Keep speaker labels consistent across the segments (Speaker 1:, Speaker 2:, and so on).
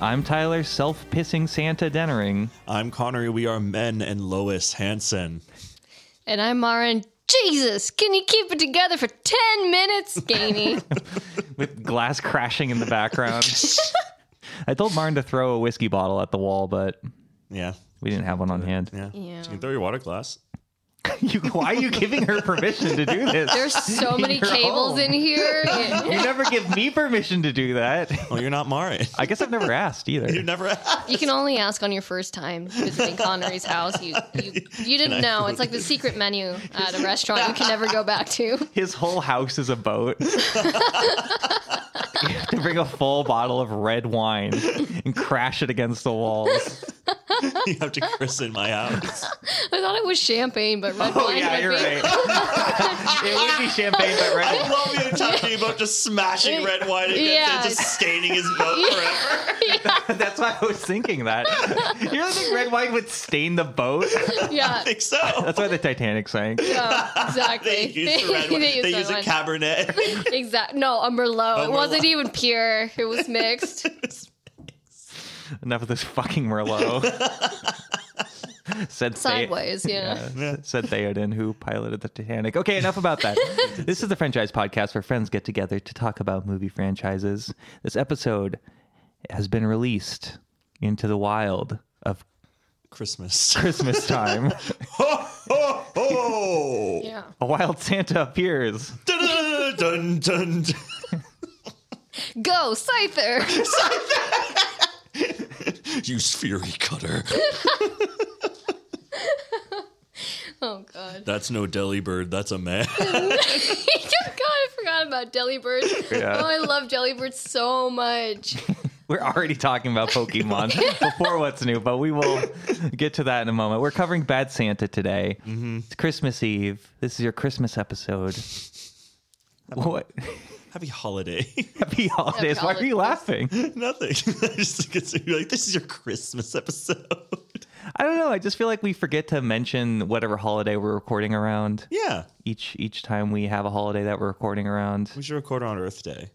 Speaker 1: I'm Tyler, self pissing Santa Dennering.
Speaker 2: I'm Connery. We are men, and Lois Hansen.
Speaker 3: And I'm Marin. Jesus, can you keep it together for 10 minutes, Gainey?
Speaker 1: with glass crashing in the background. I told Marn to throw a whiskey bottle at the wall, but
Speaker 2: Yeah,
Speaker 1: we didn't have one on hand.
Speaker 2: yeah.
Speaker 3: Yeah.
Speaker 2: You can throw your water glass.
Speaker 1: You, why are you giving her permission to do this?
Speaker 3: There's so many
Speaker 1: You're
Speaker 3: cables
Speaker 1: home.
Speaker 3: in here.
Speaker 1: you never give me permission to do that.
Speaker 2: Oh, you're not Mari.
Speaker 1: I guess I've never asked
Speaker 2: you
Speaker 1: either.
Speaker 2: never.
Speaker 3: You can only ask on your first time visiting Connery's house. You you, you didn't know. It's like the secret menu at a restaurant you can never go back to.
Speaker 1: His whole house is a boat. you have to bring a full bottle of red wine and crash it against the walls.
Speaker 2: you have to christen my house.
Speaker 3: I thought it was champagne, but red
Speaker 2: Oh,
Speaker 1: Oh,
Speaker 3: wine would be.
Speaker 1: it would be champagne, but red wine.
Speaker 2: Love you talking about just smashing red wine against
Speaker 3: Yeah.
Speaker 2: it, just staining his boat forever.
Speaker 1: That's why I was thinking that. You really think red wine would stain the boat?
Speaker 3: Yeah,
Speaker 2: I think so.
Speaker 1: That's why the Titanic sank.
Speaker 3: yeah, exactly.
Speaker 2: they use the red
Speaker 3: They
Speaker 2: wine. They,
Speaker 3: used red
Speaker 2: use a
Speaker 3: wine.
Speaker 2: cabernet.
Speaker 3: Exact. No, a merlot.
Speaker 2: A
Speaker 3: it wasn't
Speaker 2: Merlot.
Speaker 3: even pure. It was mixed.
Speaker 1: Enough of this fucking Merlot. said Thea-
Speaker 3: Sideways, yeah.
Speaker 1: Yeah, said Theoden, who piloted the Titanic. Okay, enough about that. this is the franchise podcast where friends get together to talk about movie franchises. This episode has been released into the wild of
Speaker 2: Christmas. Oh,
Speaker 1: Christmas time.
Speaker 2: ho ho ho!
Speaker 3: Yeah.
Speaker 1: A wild Santa appears.
Speaker 2: oh. Dun, dun, dun, dun.
Speaker 3: Go, Scyther.
Speaker 2: Use Fury Cutter.
Speaker 3: Oh God.
Speaker 2: That's no deli bird. That's a man.
Speaker 3: God, I forgot about Delibird.
Speaker 1: Yeah.
Speaker 3: Oh, I love Delibird so much.
Speaker 1: We're already talking about Pokemon before what's new, but we will get to that in a moment. We're covering Bad Santa today. It's Christmas Eve. This is your Christmas episode. What?
Speaker 2: Happy holiday.
Speaker 1: Happy holidays. Why are you laughing?
Speaker 2: Nothing. I just think it's like this is your Christmas episode.
Speaker 1: I don't know. I just feel like we forget to mention whatever holiday we're recording around
Speaker 2: yeah,
Speaker 1: each each time we have a holiday that we're recording around.
Speaker 2: we should record on Earth Day.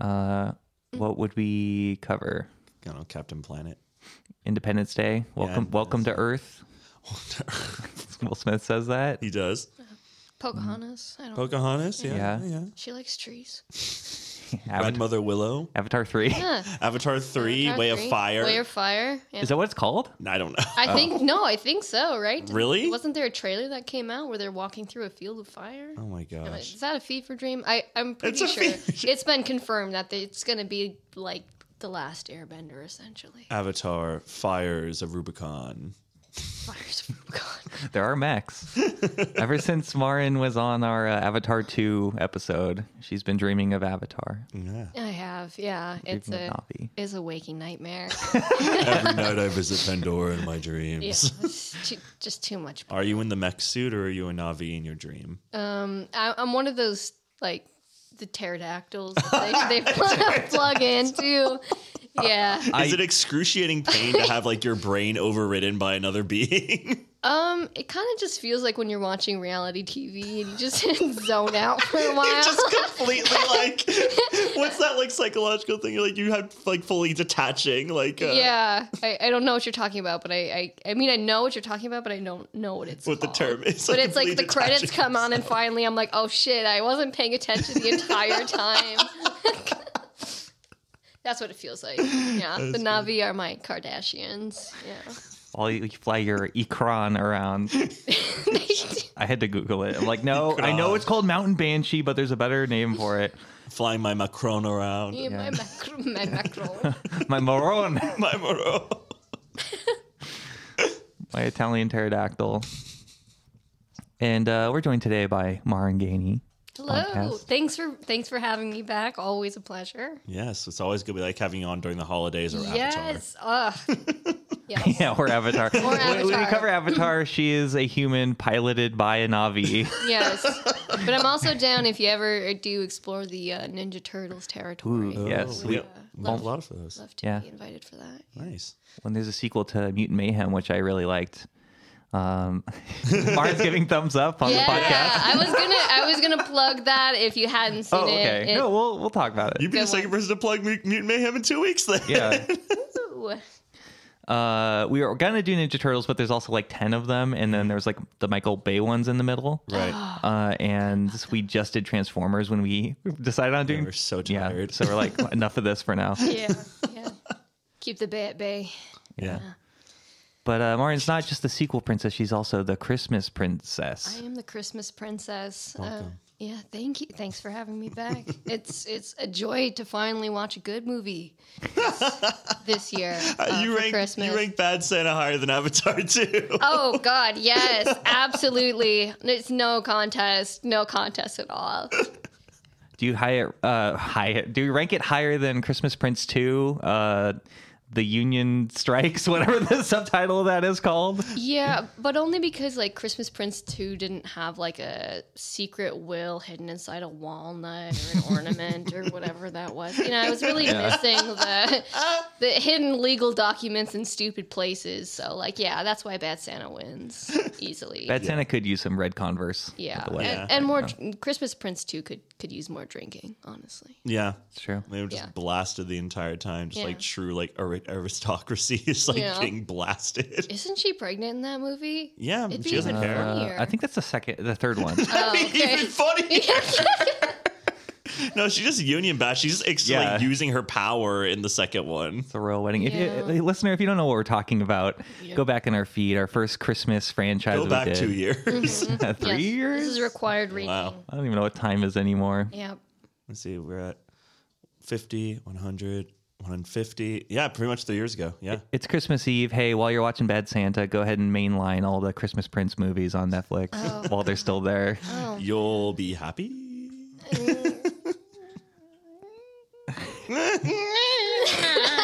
Speaker 1: Uh, what would we cover?
Speaker 2: You know, Captain Planet.
Speaker 1: Independence Day. Welcome,
Speaker 2: Independence
Speaker 1: welcome to Earth. Will Smith says that.
Speaker 2: he does.
Speaker 3: Pocahontas. I don't.
Speaker 2: Pocahontas. Yeah,
Speaker 1: Yeah.
Speaker 2: yeah.
Speaker 3: she likes trees.
Speaker 1: Avatar,
Speaker 2: Grandmother Willow.
Speaker 1: Avatar three.
Speaker 3: Huh.
Speaker 2: Avatar three.
Speaker 3: Avatar
Speaker 2: Way
Speaker 3: three.
Speaker 2: of Fire.
Speaker 3: Way of Fire. Yeah.
Speaker 1: Is that what it's called?
Speaker 2: I don't know.
Speaker 3: I think no, I think so. Right? Didn't-
Speaker 2: Really?
Speaker 3: Wasn't there a trailer that came out where they're walking through a field of fire?
Speaker 2: oh my gosh.
Speaker 3: Is that a fever dream? I I'm pretty
Speaker 2: a
Speaker 3: sure
Speaker 2: fever dream.
Speaker 3: it's been confirmed that they- it's going to be like the last Airbender essentially.
Speaker 2: Avatar Fires of Rubicon.
Speaker 3: Fires from God.
Speaker 1: There are mechs. Ever since Marin was on our uh, Avatar 2 episode, she's been dreaming of Avatar.
Speaker 2: Yeah.
Speaker 3: I have. Yeah, it's
Speaker 1: Dreaming
Speaker 3: a
Speaker 1: of Navi.
Speaker 3: is a waking nightmare.
Speaker 2: Every night I visit Pandora in my
Speaker 3: yeah,
Speaker 2: dreams.
Speaker 3: it's too, just too much.
Speaker 2: Are you in the mech suit or are you a Navi in your dream?
Speaker 3: Um, I, I'm one of those like the pterodactyls that they, they plug, plug into. Yeah.
Speaker 2: Is it excruciating pain to have like your brain overridden by another being?
Speaker 3: Um, it kind of just feels like when you're watching reality TV and you just zone out for a while.
Speaker 2: You're just completely like, what's that like psychological thing? You're like you have like fully detaching, like uh,
Speaker 3: yeah, I, I don't know what you're talking about, but I, I I mean I know what you're talking about, but I don't know what it's
Speaker 2: what the
Speaker 3: called.
Speaker 2: term is.
Speaker 3: But it's like the
Speaker 2: completely
Speaker 3: credits
Speaker 2: detaching.
Speaker 3: come on, and finally I'm like, oh shit, I wasn't paying attention the entire time. That's what it feels like. Yeah, the Navi are my Kardashians. Yeah,
Speaker 1: While you you fly your Ikran around. I had to Google it. I'm like, no, I know it's called Mountain Banshee, but there's a better name for it.
Speaker 2: Flying my Macron around.
Speaker 3: yeah, my macro, my macro.
Speaker 1: My Maron,
Speaker 2: My Moreau.
Speaker 1: my Italian pterodactyl. And uh, we're joined today by Marin Gainey.
Speaker 3: Hello,
Speaker 1: Podcast.
Speaker 3: thanks for thanks for having me back. Always a pleasure.
Speaker 2: Yes, it's always gonna be like having you on during the holidays or Avatar.
Speaker 3: Yes. Ugh. yes.
Speaker 1: Yeah, or Avatar. When- When we
Speaker 3: Avatar.
Speaker 1: cover Avatar, she is a human piloted by a Navi.
Speaker 3: Yes. But I'm also down if you ever do explore the uh, Ninja Turtles territory.
Speaker 1: Ooh, yes.
Speaker 2: Oh, we,
Speaker 1: We-
Speaker 2: we got a lot of those.
Speaker 3: Oh, Love to
Speaker 1: Yeah.
Speaker 3: be invited for that.
Speaker 2: Nice.
Speaker 1: when there's a sequel to Mutant Mayhem, which I really liked. Um, Mara's giving thumbs up on
Speaker 3: Yeah,
Speaker 1: the podcast.
Speaker 3: I was gonna I was gonna plug that if you hadn't seen
Speaker 1: Oh,
Speaker 3: it.
Speaker 1: okay.
Speaker 3: It-
Speaker 1: no, we'll we'll talk about it.
Speaker 2: You'd be
Speaker 3: Good
Speaker 2: the second
Speaker 3: one.
Speaker 2: person to plug Mut- Mutant Mayhem in two weeks then.
Speaker 1: yeah,
Speaker 3: Woo!
Speaker 1: Uh, we were gonna do Ninja Turtles, but there's also like ten of them, and then there's like the Michael Bay ones in the middle.
Speaker 2: Right.
Speaker 1: Uh, and we just did Transformers when we decided on doing.
Speaker 2: We're so
Speaker 1: yeah,
Speaker 2: tired.
Speaker 1: so we're like enough of this for now.
Speaker 3: Yeah, yeah. Keep the bay at bay.
Speaker 2: yeah.
Speaker 1: But uh, Marion's not just the sequel princess; she's also the Christmas princess.
Speaker 3: I am the Christmas princess. Uh, yeah, thank you. Thanks for having me back. it's it's a joy to finally watch a good movie this year uh,
Speaker 2: you
Speaker 3: for
Speaker 2: rank
Speaker 3: Christmas.
Speaker 2: you rank Bad Santa higher than Avatar too.
Speaker 3: Oh God, yes, absolutely. It's no contest, no contest at all.
Speaker 1: Do you higher, uh, higher? Do you rank it higher than Christmas Prince Two? Uh, the Union Strikes, whatever the subtitle of that is called.
Speaker 3: Yeah, but only because like Christmas Prince 2 didn't have like a secret will hidden inside a walnut or an ornament or whatever that was. You know, I was really missing the the hidden legal documents in stupid places. So like, yeah, that's why Bad Santa wins easily.
Speaker 1: Bad Santa could use some red Converse.
Speaker 3: yeah.
Speaker 1: by the way.
Speaker 2: Yeah.
Speaker 3: And, and more dr- Christmas Prince 2 could could use more drinking, honestly.
Speaker 2: yeah.
Speaker 1: it's true.
Speaker 2: They were just
Speaker 3: Yeah.
Speaker 2: blasted the entire time, just
Speaker 3: Yeah.
Speaker 2: like true like ar- aristocracy is like
Speaker 3: Yeah.
Speaker 2: getting blasted.
Speaker 3: Isn't she pregnant in that movie?
Speaker 2: Yeah,
Speaker 3: It'd
Speaker 2: she
Speaker 3: be
Speaker 2: doesn't
Speaker 3: even
Speaker 2: care.
Speaker 1: Uh,
Speaker 3: funnier.
Speaker 1: I think that's the second, the third one.
Speaker 3: Oh,
Speaker 2: Even funny. no, she just union bash. She's just ex- like
Speaker 1: Yeah.
Speaker 2: using her power in the second one.
Speaker 1: the royal wedding. If you,
Speaker 3: Yeah.
Speaker 1: listener, if you don't know what we're talking about,
Speaker 3: Yeah.
Speaker 1: go back in our feed. Our first Christmas franchise.
Speaker 2: Go
Speaker 1: we
Speaker 2: back
Speaker 1: did.
Speaker 2: two years.
Speaker 3: Mm-hmm.
Speaker 1: Three
Speaker 3: Yes,
Speaker 1: years.
Speaker 3: This is required reading.
Speaker 2: Wow.
Speaker 1: I don't even know what time is anymore.
Speaker 3: Yeah.
Speaker 2: Let's see, we're at 50, 100, 150. Yeah, pretty much three years ago. Yeah.
Speaker 1: It's Christmas Eve. Hey, while you're watching Bad Santa, go ahead and mainline all the Christmas Prince movies on Netflix
Speaker 3: Oh.
Speaker 1: while they're still there.
Speaker 2: You'll be happy.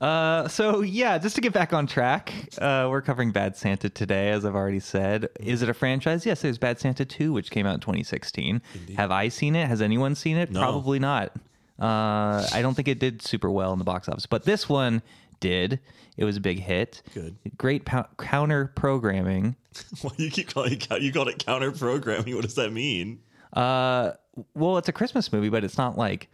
Speaker 1: Uh, so yeah, just to get back on track, uh, we're covering Bad Santa today, as I've already said. Is it a franchise? Yes, there's Bad Santa 2, which came out in 2016. Have I seen it? Has anyone seen it? Probably not. Uh, I don't think it did super well in the box office, but this one did. It was a big hit.
Speaker 2: Good.
Speaker 1: Great pou- counter programming.
Speaker 2: Why do you keep calling it, coun- you called it counter programming? What does that mean?
Speaker 1: Uh, well, it's a Christmas movie, but it's not like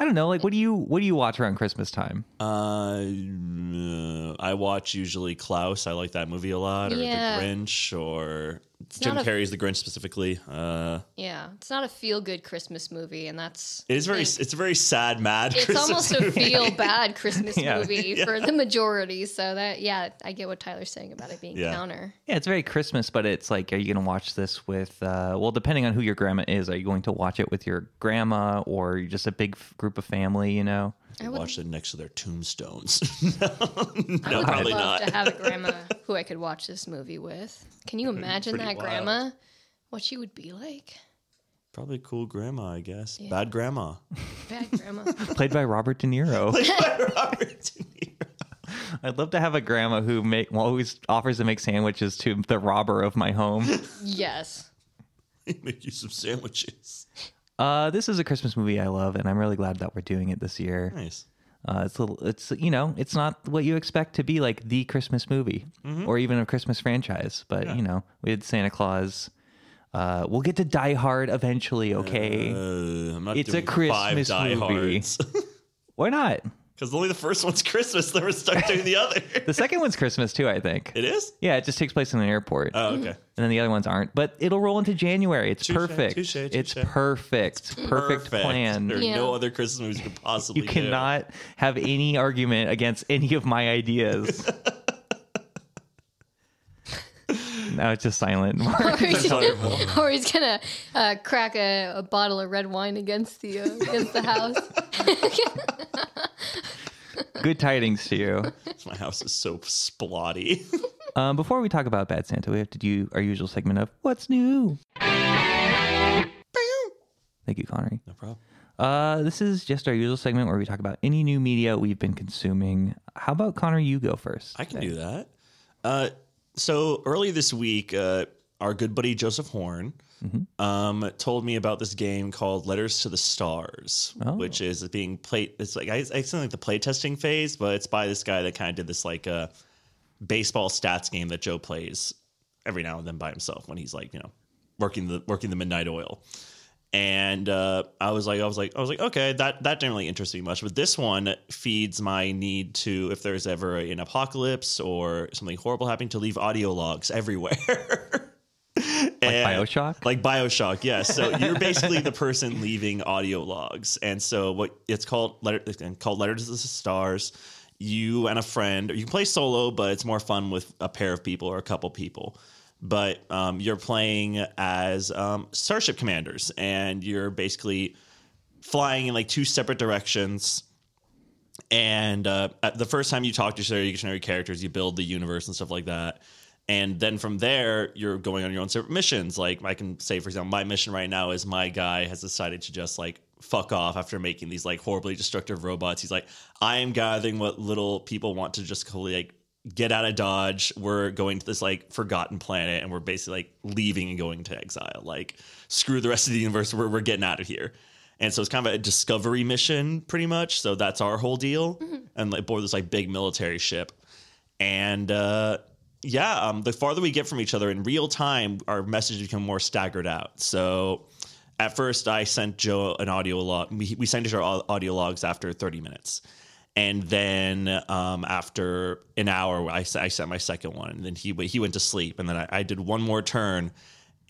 Speaker 1: I don't know. Like, what do you what do you watch around Christmas time?
Speaker 2: Uh, I watch usually Klaus. I like that movie a lot, or
Speaker 3: Yeah.
Speaker 2: The Grinch, or Jim
Speaker 3: not a-
Speaker 2: Carrey's The Grinch specifically. Uh,
Speaker 3: Yeah, it's not a feel good Christmas movie, and that's
Speaker 2: it is very it's a very sad, mad.
Speaker 3: it's
Speaker 2: Christmas
Speaker 3: almost
Speaker 2: movie.
Speaker 3: a feel bad Christmas
Speaker 1: Yeah.
Speaker 3: movie for the majority. So that yeah, I get what Tyler's saying about it being
Speaker 2: Yeah.
Speaker 3: counter.
Speaker 1: Yeah, it's very Christmas, but it's like, are you going to watch this with, uh, well, depending on who your grandma is, are you going to watch it with your grandma or you're just a big f- group of family, you know?
Speaker 2: I
Speaker 3: I would-
Speaker 2: watched it next to their tombstones. no, no,
Speaker 3: I would
Speaker 2: probably
Speaker 3: love
Speaker 2: not.
Speaker 3: to have a grandma who I could watch this movie with. Can you imagine that
Speaker 2: pretty wild.
Speaker 3: grandma? What she would be like?
Speaker 2: Probably cool grandma, I guess. Bad grandma.
Speaker 3: Bad grandma.
Speaker 1: Played by Robert De Niro.
Speaker 2: Robert De Niro.
Speaker 1: I'd love to have a grandma who make, well, always offers to make sandwiches to the robber of my home.
Speaker 3: yes.
Speaker 2: Make you some sandwiches.
Speaker 1: Uh, this is a Christmas movie I love, and I'm really glad that we're doing it this year.
Speaker 2: Nice.
Speaker 1: Uh, it's a, little- it's you know it's not what you expect to be like the Christmas movie
Speaker 2: Mm-hmm.
Speaker 1: or even a Christmas franchise, but you know we had Santa Claus. Uh, we'll get to Die Hard eventually, okay?
Speaker 2: Uh, I'm not
Speaker 1: It's a
Speaker 2: doing
Speaker 1: Christmas
Speaker 2: five Die
Speaker 1: movie.
Speaker 2: Hards.
Speaker 1: Why not?
Speaker 2: Because only the first one's Christmas, then we're stuck doing the other.
Speaker 1: The second one's Christmas too, I think.
Speaker 2: it is?
Speaker 1: Yeah, it just takes place in an airport,
Speaker 2: Oh, okay.
Speaker 1: and then the other ones aren't. But it'll roll into January. It's
Speaker 2: Touche,
Speaker 1: perfect.
Speaker 2: touche,
Speaker 1: It's
Speaker 2: touche.
Speaker 1: perfect. Perfect plan.
Speaker 2: There are
Speaker 3: Yeah.
Speaker 2: no other Christmas movies you could possibly
Speaker 1: You cannot have any argument against any of my ideas. now it's just silent.
Speaker 3: Or he's,
Speaker 2: horrible.
Speaker 3: or he's gonna uh, crack a, a bottle of red wine against the uh, against the house.
Speaker 1: Good tidings to you.
Speaker 2: do. My house is so splotty.
Speaker 1: Um, before we talk about Bad Santa, we have to do our usual segment of What's New? Thank you, Connery.
Speaker 2: no problem.
Speaker 1: Uh, this is just our usual segment where we talk about any new media we've been consuming. How about Connor? You go first.
Speaker 2: I can do that. Uh, so early this week, uh, our good buddy Joseph Horn um, told me about this game called Letters to the Stars, which is being played. It's like I, it's in like the playtesting phase, but it's by this guy that kind of did this like uh, baseball stats game that Joe plays every now and then by himself when he's like you know working the working the midnight oil. and uh, I was like, I was like, I was like, okay, that that didn't really interest me much, but this one feeds my need to, if there's ever an apocalypse or something horrible happening, to leave audio logs everywhere. And-
Speaker 1: Bioshock?
Speaker 2: like Bioshock, yes. So you're basically the person leaving audio logs, and so what it's called letter it's called Letters to the Stars. You and a friend, you can play solo, but it's more fun with a pair of people or a couple people. But um, you're playing as um, starship commanders, and you're basically flying in like two separate directions. And uh, at the first time you talk to your dictionary characters, you build the universe and stuff like that. And then from there, you're going on your own separate missions. Like I can say, for example, my mission right now is my guy has decided to just like fuck off after making these like horribly destructive robots. He's like, I am gathering what little people want to just completely like get out of Dodge. We're going to this like forgotten planet, and we're basically like leaving and going to exile. Like screw the rest of the universe. We're we're getting out of here. And so it's kind of a discovery mission, pretty much. So that's our whole deal. And like board this like big military ship. And uh, yeah, um, the farther we get from each other in real time, our messages become more staggered out. So at first, I sent Joe an audio log. We, we sent each other au- audio logs after 30 minutes. And then um, after an hour, I, s- I sent my second one. And then he w- he went to sleep. And then I, I did one more turn.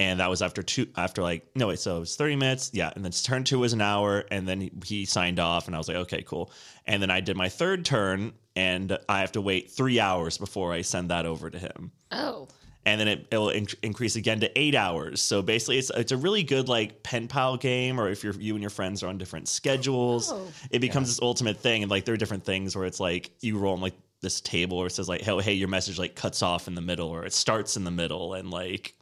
Speaker 2: And that was after two, after like, no, wait, so it was 30 minutes. Yeah. And then turn two was an hour. And then he- he signed off. And I was like, okay, cool. And then I did my third turn. And I have to wait three hours before I send that over to him
Speaker 3: Oh,
Speaker 2: and then it, it'll in- increase again to eight hours. So basically, it's it's a really good like pen pal game, or if you're you and your friends are on different schedules,
Speaker 3: Oh.
Speaker 2: it becomes this ultimate thing. And like there are different things where it's like you roll on like this table, or it says like, "Hey, hey, your message like cuts off in the middle, or it starts in the middle," and like.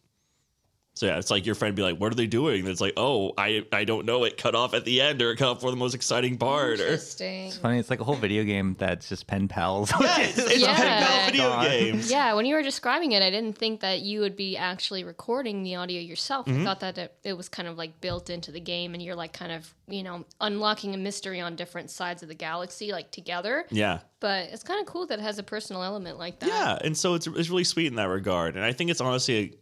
Speaker 2: So yeah, it's like your friend be like, "What are they doing?" And it's like, "Oh, I I don't know. It cut off at the end, or it cut off for the most exciting part." Or
Speaker 3: interesting.
Speaker 1: Funny, it's like a whole video game that's just pen pals.
Speaker 2: it's, it's
Speaker 3: Yeah.
Speaker 2: a pen pal video
Speaker 1: Gone.
Speaker 2: games.
Speaker 3: Yeah, when you were describing it, I didn't think that you would be actually recording the audio yourself.
Speaker 2: Mm-hmm.
Speaker 3: I thought that it, it was kind of like built into the game, and you're like kind of you know unlocking a mystery on different sides of the galaxy like together.
Speaker 2: yeah.
Speaker 3: But it's kind of cool that it has a personal element like that.
Speaker 2: Yeah, and so it's it's really sweet in that regard, and I think it's honestly,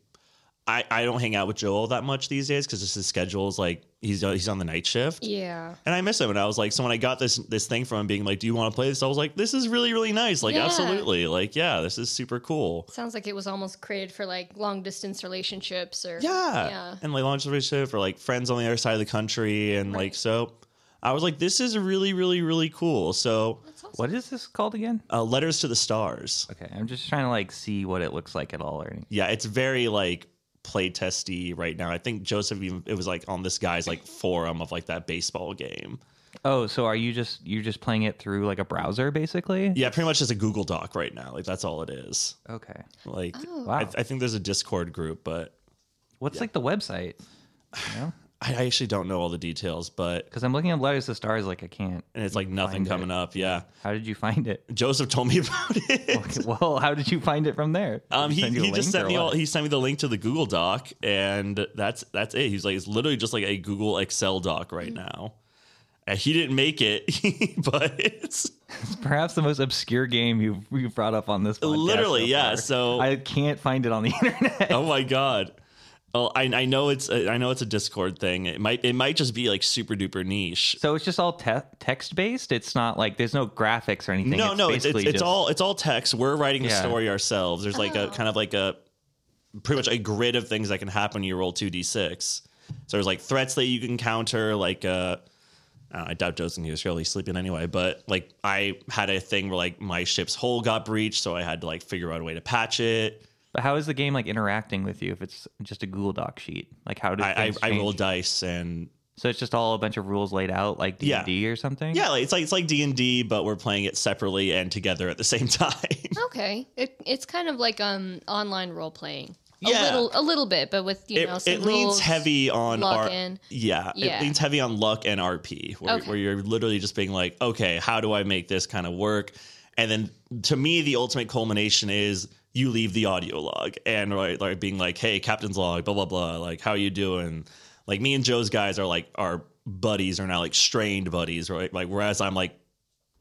Speaker 2: I I don't hang out with Joel that much these days because his schedule is like he's he's on the night shift,
Speaker 3: Yeah.
Speaker 2: and I miss him. And I was like, so when I got this this thing from him being like, "Do you want to play this?" I was like, "This is really really nice. Like,
Speaker 3: Yeah.
Speaker 2: absolutely. Like, yeah, this is super cool.
Speaker 3: Sounds like it was almost created for like long distance relationships or
Speaker 2: Yeah,
Speaker 3: yeah.
Speaker 2: and like launch relationship or like friends on the other side of the country, and like
Speaker 3: Right.
Speaker 2: so." I was like, this is really, really, really cool. So,
Speaker 3: That's awesome.
Speaker 1: what is this called again?
Speaker 2: uh, Letters to the Stars.
Speaker 1: Okay, I'm just trying to like see what it looks like at all or anything.
Speaker 2: yeah, it's very like playtesty right now. I think Joseph even it was like on this guy's like forum of like that baseball game.
Speaker 1: Oh, so are you just you're just playing it through like a browser basically?
Speaker 2: Yeah, pretty much just a Google Doc right now. Like that's all it is.
Speaker 1: Okay.
Speaker 2: Like
Speaker 3: Oh.
Speaker 1: Wow.
Speaker 2: I, I think there's a Discord group, but
Speaker 1: What's like the website? You know?
Speaker 2: I, I actually don't know all the details. But
Speaker 1: Because I'm looking at letters to stars, like I can't.
Speaker 2: and it's like nothing
Speaker 1: Find it.
Speaker 2: coming up. Yeah,
Speaker 1: How did you find it?
Speaker 2: Joseph told me about it.
Speaker 1: well, how did you find it from there?
Speaker 2: Um, he,
Speaker 1: Send you a
Speaker 2: he just
Speaker 1: link
Speaker 2: sent
Speaker 1: or
Speaker 2: me all,
Speaker 1: what?
Speaker 2: he sent me the link to the Google Doc, and that's that's it. He's like it's literally just like a Google Excel doc right now. And he didn't make it, but it's
Speaker 1: It's perhaps the most obscure game you've you've brought up on this. Podcast
Speaker 2: Literally,
Speaker 1: so
Speaker 2: yeah,
Speaker 1: far.
Speaker 2: so-
Speaker 1: I can't find it on the internet.
Speaker 2: oh my god. Oh, I, I know it's a, I know it's a Discord thing. It might it might just be like super duper niche.
Speaker 1: So it's just all te- text based. It's not like there's no graphics or anything.
Speaker 2: No, no, it's it's,
Speaker 1: basically
Speaker 2: it's
Speaker 1: just-
Speaker 2: all it's all text. We're writing the
Speaker 1: Yeah.
Speaker 2: story ourselves. There's like a
Speaker 3: Oh.
Speaker 2: kind of like a pretty much a grid of things that can happen when you roll two d six. So there's like threats that you can counter. Like uh, I, don't know, I doubt Joseph he was really sleeping anyway. But like I had a thing where like my ship's hull got breached, so I had to like figure out a way to patch it.
Speaker 1: But how is the game like interacting with you if it's just a Google Doc sheet? Like how does
Speaker 2: I I,
Speaker 1: things
Speaker 2: I
Speaker 1: change?
Speaker 2: rolled dice and
Speaker 1: So it's just all a bunch of rules laid out like D
Speaker 2: Yeah.
Speaker 1: and D or something.
Speaker 2: Yeah, like, it's like it's like D and D, but we're playing it separately and together at the same time.
Speaker 3: Okay. It, it's kind of like um online role playing.
Speaker 2: Yeah.
Speaker 3: A little a little bit, but with you
Speaker 2: it
Speaker 3: know some
Speaker 2: it leans
Speaker 3: rules.
Speaker 2: heavy on
Speaker 3: luck
Speaker 2: R-
Speaker 3: in.
Speaker 2: Yeah,
Speaker 3: Yeah.
Speaker 2: it leans heavy on luck and RP, where,
Speaker 3: Okay.
Speaker 2: where you're literally just being like, okay, how do I make this kind of work? And then to me, the ultimate culmination is you leave the audio log and right, like being like, hey, captain's log, blah blah blah, like how you doing? Like me and Joe's guys are like our buddies are now like strained buddies, right? Like whereas I'm like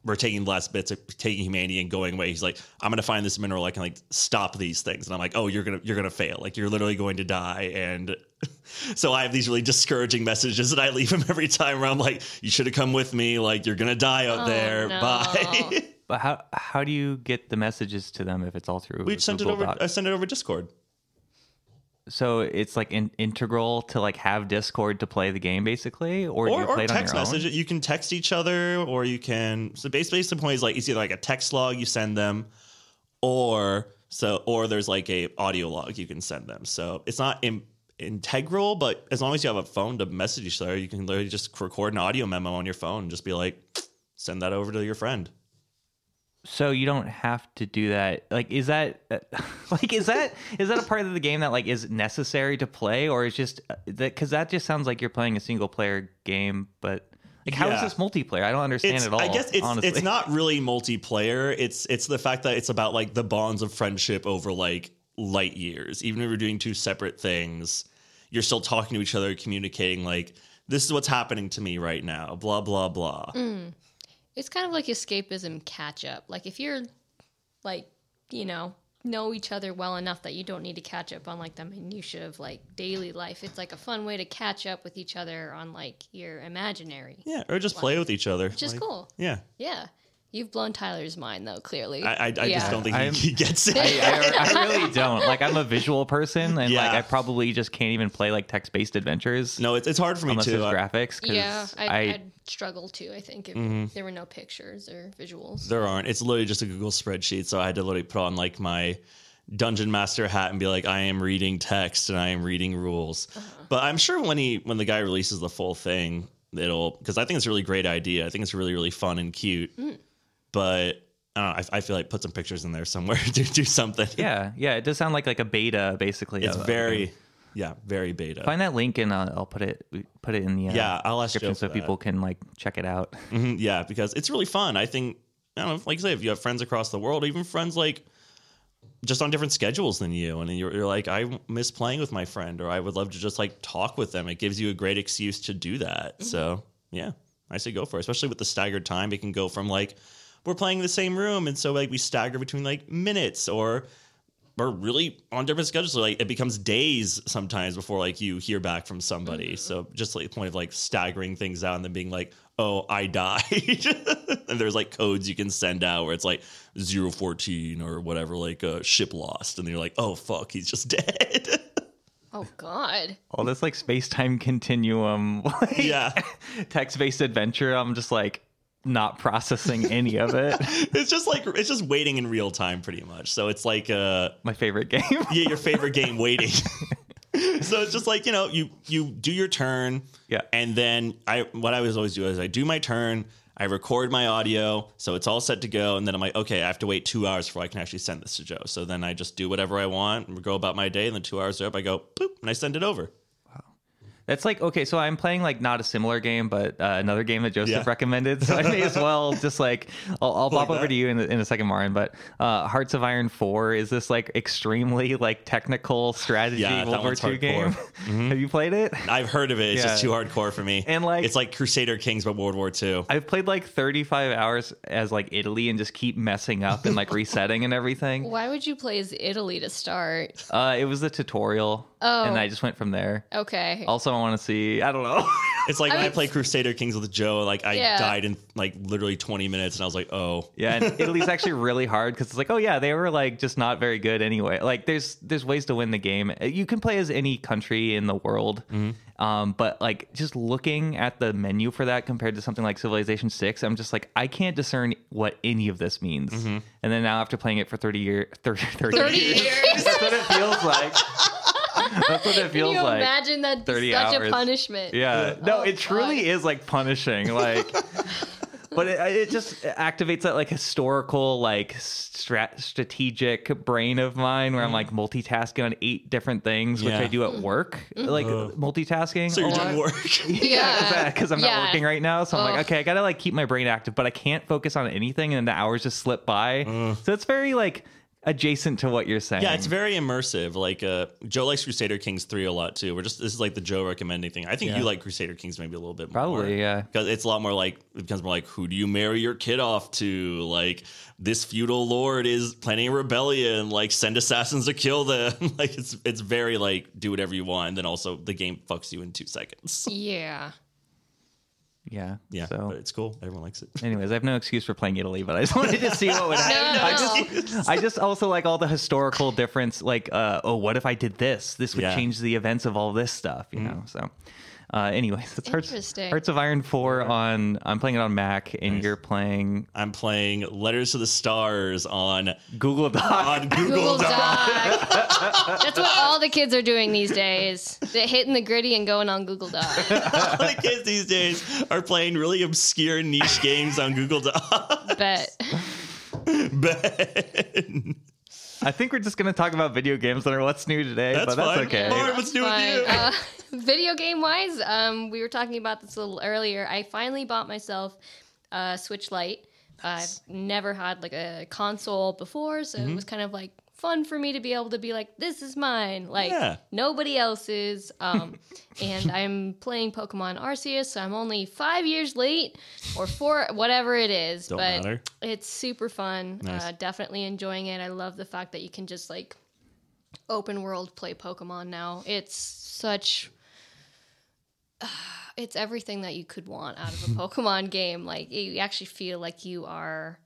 Speaker 2: we're taking the last bits of taking humanity and going away. He's like, I'm gonna find this mineral. I can like stop these things. And I'm like, oh, you're gonna you're gonna fail. Like you're literally going to die. And so I have these really discouraging messages that I leave him every time. Where I'm like, you should have come with me. Like you're gonna die out
Speaker 3: Oh,
Speaker 2: there.
Speaker 3: no.
Speaker 2: Bye.
Speaker 1: But how how do you get the messages to them if it's all through?
Speaker 2: we sent it
Speaker 1: Google
Speaker 2: over.
Speaker 1: Docs?
Speaker 2: I sent it over Discord.
Speaker 1: So it's like in- integral to like have Discord to play the game, basically, or, do
Speaker 2: or,
Speaker 1: you
Speaker 2: or
Speaker 1: play it on your
Speaker 2: text message.
Speaker 1: own.
Speaker 2: You can text each other, or you can. So basically, the point is like it's either like a text log you send them, or so or there's like a audio log you can send them. So it's not in, integral, but as long as you have a phone to message each other, you can literally just record an audio memo on your phone and just be like, send that over to your friend.
Speaker 1: So you don't have to do that. Like, is that uh, like is that is that a part of the game that like is necessary to play, or is just uh, that because that just sounds like you're playing a single player game, but. Like how is
Speaker 2: Yeah.
Speaker 1: this multiplayer? I don't understand
Speaker 2: It's,
Speaker 1: at all.
Speaker 2: I guess it's
Speaker 1: honestly.
Speaker 2: it's not really multiplayer. It's it's the fact that it's about like the bonds of friendship over like light years. Even if you're doing two separate things, you're still talking to each other, communicating like this is what's happening to me right now. Blah blah blah.
Speaker 3: Mm. It's kind of like escapism catch up. Like if you're like, you know, know each other well enough that you don't need to catch up on like the minutia of like daily life. It's like a fun way to catch up with each other on like your imaginary.
Speaker 2: Yeah, or just play with each other.
Speaker 3: Which is
Speaker 2: Like,
Speaker 3: cool.
Speaker 2: Yeah,
Speaker 3: Yeah. You've blown Tyler's mind though, clearly.
Speaker 2: I I, I
Speaker 3: Yeah.
Speaker 2: just don't think
Speaker 1: I'm-
Speaker 2: he, he gets it.
Speaker 1: I, I, I really don't. Like I'm a visual person, and like
Speaker 2: Yeah.
Speaker 1: I probably just can't even play like text based adventures
Speaker 2: no, it's it's hard for me
Speaker 1: unless
Speaker 2: too.
Speaker 1: there's
Speaker 2: I-
Speaker 1: graphics. 'cause
Speaker 3: Yeah, I'd,
Speaker 1: I-
Speaker 3: I, would struggle too. I think if
Speaker 2: Mm-hmm.
Speaker 3: there were no pictures or visuals.
Speaker 2: There aren't. It's literally just a Google spreadsheet. So I had to literally put on like my dungeon master hat and be like, I am reading text and I am reading rules. But I'm sure when he when the guy releases the full thing, it'll because I think it's a really great idea. I think it's really really fun and cute. But I don't know. I, I feel like put some pictures in there somewhere to do something.
Speaker 1: Yeah, yeah, it does sound like like a beta, basically.
Speaker 2: it's
Speaker 1: of- uh,
Speaker 2: very yeah, very beta.
Speaker 1: Find that link and uh, I'll, I'll put it put it in the uh,
Speaker 2: Yeah, I'll ask Joe
Speaker 1: description
Speaker 2: for
Speaker 1: so
Speaker 2: that.
Speaker 1: people can like check it out.
Speaker 2: Mhm, yeah, because it's really fun. I think I don't know, like I say, if you have friends across the world, even friends like just on different schedules than you, and you're, you're like, I miss playing with my friend, or I would love to just like talk with them. It gives you a great excuse to do that. So yeah, I say go for it. Especially with the staggered time, it can go from like we're playing in the same room, and so like we stagger between like minutes or. Or really on different schedules, so like it becomes days sometimes before like you hear back from somebody. So just like the point of like staggering things out and then being like, "Oh, I died," and there's like codes you can send out where it's like 014 or whatever, like uh, ship lost, and then you're like, "Oh fuck, he's just dead."
Speaker 3: Oh God.
Speaker 1: All this like space time continuum, like,
Speaker 2: yeah,
Speaker 1: text based adventure. I'm just like not processing any of it.
Speaker 2: it's just like it's just waiting in real time, pretty much. So it's like uh,
Speaker 1: My favorite game.
Speaker 2: yeah, your favorite game waiting. so it's just like you know, you you do your turn,
Speaker 1: Yeah.
Speaker 2: and then I what I was always do is I do my turn, I record my audio, so it's all set to go, and then I'm like, okay, I have to wait two hours before I can actually send this to Joe. So then I just do whatever I want and go about my day, and then two hours are up, I go boop and I send it over.
Speaker 1: That's like okay, so I'm playing like not a similar game, but uh, another game that Joseph
Speaker 2: Yeah.
Speaker 1: recommended. So I may as well just like I'll, I'll pop
Speaker 2: that.
Speaker 1: over to you in, a- in a second, Marin. But uh, Hearts of Iron Four is this like extremely like technical strategy
Speaker 2: Yeah, that
Speaker 1: World War
Speaker 2: one's
Speaker 1: II game?
Speaker 2: hardcore. Mm-hmm.
Speaker 1: Have you played it?
Speaker 2: I've heard of it. It's just
Speaker 1: Yeah.
Speaker 2: too hardcore for me.
Speaker 1: And, like-
Speaker 2: it's like Crusader Kings, but World War II.
Speaker 1: I've played like 35 hours as like Italy and just keep messing up and like resetting and everything.
Speaker 3: Why would you play as Italy to start?
Speaker 1: Uh, it was the tutorial, and
Speaker 3: Oh.
Speaker 1: I just went from there.
Speaker 3: Okay.
Speaker 1: Also, I want to see. I don't know.
Speaker 2: It's like
Speaker 3: I
Speaker 2: when I
Speaker 3: mean-
Speaker 2: play Crusader Kings with Joe, like I
Speaker 3: Yeah.
Speaker 2: died in like literally 20 minutes, and I was like, oh,
Speaker 1: yeah, and Italy's actually really hard because it's like, oh yeah, they were like just not very good anyway. Like, there's there's ways to win the game. Uh, You can play as any country in the world, um, but like just looking at the menu for that compared to something like Civilization Six, I'm just like, I can't discern what any of this means. And then now after playing it for 30 year 30, 30
Speaker 3: Thirty years.
Speaker 1: That's what it feels like. That's what it
Speaker 3: Can
Speaker 1: feels
Speaker 3: you
Speaker 1: like.
Speaker 3: imagine that?
Speaker 1: 30
Speaker 3: such
Speaker 1: hours.
Speaker 3: a punishment.
Speaker 1: Yeah. No,
Speaker 3: Oh,
Speaker 1: it truly is like punishing. Like, but it, it just activates that like historical, like strat- strategic brain of mine where I'm like multitasking on eight different things, which
Speaker 2: Mm. Yeah. Mm. Mm-hmm. Oh.
Speaker 1: I do at work. Like multitasking.
Speaker 2: so
Speaker 1: a
Speaker 2: you're
Speaker 1: lot.
Speaker 2: doing work.
Speaker 3: Yeah.
Speaker 1: because I'm
Speaker 3: Yeah.
Speaker 1: not working right now. So I'm
Speaker 3: Ugh.
Speaker 1: like, okay, I gotta like keep my brain active, but I can't focus on anything, and the hours just slip by. So it's very like adjacent to what you're saying.
Speaker 2: Yeah, it's very immersive. Like uh, Joe likes Crusader Kings three a lot too. We're just this is like the Joe recommending thing. I think
Speaker 1: Yeah.
Speaker 2: you like Crusader Kings maybe a little bit more.
Speaker 1: Probably, yeah.
Speaker 2: because it's a lot more like it becomes more like who do you marry your kid off to? Like this feudal lord is planning a rebellion. Like send assassins to kill them. like it's it's very like do whatever you want. And then also the game fucks you in two seconds.
Speaker 3: Yeah.
Speaker 1: yeah.
Speaker 2: Yeah,
Speaker 1: So.
Speaker 2: but it's cool. Everyone likes it.
Speaker 1: Anyways, I have no excuse for playing Italy, but I just wanted to see what would happen.
Speaker 3: No.
Speaker 1: I just, I just also like all the historical difference. Like, uh, oh, what if I did this? This would
Speaker 2: Yeah. Mm.
Speaker 1: change the events of all this stuff, you know. So, uh, anyways, it's Hearts,
Speaker 3: Interesting.
Speaker 1: Hearts of Iron Four on. I'm playing it on Mac, and
Speaker 2: Nice.
Speaker 1: you're playing
Speaker 2: I'm playing Letters to the Stars on
Speaker 1: Google Doc.
Speaker 2: on Google,
Speaker 3: Google
Speaker 2: Docs.
Speaker 3: Doc. That's what all the kids are doing these days. They're hitting the gritty and going on Google Doc.
Speaker 2: All the kids these days are playing really obscure niche games on Google Docs.
Speaker 3: But
Speaker 2: Ben,
Speaker 1: I think we're just gonna talk about video games that are what's new today,
Speaker 2: That's
Speaker 1: but that's
Speaker 2: fine.
Speaker 1: okay.
Speaker 2: Lauren, what's new with
Speaker 3: fine.
Speaker 2: you?
Speaker 3: Uh, video game wise, um, we were talking about this a little earlier. I finally bought myself a Switch Lite. I've never had like a console before, so
Speaker 2: Mm-hmm.
Speaker 3: it was kind of like fun for me to be able to be like, this is mine, like
Speaker 2: Yeah.
Speaker 3: nobody else's. Um, and I'm playing Pokemon Arceus, so I'm only five years late or four, whatever it is.
Speaker 2: Don't
Speaker 3: but
Speaker 2: matter.
Speaker 3: it's super fun.
Speaker 2: Nice.
Speaker 3: Uh, definitely enjoying it. I love the fact that you can just like open world play Pokemon now. It's such it's everything that you could want out of a Pokemon game. Like you actually feel like you are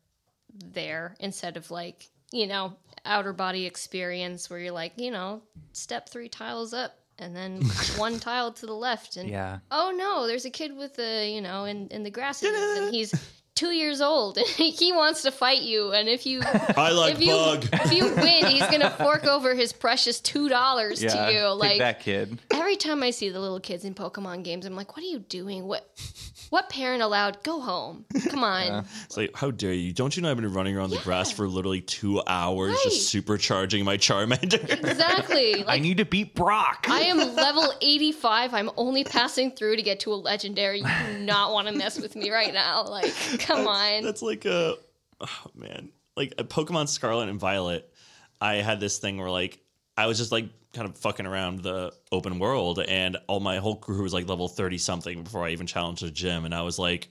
Speaker 3: there instead of like, you know, outer body experience where you're like, you know, step 3 tiles up and then one tile to the left and
Speaker 1: Yeah.
Speaker 3: oh no, there's a kid with the you know in in the grasses, and he's two years old, and he wants to fight you. And if you
Speaker 2: I like
Speaker 3: if you
Speaker 2: bug.
Speaker 3: if you win, he's gonna fork over his precious two dollars
Speaker 1: Yeah,
Speaker 3: to you.
Speaker 1: take
Speaker 3: Like
Speaker 1: that kid.
Speaker 3: every time I see the little kids in Pokemon games, I'm like, what are you doing? What what parent allowed? Go home. Come on.
Speaker 2: It's like, how dare you? Don't you know I've been running around the grass for literally two hours, just supercharging my Charmander?
Speaker 3: Exactly.
Speaker 1: I
Speaker 3: Like.
Speaker 1: need to beat Brock.
Speaker 3: I am level 85. I'm only passing through to get to a legendary. You do not want to mess with me right now. Like, come on.
Speaker 2: That's like a, oh man, like a Pokemon Scarlet and Violet. I had this thing where like I was just like kind of fucking around the open world, and all my whole crew was like level thirty something before I even challenged the gym, and I was like,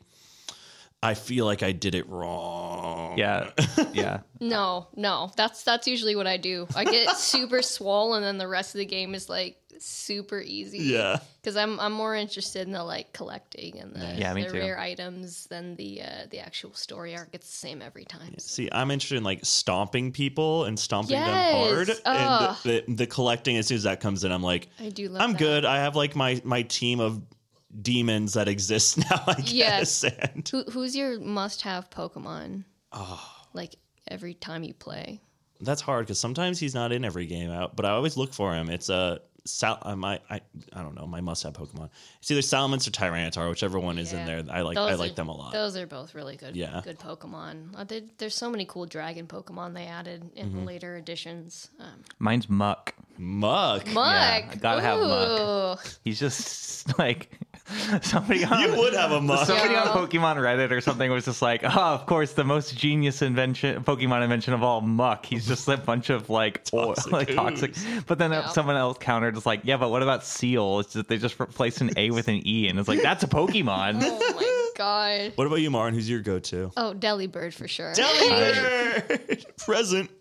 Speaker 2: I feel like I did it wrong.
Speaker 1: yeah, yeah.
Speaker 3: No, no. That's that's usually what I do. I get super swollen, and then the rest of the game is like super easy.
Speaker 2: yeah.
Speaker 3: Because I'm I'm more interested in the like collecting and the,
Speaker 1: Yeah, me
Speaker 3: the
Speaker 1: too.
Speaker 3: rare items than the uh, the actual story arc. It's the same every time.
Speaker 2: See, I'm interested in like stomping people and stomping
Speaker 3: Yes.
Speaker 2: them hard,
Speaker 3: Ugh.
Speaker 2: and the, the, the collecting. As soon as that comes in, I'm like,
Speaker 3: I do love.
Speaker 2: I'm
Speaker 3: that.
Speaker 2: good. I have like my my team of demons that exist now. I guess.
Speaker 3: Yes.
Speaker 2: And
Speaker 3: Who, who's your must-have Pokemon?
Speaker 2: Ah.
Speaker 3: Like every time you play.
Speaker 2: that's hard because sometimes he's not in every game out, but I always look for him. It's a Sal- uh, my I I don't know my must have Pokemon. It's either Salamence or Tyranitar, whichever one is in
Speaker 3: Yeah.
Speaker 2: there. I like
Speaker 3: Those
Speaker 2: I
Speaker 3: are-
Speaker 2: like them a lot.
Speaker 3: Those are both really good.
Speaker 2: Yeah.
Speaker 3: Good Pokemon. Uh, there- there's so many cool Dragon Pokemon they added in
Speaker 2: Mm-hmm.
Speaker 3: the later editions. Um,
Speaker 1: Mine's Muck.
Speaker 2: Muck.
Speaker 3: Muck.
Speaker 1: I gotta have Muck.
Speaker 3: Ooh.
Speaker 1: He's just like somebody. On
Speaker 2: You would have a muck.
Speaker 1: Somebody
Speaker 3: Yeah.
Speaker 1: on Pokemon Reddit or something was just like, "Oh, of course, the most genius invention, Pokemon invention of all, muck." He's just a bunch of like, oil-
Speaker 2: Toxic
Speaker 1: like toxic. But then
Speaker 3: Yeah.
Speaker 1: someone else countered, "It's like, yeah, but what about seal? It's just, they just replaced an A with an E, and it's like that's a Pokemon."
Speaker 3: Oh my god.
Speaker 2: What about you, Marin? Who's your go to?
Speaker 3: Oh, Delibird for sure.
Speaker 2: Delibird present.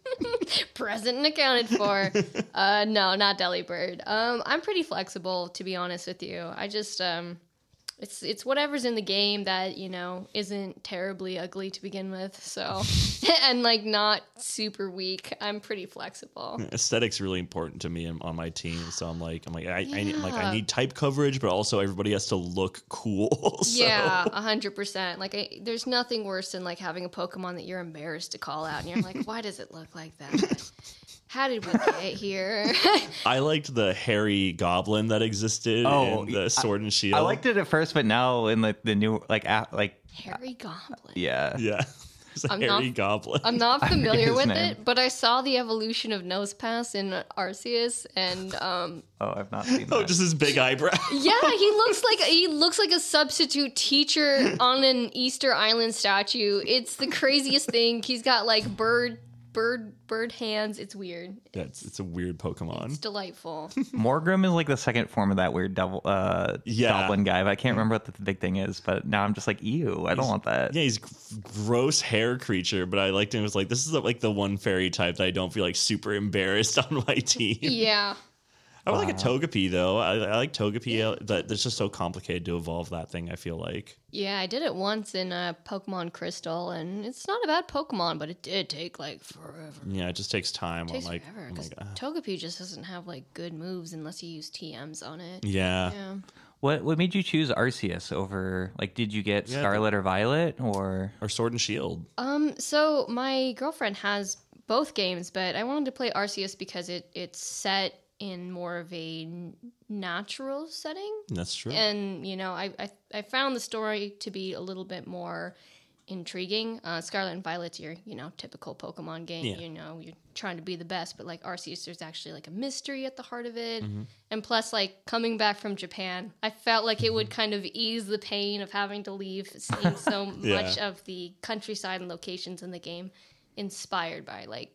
Speaker 3: Present and accounted for. uh, no, not Delibird. Um, I'm pretty flexible to be honest with you. I just um, it's it's whatever's in the game that you know isn't terribly ugly to begin with. So and like not super weak. I'm pretty flexible.
Speaker 2: aesthetics really important to me and on my team so i'm like i'm like i, I need, like i
Speaker 3: Yeah.
Speaker 2: need type coverage but also everybody has to look cool so
Speaker 3: Yeah, a hundred percent. Like, I, there's nothing worse than like having a Pokemon that you're embarrassed to call out, and you're like, "Why does it look like that? How did we get here?"
Speaker 2: i liked the hairy goblin that existed
Speaker 1: Oh,
Speaker 2: in the sword and shield
Speaker 1: I liked it at first, but now in like the new, like, a- like,
Speaker 3: Harry Goblin.
Speaker 1: yeah,
Speaker 2: yeah it's a
Speaker 3: I'm not-
Speaker 2: hairy goblin
Speaker 3: I'm not familiar
Speaker 1: his
Speaker 3: with
Speaker 1: name.
Speaker 3: it, but I saw the evolution of Nosepass in Arceus, and um,
Speaker 1: Oh, I've not seen that.
Speaker 2: oh just his big eyebrow
Speaker 3: yeah, he looks like he looks like a substitute teacher on an Easter Island statue. It's the craziest thing. He's got like bird bird bird hands. It's weird.
Speaker 2: That's it's a weird
Speaker 3: It's
Speaker 2: Pokemon.
Speaker 3: delightful.
Speaker 1: Morgrim is like the second form of that weird devil, uh,
Speaker 2: Yeah.
Speaker 1: goblin guy, but I can't remember what the big thing is. But now I'm just like, ew, I don't want that.
Speaker 2: Yeah, he's g- gross hair creature, but I liked him. It was like this is like the one fairy type that I don't feel like super embarrassed on my team.
Speaker 3: yeah.
Speaker 2: I would like a Togepi though. I, I like Togepi, uh, but it's just so complicated to evolve that thing. I feel like
Speaker 3: Yeah, I did it once in uh, Pokemon Crystal, and it's not a bad Pokemon, but it did take like forever.
Speaker 2: yeah, it just takes time.
Speaker 3: It
Speaker 2: on
Speaker 3: takes
Speaker 2: like,
Speaker 3: forever
Speaker 2: oh my
Speaker 3: because
Speaker 2: God.
Speaker 3: Togepi just doesn't have like good moves unless you use TMs on it.
Speaker 2: yeah.
Speaker 3: Yeah.
Speaker 1: What what made you choose Arceus over like? Did you get
Speaker 2: Yeah,
Speaker 1: Scarlet or Violet or?
Speaker 2: or Sword and Shield.
Speaker 3: Um. So my girlfriend has both games, but I wanted to play Arceus because it it's set in more of a n- natural setting.
Speaker 2: That's true.
Speaker 3: and you know I, I i found the story to be a little bit more intriguing uh scarlet and violet's your you know typical pokemon game
Speaker 2: Yeah.
Speaker 3: you know you're trying to be the best but like arceus there's actually like a mystery at the heart of it
Speaker 2: Mm-hmm.
Speaker 3: and plus like coming back from japan i felt like it
Speaker 2: Mm-hmm.
Speaker 3: would kind of ease the pain of having to leave seeing so
Speaker 2: Yeah.
Speaker 3: much of the countryside and locations in the game inspired by like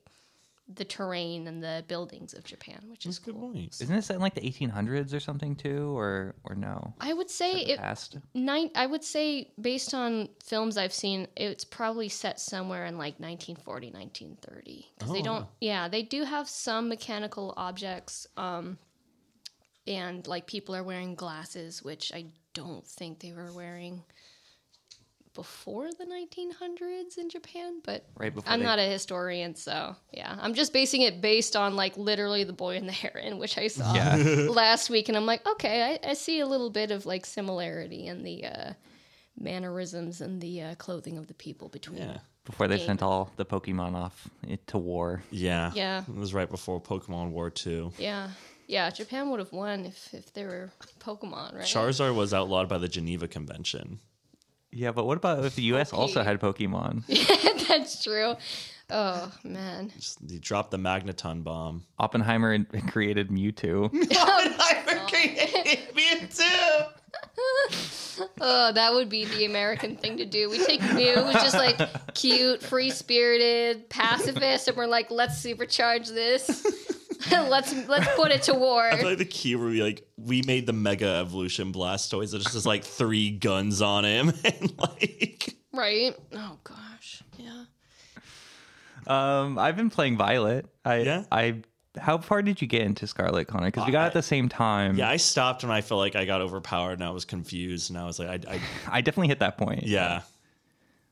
Speaker 3: the terrain and the buildings of japan which
Speaker 2: That's
Speaker 3: is
Speaker 2: a good
Speaker 3: cool
Speaker 2: point.
Speaker 1: Isn't it set in like the 1800s or something too, or or no?
Speaker 3: i would say it,
Speaker 1: Past.
Speaker 3: Nine, I would say, based on films I've seen, it's probably set somewhere in like 1940, 1930. Because they
Speaker 2: Oh,
Speaker 3: don't,
Speaker 2: wow.
Speaker 3: yeah, they do have some mechanical objects, um, and like people are wearing glasses, which I don't think they were wearing before the 1900s in Japan. But
Speaker 1: Right before
Speaker 3: I'm
Speaker 1: they-
Speaker 3: not a historian, so yeah, I'm just basing it based on like literally the boy and the heron, which I saw
Speaker 1: Yeah.
Speaker 3: last week and I'm like, okay, I, I see a little bit of like similarity in the uh, mannerisms and the uh, clothing of the people between.
Speaker 2: Yeah.
Speaker 1: Before they sent all the Pokemon off it, to war.
Speaker 2: Yeah.
Speaker 3: Yeah.
Speaker 2: It was right before Pokemon War 2.
Speaker 3: Yeah. Yeah, Japan would have won if, if there were Pokemon, right?
Speaker 2: Charizard was outlawed by the Geneva Convention.
Speaker 1: Yeah, but what about if the U.S. also
Speaker 3: Okay.
Speaker 1: had Pokemon?
Speaker 3: That's true. Oh, man.
Speaker 2: Just, he dropped the Magneton bomb.
Speaker 1: Oppenheimer in- created Mewtwo.
Speaker 2: Me too.
Speaker 3: Oh, that would be the American thing to do. We take Mew, who's just like cute, free spirited, pacifist, and we're like, let's supercharge this. let's let's put it to war.
Speaker 2: I feel like the key would be like we made the Mega Evolution Blastoise. There's just like three guns on him, and like
Speaker 3: Right? Oh gosh. Yeah.
Speaker 1: um, I've been playing Violet. I,
Speaker 2: Yeah?
Speaker 1: I. How far did you get into Scarlet, Connor? Because we got it at the same time.
Speaker 2: yeah, I stopped and I felt like I got overpowered and I was confused and I was like, I, I
Speaker 1: I definitely hit that point.
Speaker 2: yeah,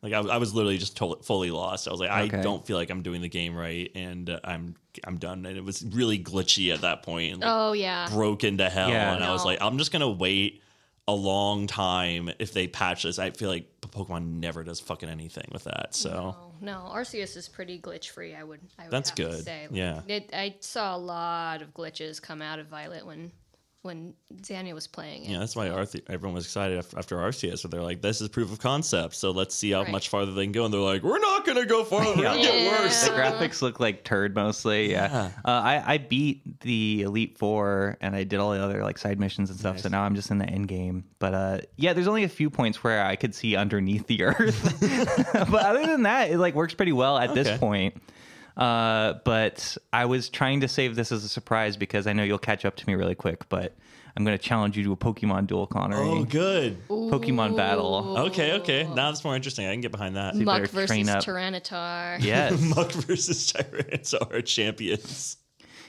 Speaker 2: like I, was- I was literally just totally fully lost. I was like, I
Speaker 1: Okay.
Speaker 2: don't feel like I'm doing the game right, and uh, I'm I'm done. And it was really glitchy at that point. And, like,
Speaker 3: Oh yeah.
Speaker 2: broke into hell
Speaker 1: Yeah.
Speaker 2: and I was
Speaker 3: No.
Speaker 2: like, I'm just gonna wait a long time if they patch this. I feel like Pokemon never does fucking anything with that. So
Speaker 3: Oh, no, Arceus is pretty glitch free. I would. I would
Speaker 2: That's
Speaker 3: have to
Speaker 2: good.
Speaker 3: say.
Speaker 2: Yeah.
Speaker 3: It, I saw a lot of glitches come out of Violet when when Xania was playing it.
Speaker 2: yeah, that's why Arthe- everyone was excited af- after Arceus. So they're like, this is proof of concept. So let's see how
Speaker 3: Right.
Speaker 2: much farther they can go. And they're like, we're not gonna go farther. It'll
Speaker 3: Yeah.
Speaker 2: get worse.
Speaker 1: The graphics look like turd mostly. Yeah. Uh, I, I beat the Elite Four and I did all the other like side missions and stuff. So now I'm just in the end game. But uh, yeah, there's only a few points where I could see underneath the earth. but other than that, it like works pretty well at
Speaker 2: Okay.
Speaker 1: this point. Uh, but I was trying to save this as a surprise because I know you'll catch up to me really quick. But I'm going to challenge you to a Pokemon duel, Connor.
Speaker 2: Oh, good.
Speaker 1: Pokemon battle.
Speaker 2: Okay, okay. Now that's more interesting. I can get behind that.
Speaker 1: better
Speaker 3: Muck versus
Speaker 1: train up.
Speaker 3: Tyranitar.
Speaker 1: Yes.
Speaker 2: Muck versus Tyrants are our champions.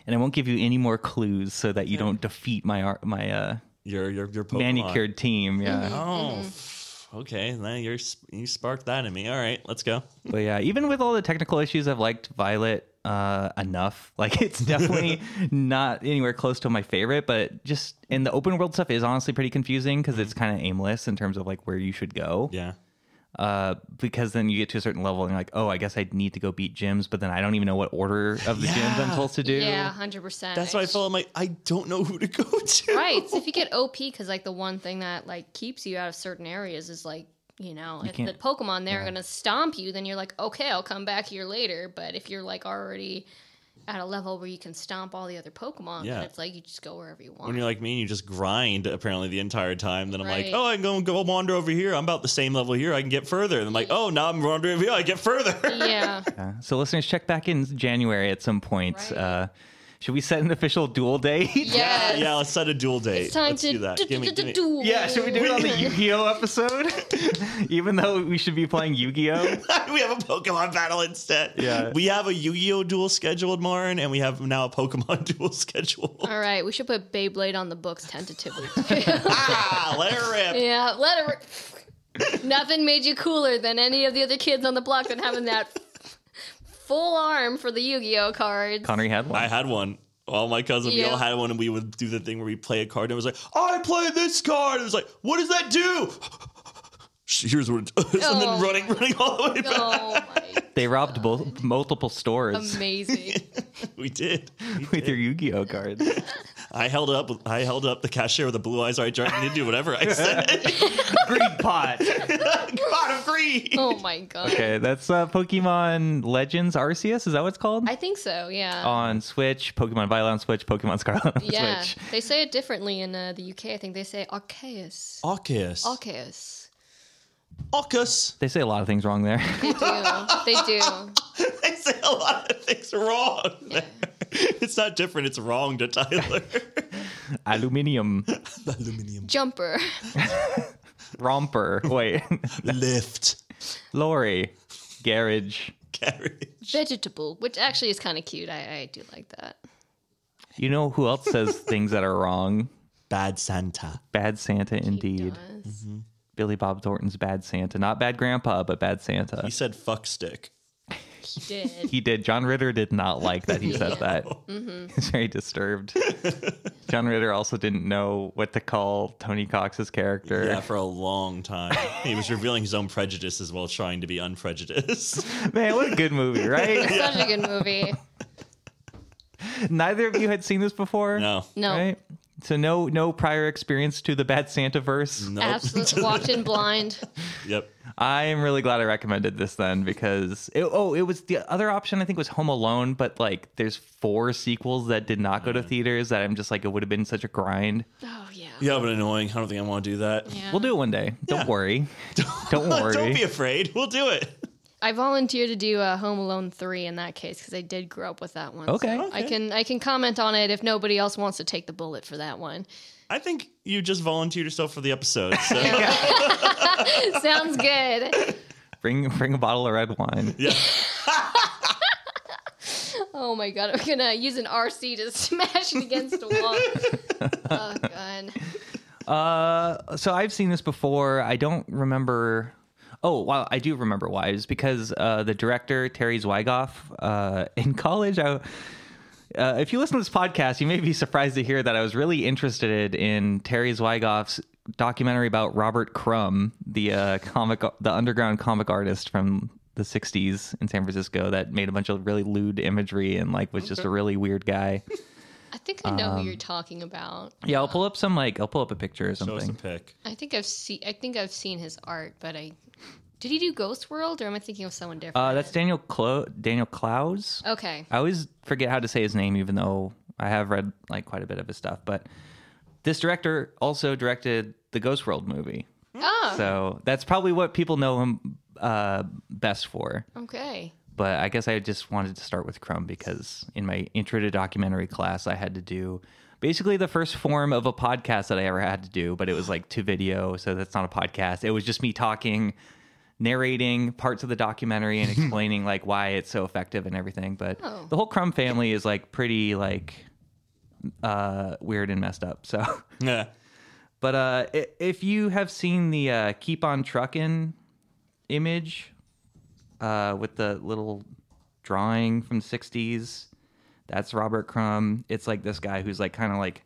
Speaker 1: and I won't give you any more clues so that you don't defeat my ar- my uh,
Speaker 2: Your your your Pokemon.
Speaker 1: manicured team. Yeah.
Speaker 2: Oh, f-
Speaker 3: Mm-hmm.
Speaker 2: okay. Now you're sp- you sparked that in me. All right, let's go.
Speaker 1: But yeah, even with all the technical issues, I've liked Violet uh, enough. Like it's definitely not anywhere close to my favorite, but just and the open world stuff is honestly pretty confusing because
Speaker 2: Mm-hmm.
Speaker 1: it's kind of aimless in terms of like where you should go.
Speaker 2: Yeah.
Speaker 1: Uh, because then you get to a certain level and you're like, oh, I guess I need to go beat gyms, but then I don't even know what order of the gyms I'm
Speaker 2: Yeah.
Speaker 1: supposed to do.
Speaker 3: Yeah, hundred percent.
Speaker 2: That's why I felt I'm like, I don't know who to go to.
Speaker 3: Right. So if you get OP, because like the one thing that like keeps you out of certain areas is like. You know, if the
Speaker 1: can't-
Speaker 3: Pokemon there are gonna stomp you, then you're like, okay, I'll come back here later. But if you're like already at a level where you can stomp all the other Pokemon.
Speaker 2: Yeah.
Speaker 3: And it's like you just go wherever you want.
Speaker 2: When you're like me and you just grind apparently the entire time, then I'm like,
Speaker 3: Right.
Speaker 2: oh, I'm going to go wander over here. I'm about the same level here. I can get further. And I'm like, oh, now I'm wandering over here. I get further.
Speaker 1: Yeah.
Speaker 3: yeah.
Speaker 1: Uh, So listeners, check back in January at some point.
Speaker 3: Right.
Speaker 1: Uh, should we set an official duel date?
Speaker 3: Yes.
Speaker 2: yeah, let's set a duel date.
Speaker 3: It's time
Speaker 2: let's
Speaker 3: to
Speaker 2: do that.
Speaker 3: d-
Speaker 2: Give me-
Speaker 3: d- d-
Speaker 2: give me-
Speaker 3: duel.
Speaker 1: Yeah, should we do it on the Yu-Gi-Oh episode? Even though we should be playing Yu-Gi-Oh.
Speaker 2: we have a Pokemon battle instead.
Speaker 1: Yeah.
Speaker 2: We have a Yu Gi Oh duel scheduled, Marin, and we have now a Pokemon duel scheduled.
Speaker 3: All right, we should put Beyblade on the books tentatively.
Speaker 2: ah, let it rip.
Speaker 3: yeah, let her. Nothing made you cooler than any of the other kids on the block than having that full arm for the Yu-Gi-Oh cards.
Speaker 1: Connery had one.
Speaker 2: I had one. All my cousins, we
Speaker 3: Yeah.
Speaker 2: all had one, and we would do the thing where we play a card, and it was like, I play this card. It was like, what does that do? Here's what it does. and
Speaker 3: Oh
Speaker 2: then running,
Speaker 3: my
Speaker 2: running all the way back.
Speaker 3: oh my,
Speaker 1: they robbed both multiple stores
Speaker 3: amazing!
Speaker 2: We did.
Speaker 1: with your Yu-Gi-Oh cards.
Speaker 2: I held up. I held up the cashier with the blue eyes. I tried to do whatever I said.
Speaker 1: Green pot.
Speaker 2: God of greed.
Speaker 3: Oh my god!
Speaker 1: Okay, that's uh, Pokemon Legends Arceus. Is that what it's called?
Speaker 3: I think so. Yeah.
Speaker 1: on Switch, Pokemon Violet on Switch, Pokemon Scarlet on
Speaker 3: yeah,
Speaker 1: Switch.
Speaker 3: they say it differently in uh, the UK. I think they say Arceus.
Speaker 2: Arceus.
Speaker 3: Arceus.
Speaker 2: Arceus.
Speaker 1: They say a lot of things wrong there.
Speaker 3: They do. They do.
Speaker 2: I say a lot of things wrong. there. It's not different. It's wrong to Tyler.
Speaker 1: Aluminium
Speaker 2: Aluminium
Speaker 3: Jumper.
Speaker 1: romper. Wait,
Speaker 2: lift
Speaker 1: lorry, garage.
Speaker 2: carriage.
Speaker 3: Vegetable, which actually is kind of cute. I, I do like that.
Speaker 1: You know who else says things that are wrong?
Speaker 2: Bad Santa.
Speaker 1: Bad Santa, indeed.
Speaker 3: does.
Speaker 1: Billy Bob Thornton's Bad Santa, not Bad Grandpa, but Bad Santa.
Speaker 2: He said fuck stick.
Speaker 1: Mm-hmm.
Speaker 3: He did.
Speaker 1: He did. John Ritter did not like that he said that. He's very disturbed. John Ritter also didn't know what to call Tony Cox's character.
Speaker 2: Yeah, for a long time. He was revealing his own prejudices while trying to be unprejudiced.
Speaker 1: Man, what a good movie, right?
Speaker 3: Such a good movie.
Speaker 1: Neither of you had seen this before.
Speaker 2: No.
Speaker 3: No.
Speaker 1: Right? So no no prior experience to the Bad Santa verse.
Speaker 2: Nope.
Speaker 3: Absolutely. Walked in blind.
Speaker 2: Yep.
Speaker 1: I am really glad I recommended this then because it, oh, it was the other option I think was Home Alone, but like there's four sequels that did not go
Speaker 2: Mm-hmm.
Speaker 1: to theaters that I'm just like it would have been such a grind.
Speaker 3: Oh, yeah.
Speaker 2: Yeah, but annoying. I don't think I want to do that.
Speaker 3: Yeah.
Speaker 1: We'll do it one day. Don't
Speaker 2: Yeah.
Speaker 1: worry. Don't worry.
Speaker 2: Don't be afraid. We'll do it.
Speaker 3: I volunteered to do uh, Home Alone 3 in that case because I did grow up with that one.
Speaker 1: Okay.
Speaker 3: So I
Speaker 2: Okay.
Speaker 3: can I can comment on it if nobody else wants to take the bullet for that one.
Speaker 2: I think you just volunteered yourself for the episode. So
Speaker 3: Sounds good.
Speaker 1: bring bring a bottle of red wine.
Speaker 2: yeah.
Speaker 3: Oh my god, I'm gonna use an RC to smash it against a wall. oh god.
Speaker 1: Uh, so I've seen this before. I don't remember. Oh, well, I do remember why. It was because uh, the director Terry Zwigoff uh, in college. I, uh, if you listen to this podcast, you may be surprised to hear that I was really interested in Terry Zwigoff's documentary about Robert Crumb, the uh, comic, the underground comic artist from the '60s in San Francisco that made a bunch of really lewd imagery and like was just a really weird guy.
Speaker 3: I think I know who you're talking about.
Speaker 1: Yeah, I'll pull up some like I'll pull up a picture or
Speaker 2: Show us the
Speaker 1: something.
Speaker 2: pick.
Speaker 3: I think I've seen I think I've seen his art, but I did he do Ghost World or am I thinking of someone different?
Speaker 1: Uh, that's Daniel Clo- Daniel Clowes.
Speaker 3: okay.
Speaker 1: I always forget how to say his name, even though I have read like quite a bit of his stuff. But this director also directed the Ghost World movie,
Speaker 3: Oh,
Speaker 1: so that's probably what people know him uh, best for.
Speaker 3: okay.
Speaker 1: But I guess I just wanted to start with Crumb because in my intro to documentary class, I had to do basically the first form of a podcast that I ever had to do, but it was like to video, so that's not a podcast. It was just me talking, narrating parts of the documentary and explaining like why it's so effective and everything. But
Speaker 3: Oh.
Speaker 1: the whole Crumb family is like pretty like uh weird and messed up. So
Speaker 2: Yeah.
Speaker 1: but uh, i- if you have seen the uh, "Keep on Truckin'" image uh, with the little drawing from '60s, that's Robert Crumb. It's like this guy who's like kind of like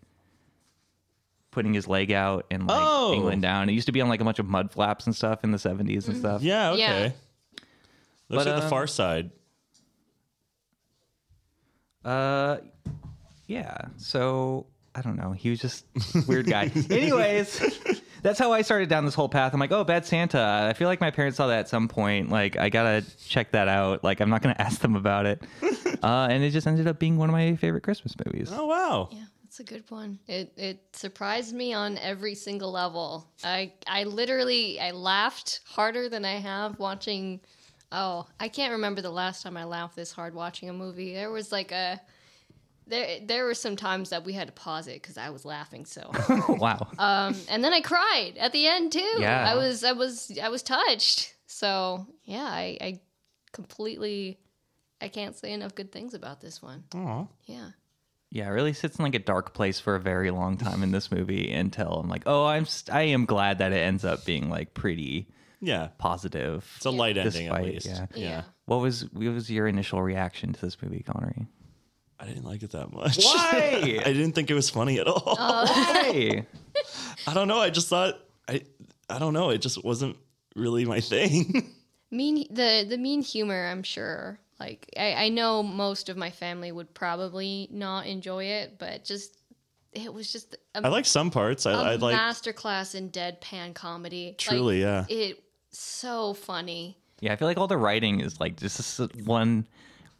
Speaker 1: putting his leg out and like
Speaker 2: Oh.
Speaker 1: angling down. It used to be on like a bunch of mud flaps and stuff in the '70s and stuff.
Speaker 2: Yeah. Okay.
Speaker 3: Yeah.
Speaker 2: Those
Speaker 1: But,
Speaker 2: are the
Speaker 1: um,
Speaker 2: far side.
Speaker 1: Uh, yeah. So I don't know. He was just a weird guy. Anyways, that's how I started down this whole path. I'm like, oh, Bad Santa. I feel like my parents saw that at some point. Like, I gotta check that out. Like, I'm not gonna ask them about it. Uh, and it just ended up being one of my favorite Christmas movies.
Speaker 2: Oh wow.
Speaker 3: Yeah, that's a good one. It it surprised me on every single level. I I literally I laughed harder than I have watching. Oh, I can't remember the last time I laughed this hard watching a movie. There was like a there there were some times that we had to pause it because I was laughing so. hard.
Speaker 1: wow.
Speaker 3: um, and then I cried at the end too.
Speaker 1: Yeah.
Speaker 3: I was I was I was touched. So yeah, I, I completely I can't say enough good things about this one.
Speaker 2: Aw.
Speaker 3: Yeah.
Speaker 1: Yeah, it really sits in like a dark place for a very long time in this movie until I'm like, oh, I'm st- I am glad that it ends up being like pretty
Speaker 2: Yeah.
Speaker 1: positive.
Speaker 2: It's a light ending at
Speaker 1: Despite-
Speaker 2: least.
Speaker 1: yeah.
Speaker 3: Yeah.
Speaker 1: what was what was your initial reaction to this movie, Connery?
Speaker 2: I didn't like it that much.
Speaker 1: Why?
Speaker 2: I didn't think it was funny at all.
Speaker 3: Oh.
Speaker 1: Hey,
Speaker 2: I don't know. I just thought I I don't know. It just wasn't really my thing.
Speaker 3: Mean the the mean humor, I'm sure. Like I, I know most of my family would probably not enjoy it, but just it was just a,
Speaker 2: I like some parts. I,
Speaker 3: a
Speaker 2: I Uh, like
Speaker 3: masterclass in deadpan comedy. Like,
Speaker 2: truly, yeah.
Speaker 3: it so funny.
Speaker 1: yeah, I feel like all the writing is like just this one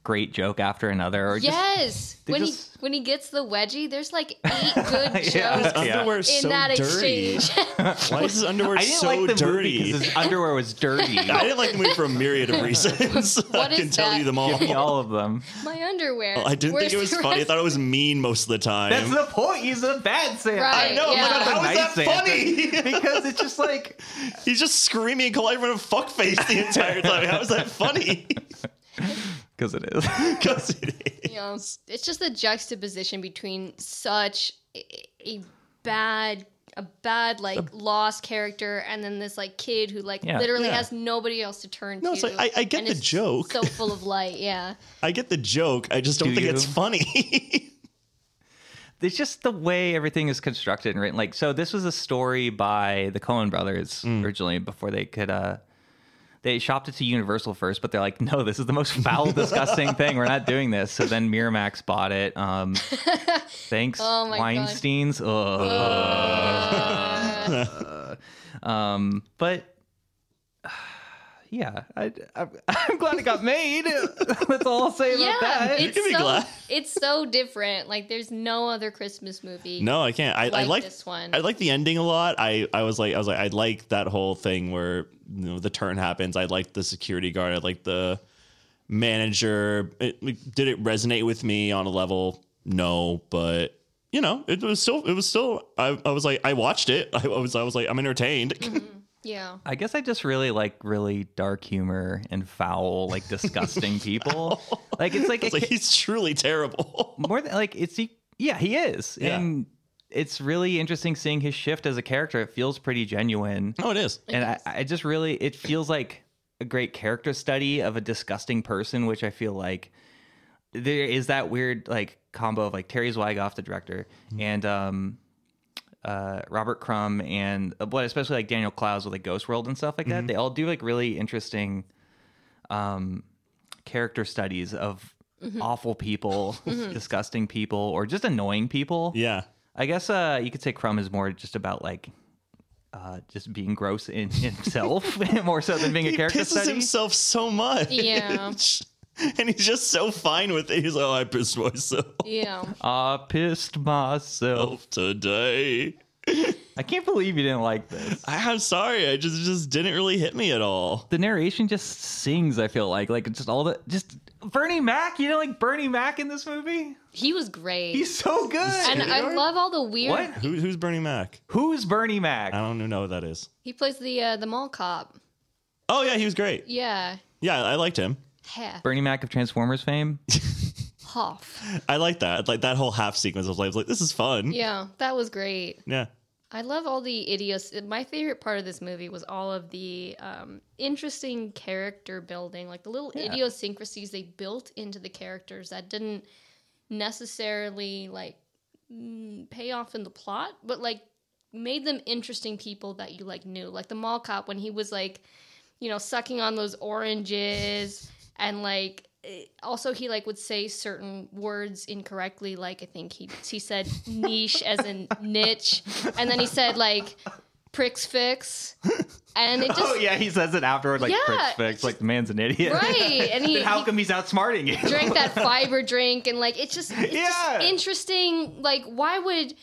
Speaker 1: great joke after another, or just
Speaker 3: yes,
Speaker 1: they
Speaker 3: when
Speaker 1: just-
Speaker 3: he when he gets the wedgie, there's like eight good jokes
Speaker 1: Yeah. His
Speaker 3: in
Speaker 1: Yeah.
Speaker 2: Underwear is so
Speaker 3: that
Speaker 2: dirty.
Speaker 3: exchange.
Speaker 2: Why is his underwear
Speaker 1: I didn't
Speaker 2: so
Speaker 1: like the
Speaker 2: dirty?
Speaker 1: movie because his underwear was dirty.
Speaker 2: I didn't like the movie for a myriad of reasons.
Speaker 3: What
Speaker 2: I
Speaker 3: is
Speaker 2: can tell
Speaker 3: that?
Speaker 2: you them all.
Speaker 1: Give me all of them.
Speaker 3: My underwear.
Speaker 2: Oh, I didn't
Speaker 3: Where's
Speaker 2: think it was
Speaker 3: the
Speaker 2: funny. I
Speaker 3: rest?
Speaker 2: thought it was mean most of the time.
Speaker 1: That's the point. He's a bad Santa.
Speaker 3: Right,
Speaker 2: I know. I'm
Speaker 3: Yeah.
Speaker 2: like,
Speaker 1: Nice
Speaker 2: how is that
Speaker 3: That's
Speaker 1: Santa.
Speaker 2: funny?
Speaker 1: because it's just like
Speaker 2: He's just screaming and calling everyone a fuckface the entire time. How is that funny?
Speaker 1: because it is.
Speaker 2: Because it is.
Speaker 3: you know, it's just the juxtaposition between such a, a bad a bad like lost character and then this like kid who like
Speaker 1: Yeah.
Speaker 3: literally
Speaker 2: Yeah.
Speaker 3: has nobody else to turn
Speaker 2: No,
Speaker 3: to.
Speaker 2: it's like, I- I get
Speaker 3: and
Speaker 2: the
Speaker 3: is
Speaker 2: joke.
Speaker 3: So full of light, yeah.
Speaker 2: I get the joke. I just don't
Speaker 1: Do
Speaker 2: think
Speaker 1: you?
Speaker 2: it's funny.
Speaker 1: it's just the way everything is constructed and written. Like, so this was a story by the Coen brothers
Speaker 3: Mm.
Speaker 1: originally before they could, uh, they shopped it to Universal first, but they're like, no, this is the most foul, disgusting thing. We're not doing this. So then Miramax bought it. Um, thanks,
Speaker 3: Oh my God.
Speaker 1: Weinstein's. Ugh. Um, but yeah, I, I'm, I'm glad it got made. That's all I'll say about
Speaker 3: yeah,
Speaker 1: that.
Speaker 3: it's
Speaker 2: can be
Speaker 3: so
Speaker 2: glad.
Speaker 3: it's so different. Like there's no other Christmas movie.
Speaker 2: no, I can't. I
Speaker 3: like
Speaker 2: I like
Speaker 3: this one.
Speaker 2: I like the ending a lot. I, I was like I was like I like that whole thing where you know the turn happens. I like the security guard. I like the manager. It, like, did it resonate with me on a level? No, but you know it was still it was still. I, I was like I watched it. I was I was like I'm entertained.
Speaker 3: Yeah.
Speaker 1: I guess I just really like really dark humor and foul, like disgusting people. Like it's like,
Speaker 2: It's
Speaker 1: a
Speaker 2: like
Speaker 1: ki-
Speaker 2: he's truly terrible.
Speaker 1: more than like it's he, yeah he is,
Speaker 2: Yeah.
Speaker 1: and it's really interesting seeing his shift as a character. It feels pretty genuine,
Speaker 2: Oh, it is.
Speaker 1: and I, I just really it feels like a great character study of a disgusting person, which I feel like there is that weird like combo of like Terry Zwigoff, the director, and um uh, Robert Crumb and uh, but especially like Daniel Clowes with like Ghost World and stuff like that. They all do like really interesting um, character studies of awful people, disgusting people, or just annoying people.
Speaker 2: Yeah.
Speaker 1: I guess uh, you could say Crumb is more just about like uh, just being gross in himself more so than being a
Speaker 2: He
Speaker 1: character
Speaker 2: pisses
Speaker 1: study.
Speaker 2: himself so much.
Speaker 3: Yeah.
Speaker 2: and he's just so fine with it. He's like, oh, I pissed myself
Speaker 3: Yeah.
Speaker 1: I pissed myself.
Speaker 2: today.
Speaker 1: I can't believe you didn't like this.
Speaker 2: I- I'm sorry. I just it just didn't really hit me at all.
Speaker 1: the narration just sings. I feel like like just all the just Bernie Mac. You know, like Bernie Mac in this movie.
Speaker 3: He was great.
Speaker 1: He's so good.
Speaker 3: and I love all the weird
Speaker 1: what?
Speaker 2: Who, who's Bernie Mac?
Speaker 1: Who's Bernie Mac?
Speaker 2: I don't even know who that is.
Speaker 3: he plays the uh, the mall cop.
Speaker 2: Oh yeah, he was great.
Speaker 3: Yeah.
Speaker 2: Yeah, I liked him.
Speaker 3: Half.
Speaker 1: Bernie Mac of Transformers fame.
Speaker 3: Hoff.
Speaker 2: I liked that. Like that whole half sequence of like, like this is fun.
Speaker 3: Yeah, that was great.
Speaker 2: Yeah.
Speaker 3: I love all the idiots. My favorite part of this movie was all of the um, interesting character building, like the little idiosyncrasies they built into the characters that didn't necessarily like mm, pay off in the plot, but like made them interesting people that you like knew. Like the mall cop when he was like, you know, sucking on those oranges and like eh, also he like would say certain words incorrectly. Like I think he he said niche as in niche, and then he said like pricks fix, and it just
Speaker 1: Oh yeah, he says it afterward, like
Speaker 3: Yeah,
Speaker 1: pricks
Speaker 3: it's
Speaker 1: fixed, like the man's an idiot.
Speaker 3: right. And he,
Speaker 1: then how
Speaker 3: he
Speaker 1: come he's outsmarting you?
Speaker 3: drank that fiber drink, and like it's just it's
Speaker 1: Yeah.
Speaker 3: just interesting. Like why would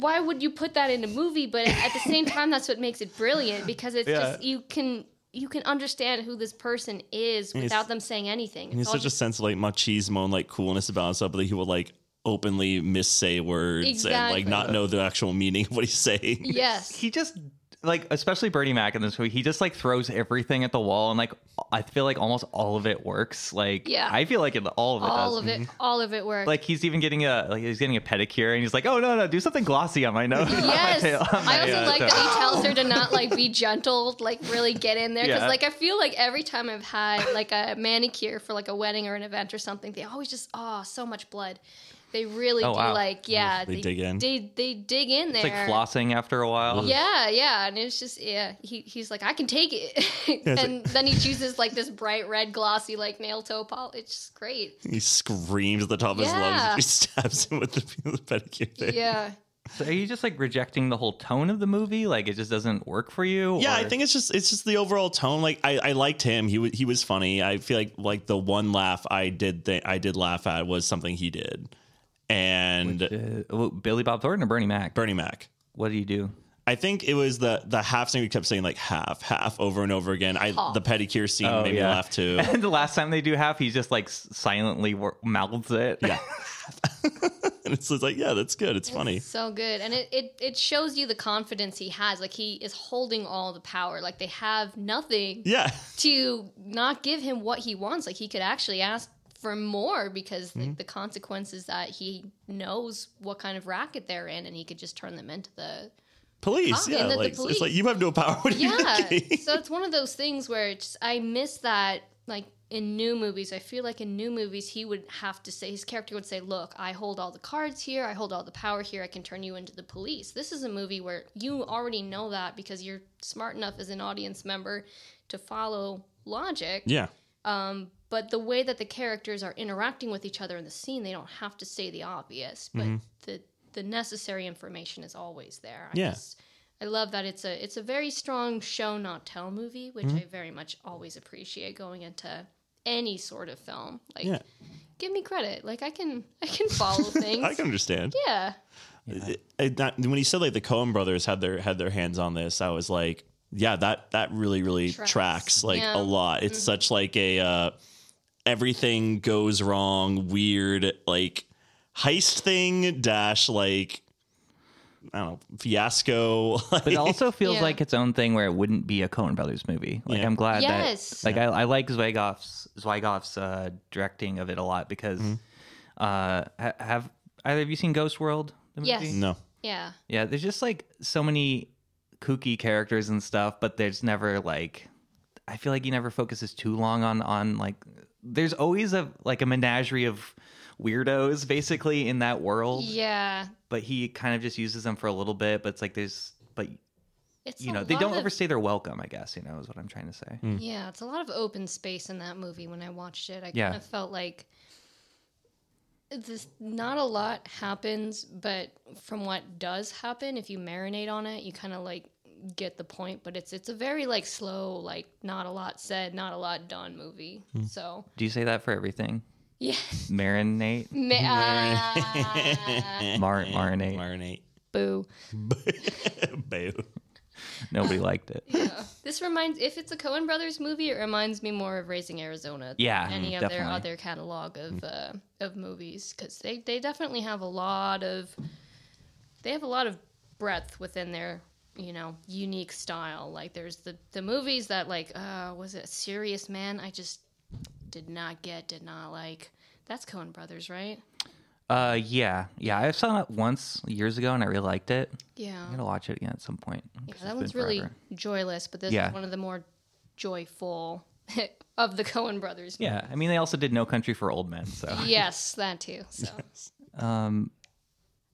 Speaker 3: why would you put that in a movie? But at the same time, that's what makes it brilliant because it's
Speaker 1: Yeah.
Speaker 3: just you can. You can understand who this person is
Speaker 2: he's-
Speaker 3: without them saying anything. It's
Speaker 2: He's
Speaker 3: all
Speaker 2: such a
Speaker 3: just-
Speaker 2: sense of like machismo and like coolness about himself, but he would like openly missay words and
Speaker 3: Exactly.
Speaker 2: like not know the actual meaning of what he's saying.
Speaker 3: yes.
Speaker 1: he just like especially Bernie Mac in this movie, he just like throws everything at the wall and like I feel like almost all of it works. Like
Speaker 3: Yeah.
Speaker 1: I feel like it, all of it does.
Speaker 3: all of it all of it worked
Speaker 1: Like he's even getting a like he's getting a pedicure and he's like, Oh no, no, do something glossy on my nose. on my
Speaker 3: yes
Speaker 1: tail, on my,
Speaker 3: i also
Speaker 1: uh,
Speaker 3: like
Speaker 1: toe."
Speaker 3: that he tells her to not like be gentle like really get in there because
Speaker 1: Yeah.
Speaker 3: like i feel like every time i've had like a manicure for like a wedding or an event or something they always just oh so much blood they really
Speaker 1: Oh,
Speaker 3: do
Speaker 1: wow.
Speaker 3: like yeah
Speaker 2: they dig in.
Speaker 3: they, they dig in there
Speaker 1: It's like flossing after a while.
Speaker 3: yeah yeah and it's just yeah he, he's like i can take it
Speaker 2: it's
Speaker 3: and then he chooses like this bright red glossy like nail toe polish it's just great
Speaker 2: He screams at the top of his lungs
Speaker 3: Yeah.
Speaker 2: as he stabs him with the, the pedicure thing.
Speaker 3: yeah
Speaker 1: So are you just like rejecting the whole tone of the movie? Like it just doesn't work for you?
Speaker 2: Yeah, I
Speaker 1: Or-
Speaker 2: think it's just it's just the overall tone. Like I, I liked him. He was he was funny. I feel like like the one laugh I did th- I did laugh at was something he did, and
Speaker 1: Uh, well, Billy Bob Thornton or Bernie Mac?
Speaker 2: Bernie Mac.
Speaker 1: what do you do?
Speaker 2: I think it was the the half thing we kept saying like half half over and over again. I
Speaker 3: Half.
Speaker 2: the pedicure scene
Speaker 1: Oh,
Speaker 2: made me
Speaker 1: yeah.
Speaker 2: laugh too.
Speaker 1: And the last time they do half, he just like s- silently wor- mouths it.
Speaker 2: Yeah. and it's just like yeah, that's good. It's funny.
Speaker 3: So good. And it, it, it shows you the confidence he has. Like he is holding all the power. Like they have nothing
Speaker 2: Yeah.
Speaker 3: to not give him what he wants. Like he could actually ask for more because the, the consequences that he knows what kind of racket they're in and he could just turn them into the
Speaker 2: Police.
Speaker 3: Ah,
Speaker 2: yeah.
Speaker 3: and the- the
Speaker 2: like
Speaker 3: police.
Speaker 2: it's like you have no power. What are
Speaker 3: yeah
Speaker 2: you thinking?
Speaker 3: so it's one of those things where it's i miss that like in new movies i feel like in new movies he would have to say his character would say look i hold all the cards here i hold all the power here i can turn you into the police this is a movie where you already know that because you're smart enough as an audience member to follow logic
Speaker 2: Yeah.
Speaker 3: um, but the way that the characters are interacting with each other in the scene they don't have to say the obvious but the the necessary information is always there I
Speaker 2: Yeah.
Speaker 3: just- I love that it's a it's a very strong show not tell movie which I very much always appreciate going into any sort of film like
Speaker 2: Yeah.
Speaker 3: give me credit like I can I can follow things
Speaker 2: I can understand.
Speaker 3: yeah
Speaker 2: It- it- that- when he said like the Cohen brothers had their had their hands on this, I was like, yeah, that that really really
Speaker 3: Tracks.
Speaker 2: tracks, like
Speaker 3: Yeah. Mm-hmm.
Speaker 2: a lot. It's such like a uh, everything goes wrong, weird like heist thing dash like I don't know fiasco.
Speaker 1: But it also feels
Speaker 3: Yeah.
Speaker 1: like its own thing where it wouldn't be a Coen Brothers movie. Like
Speaker 2: Yeah.
Speaker 1: I'm glad
Speaker 3: Yes.
Speaker 1: that like I, I like Zweigoff's Zweigoff's uh, directing of it a lot because
Speaker 2: Mm-hmm.
Speaker 1: uh, ha- have either of you seen Ghost World? The movie?
Speaker 3: Yes.
Speaker 2: no,
Speaker 3: yeah
Speaker 1: Yeah, there's just like so many kooky characters and stuff, but there's never like I feel like he never focuses too long on on like there's always a like a menagerie of weirdos basically in that world,
Speaker 3: yeah
Speaker 1: but he kind of just uses them for a little bit, but it's like there's but
Speaker 3: it's
Speaker 1: you
Speaker 3: a
Speaker 1: know, they
Speaker 3: lot
Speaker 1: don't
Speaker 3: of-
Speaker 1: overstay their welcome, I guess, you know, is what I'm trying to say.
Speaker 2: Mm.
Speaker 3: Yeah, it's a lot of open space in that movie when I watched it. I
Speaker 1: Yeah.
Speaker 3: kind of felt like this not a lot happens, but from what does happen, if you marinate on it, you kind of like get the point, but it's it's a very like slow, like not a lot said, not a lot done movie. So,
Speaker 1: Do you say that for everything?
Speaker 3: yeah.
Speaker 1: Marinate?
Speaker 3: Ma- ah,
Speaker 1: Mar- marinate.
Speaker 2: marinate.
Speaker 3: boo.
Speaker 2: Boo.
Speaker 1: Nobody liked it.
Speaker 3: Yeah. This reminds if it's a Coen Brothers movie, it reminds me more of Raising Arizona. than
Speaker 1: Yeah,
Speaker 3: any
Speaker 1: mm,
Speaker 3: of their
Speaker 1: definitely. Mm.
Speaker 3: other catalog of uh, of movies because they they definitely have a lot of they have a lot of breadth within their you know unique style. Like there's the the movies that like uh, was it Serious Man? I just did not get, did not like. That's Coen Brothers, right?
Speaker 1: Uh yeah. Yeah. I saw it once years ago and I really liked it.
Speaker 3: Yeah,
Speaker 1: I'm gonna watch it again at some point.
Speaker 3: yeah,
Speaker 1: 'cause it's
Speaker 3: that one's
Speaker 1: been
Speaker 3: really
Speaker 1: forever.
Speaker 3: joyless, but this
Speaker 1: Yeah.
Speaker 3: is one of the more joyful of the Coen Brothers.
Speaker 1: Yeah, I mean they also did No Country for Old Men, so
Speaker 3: yes, that too. So,
Speaker 1: um,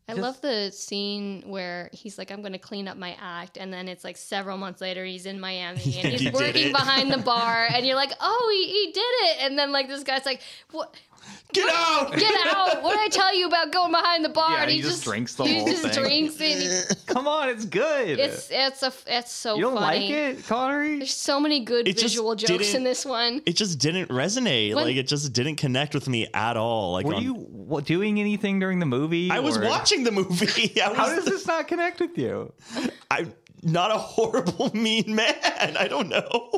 Speaker 3: I
Speaker 1: Just-
Speaker 3: love the scene where he's like, I'm going to clean up my act. And then it's like several months later, he's in Miami and
Speaker 2: He
Speaker 3: he's
Speaker 2: did
Speaker 3: working
Speaker 2: it.
Speaker 3: behind the bar. And you're like, oh, he, he did it. And then like this guy's like, what?
Speaker 2: Get out!
Speaker 3: Get out! What did I tell you about going behind the bar?
Speaker 1: Yeah,
Speaker 3: and
Speaker 1: he just drinks the
Speaker 3: he
Speaker 1: whole
Speaker 3: just
Speaker 1: thing.
Speaker 3: drinks it. He-
Speaker 1: Come on, it's good.
Speaker 3: It's it's a it's so
Speaker 1: you don't
Speaker 3: funny.
Speaker 1: like it, Connery?
Speaker 3: There's so many good
Speaker 2: It just
Speaker 3: visual jokes
Speaker 2: didn't-
Speaker 3: in this one.
Speaker 2: it just didn't resonate.
Speaker 3: When-
Speaker 2: like it just didn't connect with me at all. Like
Speaker 1: Were
Speaker 2: on-
Speaker 1: you w- doing anything during the movie?
Speaker 2: I was
Speaker 1: or-
Speaker 2: watching the movie. I was,
Speaker 1: How does this not connect with you?
Speaker 2: I'm not a horrible mean man. I don't know.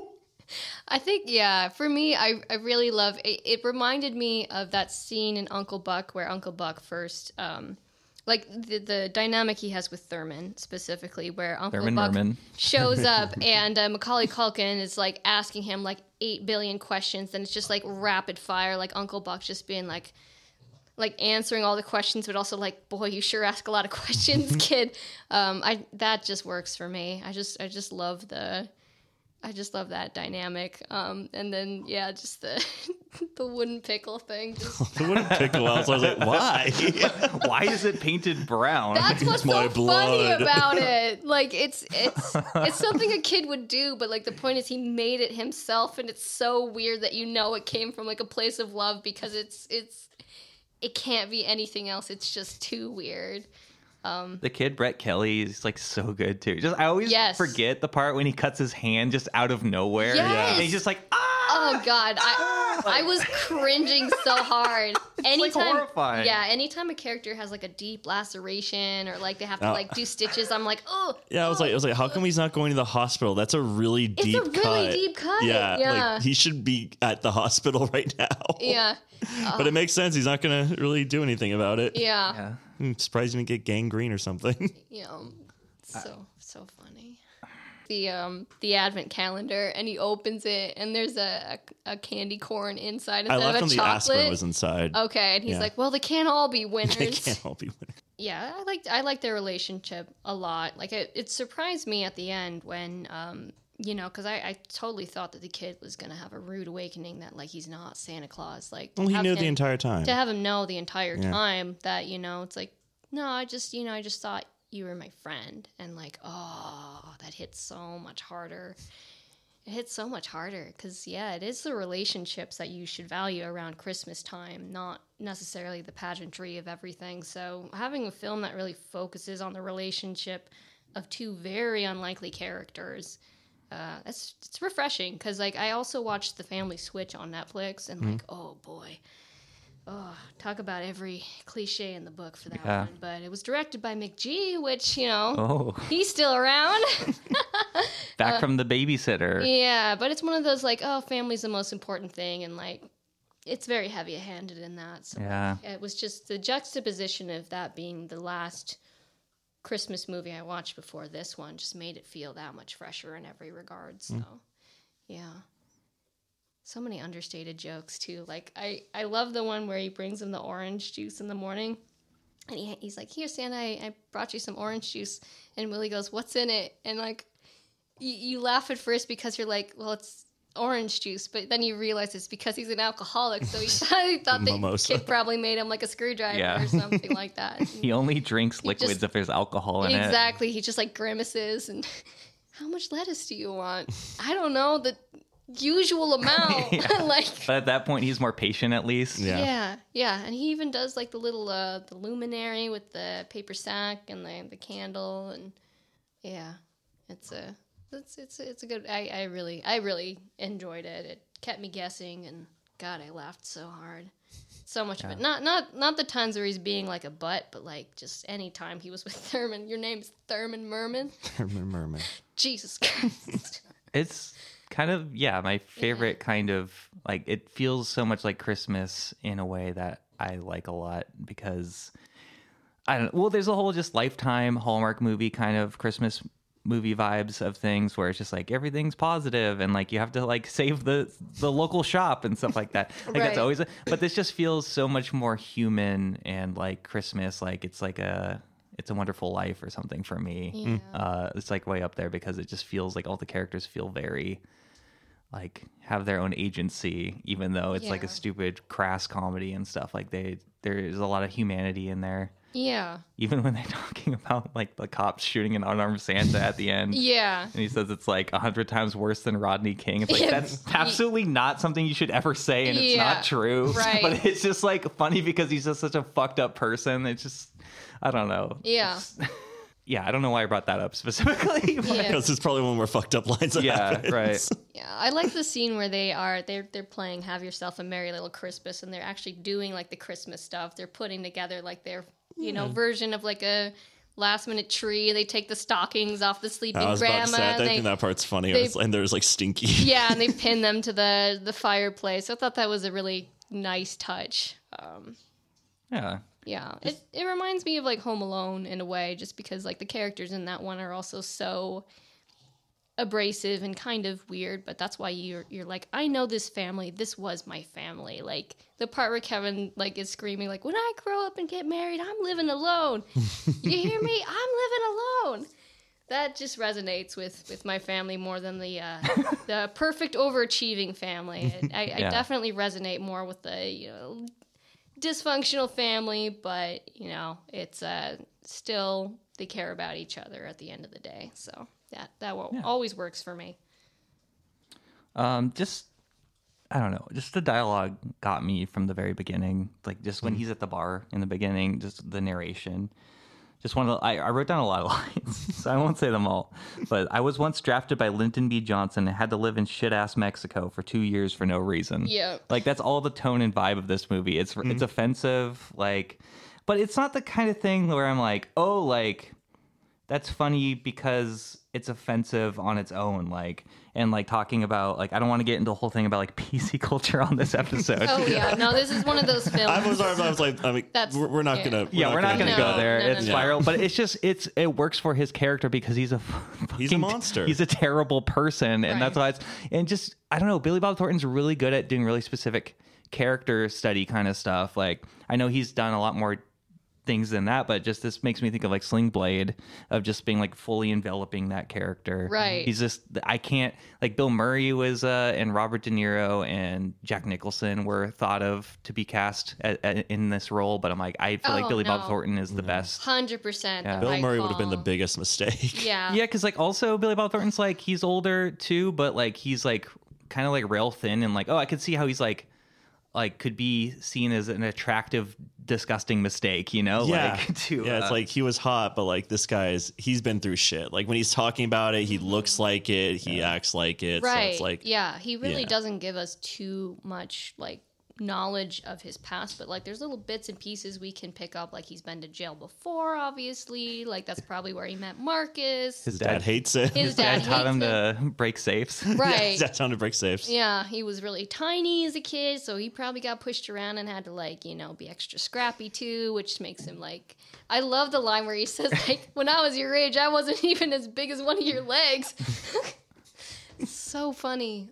Speaker 3: I think, yeah, for me, I, I really love it. It reminded me of that scene in Uncle Buck where Uncle Buck first, um, like the, the dynamic he has with Thurman specifically, where Uncle
Speaker 1: Thurman
Speaker 3: Buck
Speaker 1: Merman.
Speaker 3: shows up and uh, Macaulay Culkin is like asking him like 8 billion questions, and it's just like rapid fire, like Uncle Buck just being like, like answering all the questions, but also like, boy, you sure ask a lot of questions, kid. Um, I that just works for me. I just I just love the I just love that dynamic. Um, and then yeah, just the the wooden pickle thing. Just,
Speaker 2: It wouldn't pickle out. So I was like, why?
Speaker 1: Why is it painted brown?
Speaker 3: that's what's
Speaker 2: Oh, My
Speaker 3: so funny
Speaker 2: blood.
Speaker 3: about it. Like it's it's it's something a kid would do, but like the point is he made it himself, and it's so weird that you know it came from like a place of love because it's it's it can't be anything else. It's just too weird.
Speaker 1: The kid Brett Kelly is like so good too. Just I always
Speaker 3: Yes.
Speaker 1: forget the part when he cuts his hand just out of nowhere.
Speaker 3: Yes.
Speaker 1: And he's just like ah.
Speaker 3: Oh God, I I was cringing so hard. Anytime,
Speaker 1: horrifying.
Speaker 3: yeah, anytime a character has like a deep laceration or like they have to
Speaker 2: Oh.
Speaker 3: like do stitches, I'm like, oh,
Speaker 2: yeah, I was like, I was like, how come he's not going to the hospital? That's a really
Speaker 3: a
Speaker 2: deep
Speaker 3: really
Speaker 2: cut.
Speaker 3: deep cut,
Speaker 2: Yeah,
Speaker 3: yeah.
Speaker 2: like he should be at the hospital right now.
Speaker 3: yeah,
Speaker 2: but it makes sense. He's not going to really do anything about it.
Speaker 3: yeah,
Speaker 1: Yeah.
Speaker 2: I'm surprised he didn't get gangrene or something.
Speaker 3: you know, Um, so so funny. The um the advent calendar, and he opens it, and there's a a, a candy corn inside
Speaker 2: I
Speaker 3: instead
Speaker 2: left
Speaker 3: of
Speaker 2: him
Speaker 3: a
Speaker 2: the
Speaker 3: chocolate.
Speaker 2: aspirin was inside.
Speaker 3: okay, and he's
Speaker 2: Yeah.
Speaker 3: like, well, they can't all be
Speaker 2: They
Speaker 3: winners.
Speaker 2: can't all be winners.
Speaker 3: yeah i liked i liked their relationship a lot like it, it surprised me at the end when um you know because I, I totally thought that the kid was gonna have a rude awakening that like he's not santa claus like to
Speaker 2: Well, he
Speaker 3: have
Speaker 2: knew
Speaker 3: him-
Speaker 2: the entire time.
Speaker 3: to have him know the entire
Speaker 2: Yeah.
Speaker 3: time that you know it's like no i just you know i just thought you were my friend and like oh that hits so much harder it hits so much harder because yeah it is the relationships that you should value around christmas time not necessarily the pageantry of everything so having a film that really focuses on the relationship of two very unlikely characters uh, it's, it's refreshing because like i also watched the family switch on netflix and
Speaker 1: Mm-hmm.
Speaker 3: like oh boy Oh, talk about every cliche in the book for that
Speaker 1: Yeah.
Speaker 3: one. But it was directed by McGee, which, you know,
Speaker 1: Oh,
Speaker 3: he's still around.
Speaker 1: back
Speaker 3: Uh,
Speaker 1: from the babysitter.
Speaker 3: yeah, but it's one of those like, oh, family's the most important thing. And like, it's very heavy handed in that. So
Speaker 1: Yeah.
Speaker 3: it was just the juxtaposition of that being the last Christmas movie I watched before this one just made it feel that much fresher in every regard. So, yeah. So many understated jokes too. Like I, I love the one where he brings him the orange juice in the morning, and he, he's like, "Here, Santa, I, I brought you some orange juice." And Willie goes, "What's in it?" And like, you, you laugh at first because you're like, "Well, it's orange juice," but then you realize it's because he's an alcoholic. So he, he thought the
Speaker 2: Mimosa.
Speaker 3: kid probably made him like a screwdriver
Speaker 1: Yeah.
Speaker 3: or something like that.
Speaker 1: He only drinks liquids
Speaker 3: just-
Speaker 1: if there's alcohol in it.
Speaker 3: Exactly. He just like grimaces and how much lettuce do you want? I don't know the usual amount. like
Speaker 1: But at that point, he's more patient at least.
Speaker 2: Yeah.
Speaker 3: yeah. yeah, And he even does like the little uh the luminary with the paper sack and the the candle and yeah. It's a it's it's it's a good I, I really I really enjoyed it. It kept me guessing and God I laughed so hard. So much of it. Not not not the times where he's being like a butt, but like just any time he was with Thurman. Your name's Thurman Merman.
Speaker 2: Merman.
Speaker 3: Jesus Christ.
Speaker 1: It's kind of yeah, my favorite kind of like it feels so much like Christmas in a way that I like a lot because I don't well, there's a whole just lifetime Hallmark movie kind of Christmas movie vibes of things where it's just like everything's positive and like you have to like save the the local shop and stuff like that. Like that's
Speaker 3: Right.
Speaker 1: always a, but this just feels so much more human and like Christmas like it's like a it's a wonderful life or something for me
Speaker 3: yeah.
Speaker 1: uh, it's like way up there because it just feels like all the characters feel very like have their own agency even though it's like a
Speaker 3: Yeah.
Speaker 1: stupid crass comedy and stuff like they there's a lot of humanity in there
Speaker 3: Yeah.
Speaker 1: even when they're talking about like the cops shooting an unarmed Santa at the end.
Speaker 3: Yeah.
Speaker 1: And he says it's like a hundred times worse than Rodney King. It's like
Speaker 3: Yeah.
Speaker 1: that's absolutely not something you should ever say, and it's
Speaker 3: Yeah,
Speaker 1: not true.
Speaker 3: right.
Speaker 1: But it's just like funny because he's just such a fucked up person. It's just I don't know.
Speaker 3: Yeah.
Speaker 1: It's- yeah, I don't know why I brought that up specifically. but-
Speaker 3: Yeah.
Speaker 2: Because it's probably one more fucked up lines. That
Speaker 1: Yeah,
Speaker 2: happens.
Speaker 1: right.
Speaker 3: Yeah, I like the scene where they are they're they're playing "Have Yourself a Merry Little Christmas" and they're actually doing like the Christmas stuff. They're putting together like their you
Speaker 2: Mm-hmm.
Speaker 3: know version of like a last minute tree. They take the stockings off the sleeping
Speaker 2: I was
Speaker 3: grandma.
Speaker 2: about to say, I
Speaker 3: and
Speaker 2: think
Speaker 3: they,
Speaker 2: that part's funny.
Speaker 3: they-
Speaker 2: It's- and there's like stinky.
Speaker 3: yeah, and they pin them to the the fireplace. I thought that was a really nice touch. Um,
Speaker 1: yeah.
Speaker 3: yeah, it it reminds me of like Home Alone in a way, just because like the characters in that one are also so abrasive and kind of weird. But that's why you're you're like, I know this family. This was my family. Like the part where Kevin like is screaming like, when I grow up and get married, I'm living alone. you hear me? I'm living alone. That just resonates with with my family more than the uh, the perfect overachieving family. I, I, I
Speaker 1: Yeah.
Speaker 3: definitely resonate more with the you know dysfunctional family, but you know, it's uh, still they care about each other at the end of the day. So that that will, always works for me.
Speaker 1: Um, just I don't know. Just the dialogue got me from the very beginning. Like just when he's at the bar in the beginning, just the narration. Just one of the, I, I wrote down a lot of lines, so I won't say them all. But I was once drafted by Lyndon B. Johnson and had to live in shit ass Mexico for two years for no reason.
Speaker 3: Yeah.
Speaker 1: like that's all the tone and vibe of this movie. It's
Speaker 3: Mm-hmm.
Speaker 1: it's offensive, like, but it's not the kind of thing where I'm like, oh, like that's funny because it's offensive on its own like and like talking about like i don't want to get into the whole thing about like pc culture on this episode
Speaker 3: Oh yeah, no, this is one of those films.
Speaker 2: I was, I was like, I mean,
Speaker 3: That's-
Speaker 2: we're, we're not
Speaker 3: yeah.
Speaker 2: gonna.
Speaker 1: yeah we're not gonna
Speaker 3: do
Speaker 1: go
Speaker 3: that.
Speaker 1: there
Speaker 3: No, no,
Speaker 1: it's
Speaker 3: no.
Speaker 1: viral but it's just it's it works for his character because he's a fucking,
Speaker 2: He's a monster.
Speaker 1: he's a terrible person and
Speaker 3: Right.
Speaker 1: that's why it's and just i don't know billy bob thornton's really good at doing really specific character study kind of stuff like i know he's done a lot more things than that but just this makes me think of like sling blade of just being like fully enveloping that character
Speaker 3: Right.
Speaker 1: he's just i can't like bill murray was uh and robert de niro and jack nicholson were thought of to be cast a a- in this role but i'm like i feel
Speaker 3: Oh,
Speaker 1: like billy
Speaker 3: no.
Speaker 1: bob thornton is
Speaker 2: Mm.
Speaker 1: the best
Speaker 3: Hundred percent.
Speaker 1: Yeah.
Speaker 2: Bill Murray would have been the biggest mistake.
Speaker 3: Yeah.
Speaker 1: yeah because like also billy bob thornton's like he's older too but like he's like kind of like rail thin and like oh i could see how he's like like could be seen as an attractive disgusting mistake you know
Speaker 2: Yeah.
Speaker 1: like to
Speaker 2: yeah,
Speaker 1: uh,
Speaker 2: it's like he was hot, but like this guy's he's been through shit. Like when he's talking about it, he looks like it, he acts like it. So
Speaker 3: Mm-hmm. Right.
Speaker 2: it's like
Speaker 3: yeah, he really
Speaker 2: yeah.
Speaker 3: doesn't give us too much like knowledge of his past, but like there's little bits and pieces we can pick up. Like he's been to jail before, obviously. Like that's probably where he met
Speaker 1: his
Speaker 3: Marcus.
Speaker 2: his dad
Speaker 1: dad,
Speaker 2: hates it.
Speaker 3: His
Speaker 1: dad
Speaker 3: dad
Speaker 1: taught
Speaker 3: hates
Speaker 1: him to break safes
Speaker 3: right.
Speaker 2: That's time to break safes.
Speaker 3: Yeah, he was really tiny as a kid, so he probably got pushed around and had to like, you know, be extra scrappy too, which makes him like I love the line where he says like, "When I was your age, I wasn't even as big as one of your legs." It's so funny.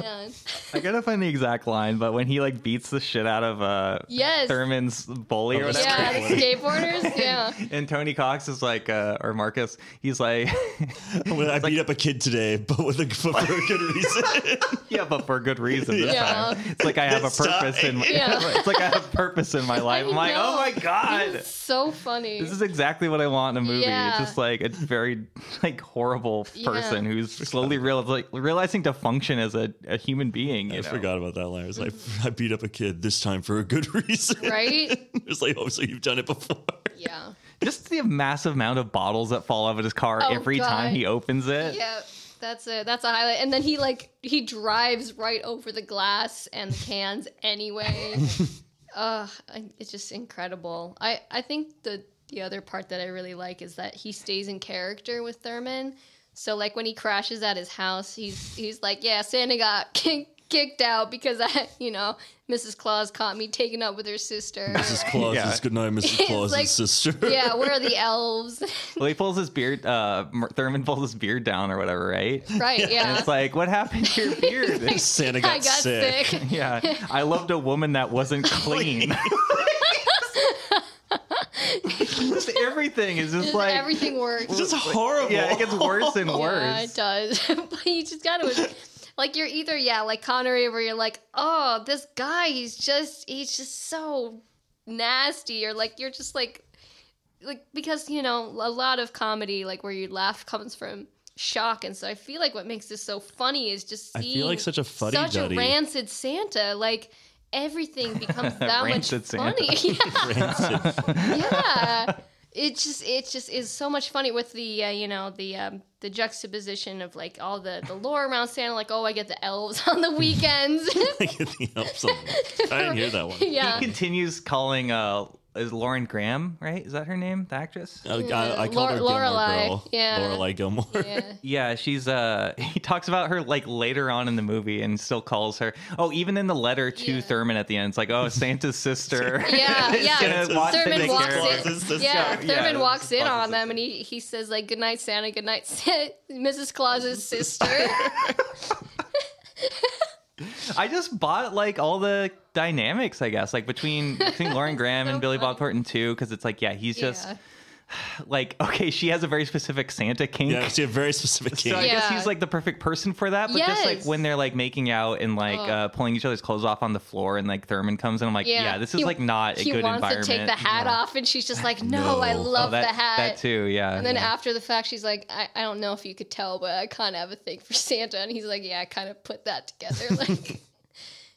Speaker 3: man.
Speaker 1: I gotta find the exact line, but when he like beats the shit out of uh
Speaker 3: Yes.
Speaker 1: Thurman's bully or
Speaker 2: Oh, that's
Speaker 1: whatever,
Speaker 3: yeah, the
Speaker 2: great
Speaker 3: skateboarders, yeah.
Speaker 1: and Tony Cox is like, uh, or Marcus, he's like,
Speaker 2: Well, I beat up a kid today, but with a for a good reason.
Speaker 1: yeah, but for good reason. This
Speaker 3: Yeah.
Speaker 1: time. it's like I have a
Speaker 2: This time.
Speaker 1: purpose in my,
Speaker 3: Yeah.
Speaker 1: it's like I have purpose in my life. I'm like,
Speaker 3: know.
Speaker 1: oh my god,
Speaker 3: So funny.
Speaker 1: this is exactly what I want in a movie.
Speaker 3: Yeah.
Speaker 1: It's just like a very like horrible
Speaker 3: Yeah.
Speaker 1: person who's slowly real, like realizing to function as a, a human being. You
Speaker 2: I
Speaker 1: know?
Speaker 2: forgot about that line. I was like, I beat up a kid this time for a good reason.
Speaker 3: Mm-hmm. right?
Speaker 2: It was like, oh, so you've done it before.
Speaker 3: Yeah.
Speaker 1: Just the massive amount of bottles that fall out of his car
Speaker 3: Oh,
Speaker 1: every
Speaker 3: God.
Speaker 1: time he opens it.
Speaker 3: Yeah, that's a that's a highlight. And then he like he drives right over the glass and the cans anyway. Ugh, I- it's just incredible. I I think the the other part that I really like is that he stays in character with Thurman. So like when he crashes at his house, he's he's like, yeah, Santa got kicked kicked out because I, you know, Mrs. Claus caught me taking up with her sister.
Speaker 2: Mrs. Claus
Speaker 1: Yeah.
Speaker 2: is good night, Mrs.
Speaker 3: It's
Speaker 2: Claus'
Speaker 3: like-
Speaker 2: sister.
Speaker 3: yeah, where are the elves?
Speaker 1: Well, he pulls his beard. Uh, Mer- Thurman pulls his beard down or whatever, right?
Speaker 3: right, yeah.
Speaker 1: And it's like, what happened to your beard?
Speaker 2: Santa
Speaker 3: I
Speaker 2: got,
Speaker 3: got
Speaker 2: sick.
Speaker 3: sick.
Speaker 1: yeah, I loved a woman that wasn't clean. just everything is just
Speaker 3: Just
Speaker 1: like
Speaker 3: everything works.
Speaker 2: It's just horrible.
Speaker 1: yeah, it gets worse and
Speaker 3: Yeah, it
Speaker 1: worse.
Speaker 3: does. but you just gotta like you're either yeah, like Connery where you're like, oh, this guy, he's just he's just so nasty, or like you're just like like because you know a lot of comedy like where your laugh comes from shock and so i feel like what makes this so funny is just
Speaker 2: I
Speaker 3: seeing
Speaker 2: feel like such a
Speaker 3: such a
Speaker 2: fuddy-duddy.
Speaker 3: rancid santa like everything becomes that much
Speaker 1: Rancid Santa.
Speaker 3: funny yeah,
Speaker 2: Rancid.
Speaker 3: yeah. it just it just is so much funny with the uh, you know the um the juxtaposition of like all the the lore around santa like oh i get the elves on the weekends
Speaker 2: Get the help on that. I didn't hear that one.
Speaker 3: yeah
Speaker 1: He continues calling uh is Lauren Graham, right? Is that her name? The actress?
Speaker 2: I, I, I called her
Speaker 3: Lore-
Speaker 2: Gilmore
Speaker 3: Lorelei.
Speaker 2: Girl.
Speaker 3: Yeah.
Speaker 2: Lorelei Gilmore.
Speaker 3: yeah
Speaker 1: Yeah, she's uh he talks about her like later on in the movie and still calls her oh, even in the letter to
Speaker 3: Yeah.
Speaker 1: Thurman at the end, it's like, oh Santa's sister.
Speaker 3: Yeah,
Speaker 1: is
Speaker 3: yeah.
Speaker 1: gonna walk-
Speaker 3: Thurman
Speaker 1: take
Speaker 3: walks
Speaker 1: care of
Speaker 2: Claus'
Speaker 1: her.
Speaker 3: in.
Speaker 2: sister.
Speaker 3: Yeah,
Speaker 1: Yeah,
Speaker 3: Thurman
Speaker 1: it's
Speaker 3: walks in
Speaker 2: Claus's
Speaker 3: on them
Speaker 2: sister.
Speaker 3: and he, he says like good night Santa, good night Sa- Mrs. Claus's sister.
Speaker 1: I just bought like all the dynamics, I guess, like between between Lauren Graham
Speaker 3: So
Speaker 1: and Billy Bob
Speaker 3: funny.
Speaker 1: Thornton too, because it's like, yeah, he's just
Speaker 3: yeah.
Speaker 1: like, okay, she has a very specific Santa kink.
Speaker 2: Yeah, she had very specific
Speaker 1: So I
Speaker 2: game.
Speaker 1: guess
Speaker 3: Yeah.
Speaker 1: he's like the perfect person for that. But just like
Speaker 3: Yes.
Speaker 1: when they're like making out and like
Speaker 3: Oh.
Speaker 1: uh, pulling each other's clothes off on the floor, and like Thurman comes in, I'm like, yeah,
Speaker 3: Yeah.
Speaker 1: this is
Speaker 3: He-
Speaker 1: like not a
Speaker 3: He
Speaker 1: good
Speaker 3: wants to
Speaker 1: environment.
Speaker 3: take the hat
Speaker 1: Yeah.
Speaker 3: off and she's just like, No,
Speaker 2: No.
Speaker 3: I
Speaker 2: Oh,
Speaker 1: Oh,
Speaker 3: love
Speaker 1: that,
Speaker 3: the hat.
Speaker 1: That too, yeah.
Speaker 3: And then
Speaker 1: yeah.
Speaker 3: after the fact she's like, I, I don't know if you could tell, but I kinda have a thing for Santa and he's like, Yeah, I kinda put that together. Like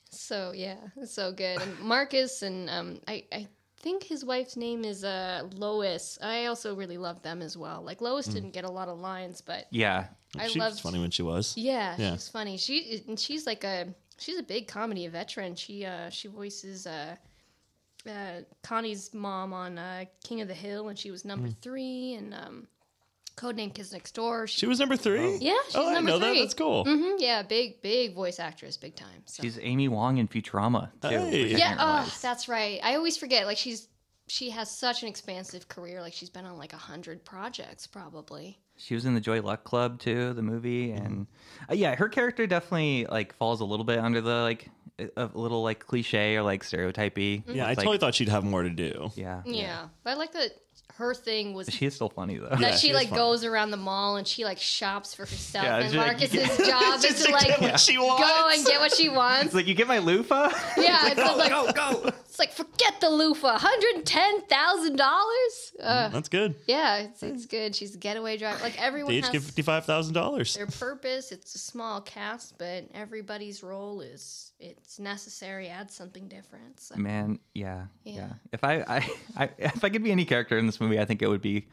Speaker 3: So yeah, it's so good. And Marcus and um I, I think his wife's name is uh Lois. I also really love them as well. Like Lois didn't get a lot of lines, but
Speaker 1: yeah.
Speaker 3: I
Speaker 2: Hmm. she
Speaker 3: loved
Speaker 2: was funny when she was.
Speaker 3: Yeah,
Speaker 2: Yeah.
Speaker 3: she's funny. She and she's like a she's a big comedy veteran. She uh she voices uh, uh Connie's mom on uh, King of the Hill, and she was number
Speaker 2: Hmm.
Speaker 3: three, and um, Codename Kids Next Door. She,
Speaker 2: She was number three?
Speaker 3: yeah, she's
Speaker 2: oh, I
Speaker 3: number
Speaker 2: know that.
Speaker 3: three.
Speaker 2: That's cool.
Speaker 3: hmm yeah, big big voice actress, big time. So.
Speaker 1: She's Amy Wong in Futurama too.
Speaker 2: Hey.
Speaker 1: which I didn't
Speaker 3: yeah, oh,
Speaker 1: realize.
Speaker 3: that's right. I always forget. Like she's she has such an expansive career. Like she's been on like a hundred projects probably.
Speaker 1: she was in the Joy Luck Club too, the movie,
Speaker 2: Mm-hmm.
Speaker 1: and uh, yeah, her character definitely like falls a little bit under the like a a little like cliche or like stereotypy.
Speaker 2: Yeah, I
Speaker 1: It's like-
Speaker 2: totally thought she'd have more to do.
Speaker 1: yeah,
Speaker 3: Yeah, but I like that her thing was
Speaker 1: She is still funny though.
Speaker 2: Yeah,
Speaker 3: that she,
Speaker 2: she was
Speaker 3: like
Speaker 2: funny.
Speaker 3: goes around the mall and she like shops for herself
Speaker 1: Yeah,
Speaker 3: and
Speaker 1: she, like,
Speaker 3: Marcus's
Speaker 1: yeah.
Speaker 3: job is
Speaker 2: Just
Speaker 3: to
Speaker 2: to
Speaker 3: like
Speaker 2: get what she
Speaker 3: go and
Speaker 2: wants.
Speaker 3: get what she wants.
Speaker 1: It's like you get my loofah.
Speaker 3: yeah, it's like,
Speaker 1: go go.
Speaker 3: it's like forget the loofah, hundred and ten thousand dollars. Uh,
Speaker 2: That's good.
Speaker 3: Yeah, it's, it's good. She's a getaway driver. Like everyone
Speaker 2: They each get
Speaker 3: has
Speaker 2: fifty-five thousand dollars.
Speaker 3: their purpose. It's a small cast, but everybody's role is it's necessary. Adds something different. So.
Speaker 1: Man, yeah, yeah.
Speaker 3: Yeah.
Speaker 1: If I, I, I, if I could be any character in this movie, I think it would be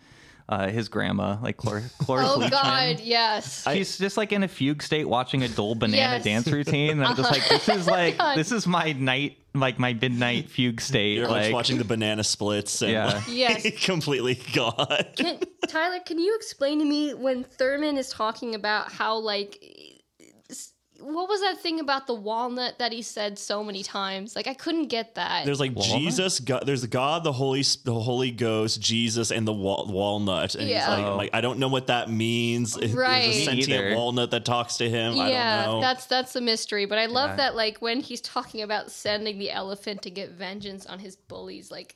Speaker 1: uh, his grandma, like Clor- Cloris.
Speaker 3: Oh
Speaker 1: Leachman.
Speaker 3: God, yes.
Speaker 1: She's just like in a fugue state, watching a dull banana
Speaker 3: Yes.
Speaker 1: dance routine, and I'm just like, this is like,
Speaker 3: God.
Speaker 1: this is my night, like my midnight fugue state.
Speaker 2: You're
Speaker 1: like,
Speaker 2: like, watching the banana splits and
Speaker 1: Yeah.
Speaker 2: like,
Speaker 3: Yes.
Speaker 2: completely gone.
Speaker 3: can, Tyler, can you explain to me when Thurman is talking about how like s- what was that thing about the walnut that he said so many times? Like I couldn't get that.
Speaker 2: There's like
Speaker 1: Walnut?
Speaker 2: Jesus, God, there's God, the Holy, Sp- the Holy Ghost, Jesus, and the wal- walnut. And
Speaker 3: Yeah.
Speaker 2: he's like,
Speaker 1: Oh.
Speaker 2: like, I don't know what that means. It-
Speaker 3: Right.
Speaker 2: There's a
Speaker 3: Me
Speaker 2: sentient
Speaker 1: either.
Speaker 2: walnut that talks to him. I
Speaker 3: yeah,
Speaker 2: don't know.
Speaker 3: that's that's a mystery. But I love
Speaker 1: Yeah.
Speaker 3: that like when he's talking about sending the elephant to get vengeance on his bullies, like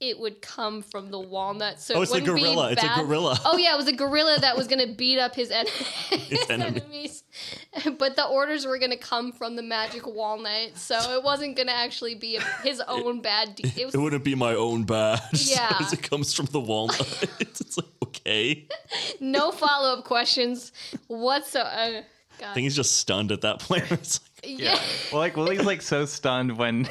Speaker 3: it would come from the walnut. So
Speaker 2: Oh,
Speaker 3: it
Speaker 2: it's a
Speaker 3: wouldn't be
Speaker 2: gorilla. It's a
Speaker 3: bad.
Speaker 2: gorilla.
Speaker 3: Oh yeah, it was a gorilla that was gonna beat up his, en- his
Speaker 2: enemy.
Speaker 3: enemies. But the orders were gonna come from the magic walnut, so it wasn't gonna actually be a, his own bad deed. It was
Speaker 2: it wouldn't be my own bad.
Speaker 3: Yeah.
Speaker 2: because it comes from the walnut. it's like okay.
Speaker 3: no follow up questions whatsoever.
Speaker 2: I
Speaker 3: God.
Speaker 2: think he's just stunned at that point. It's like,
Speaker 3: yeah.
Speaker 1: well, like Willie's like so stunned when.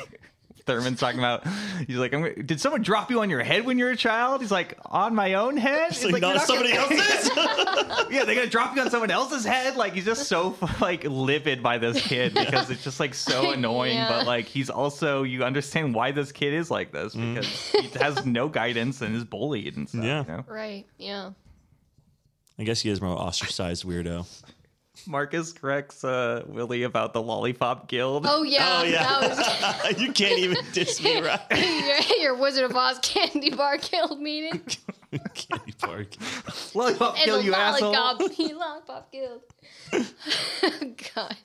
Speaker 1: Thurman's talking about. He's like, I'm, gonna- "Did someone drop you on your head when you were a child?" He's like, "On my own head." He's
Speaker 2: it's like,
Speaker 1: "You're
Speaker 2: not
Speaker 1: not gonna-
Speaker 2: somebody else's.
Speaker 1: yeah, they're gonna drop you on someone else's head. Like he's just so like livid by this kid because it's just like so annoying.
Speaker 3: Yeah.
Speaker 1: But like he's also you understand why this kid is like this because he has no guidance and is bullied and stuff.
Speaker 2: Yeah.
Speaker 1: You know?
Speaker 3: Right. Yeah.
Speaker 2: I guess he is more ostracized weirdo.
Speaker 1: Marcus corrects uh, Willie about the lollipop guild.
Speaker 3: Oh yeah.
Speaker 2: oh yeah,
Speaker 3: That was
Speaker 2: you can't even diss me, right?
Speaker 3: your, your Wizard of Oz candy bar guild meeting.
Speaker 2: Candy Park.
Speaker 1: lollipop
Speaker 3: And
Speaker 1: guild,
Speaker 3: the
Speaker 1: you
Speaker 3: lollipop,
Speaker 1: asshole!
Speaker 3: lollipop guild. God.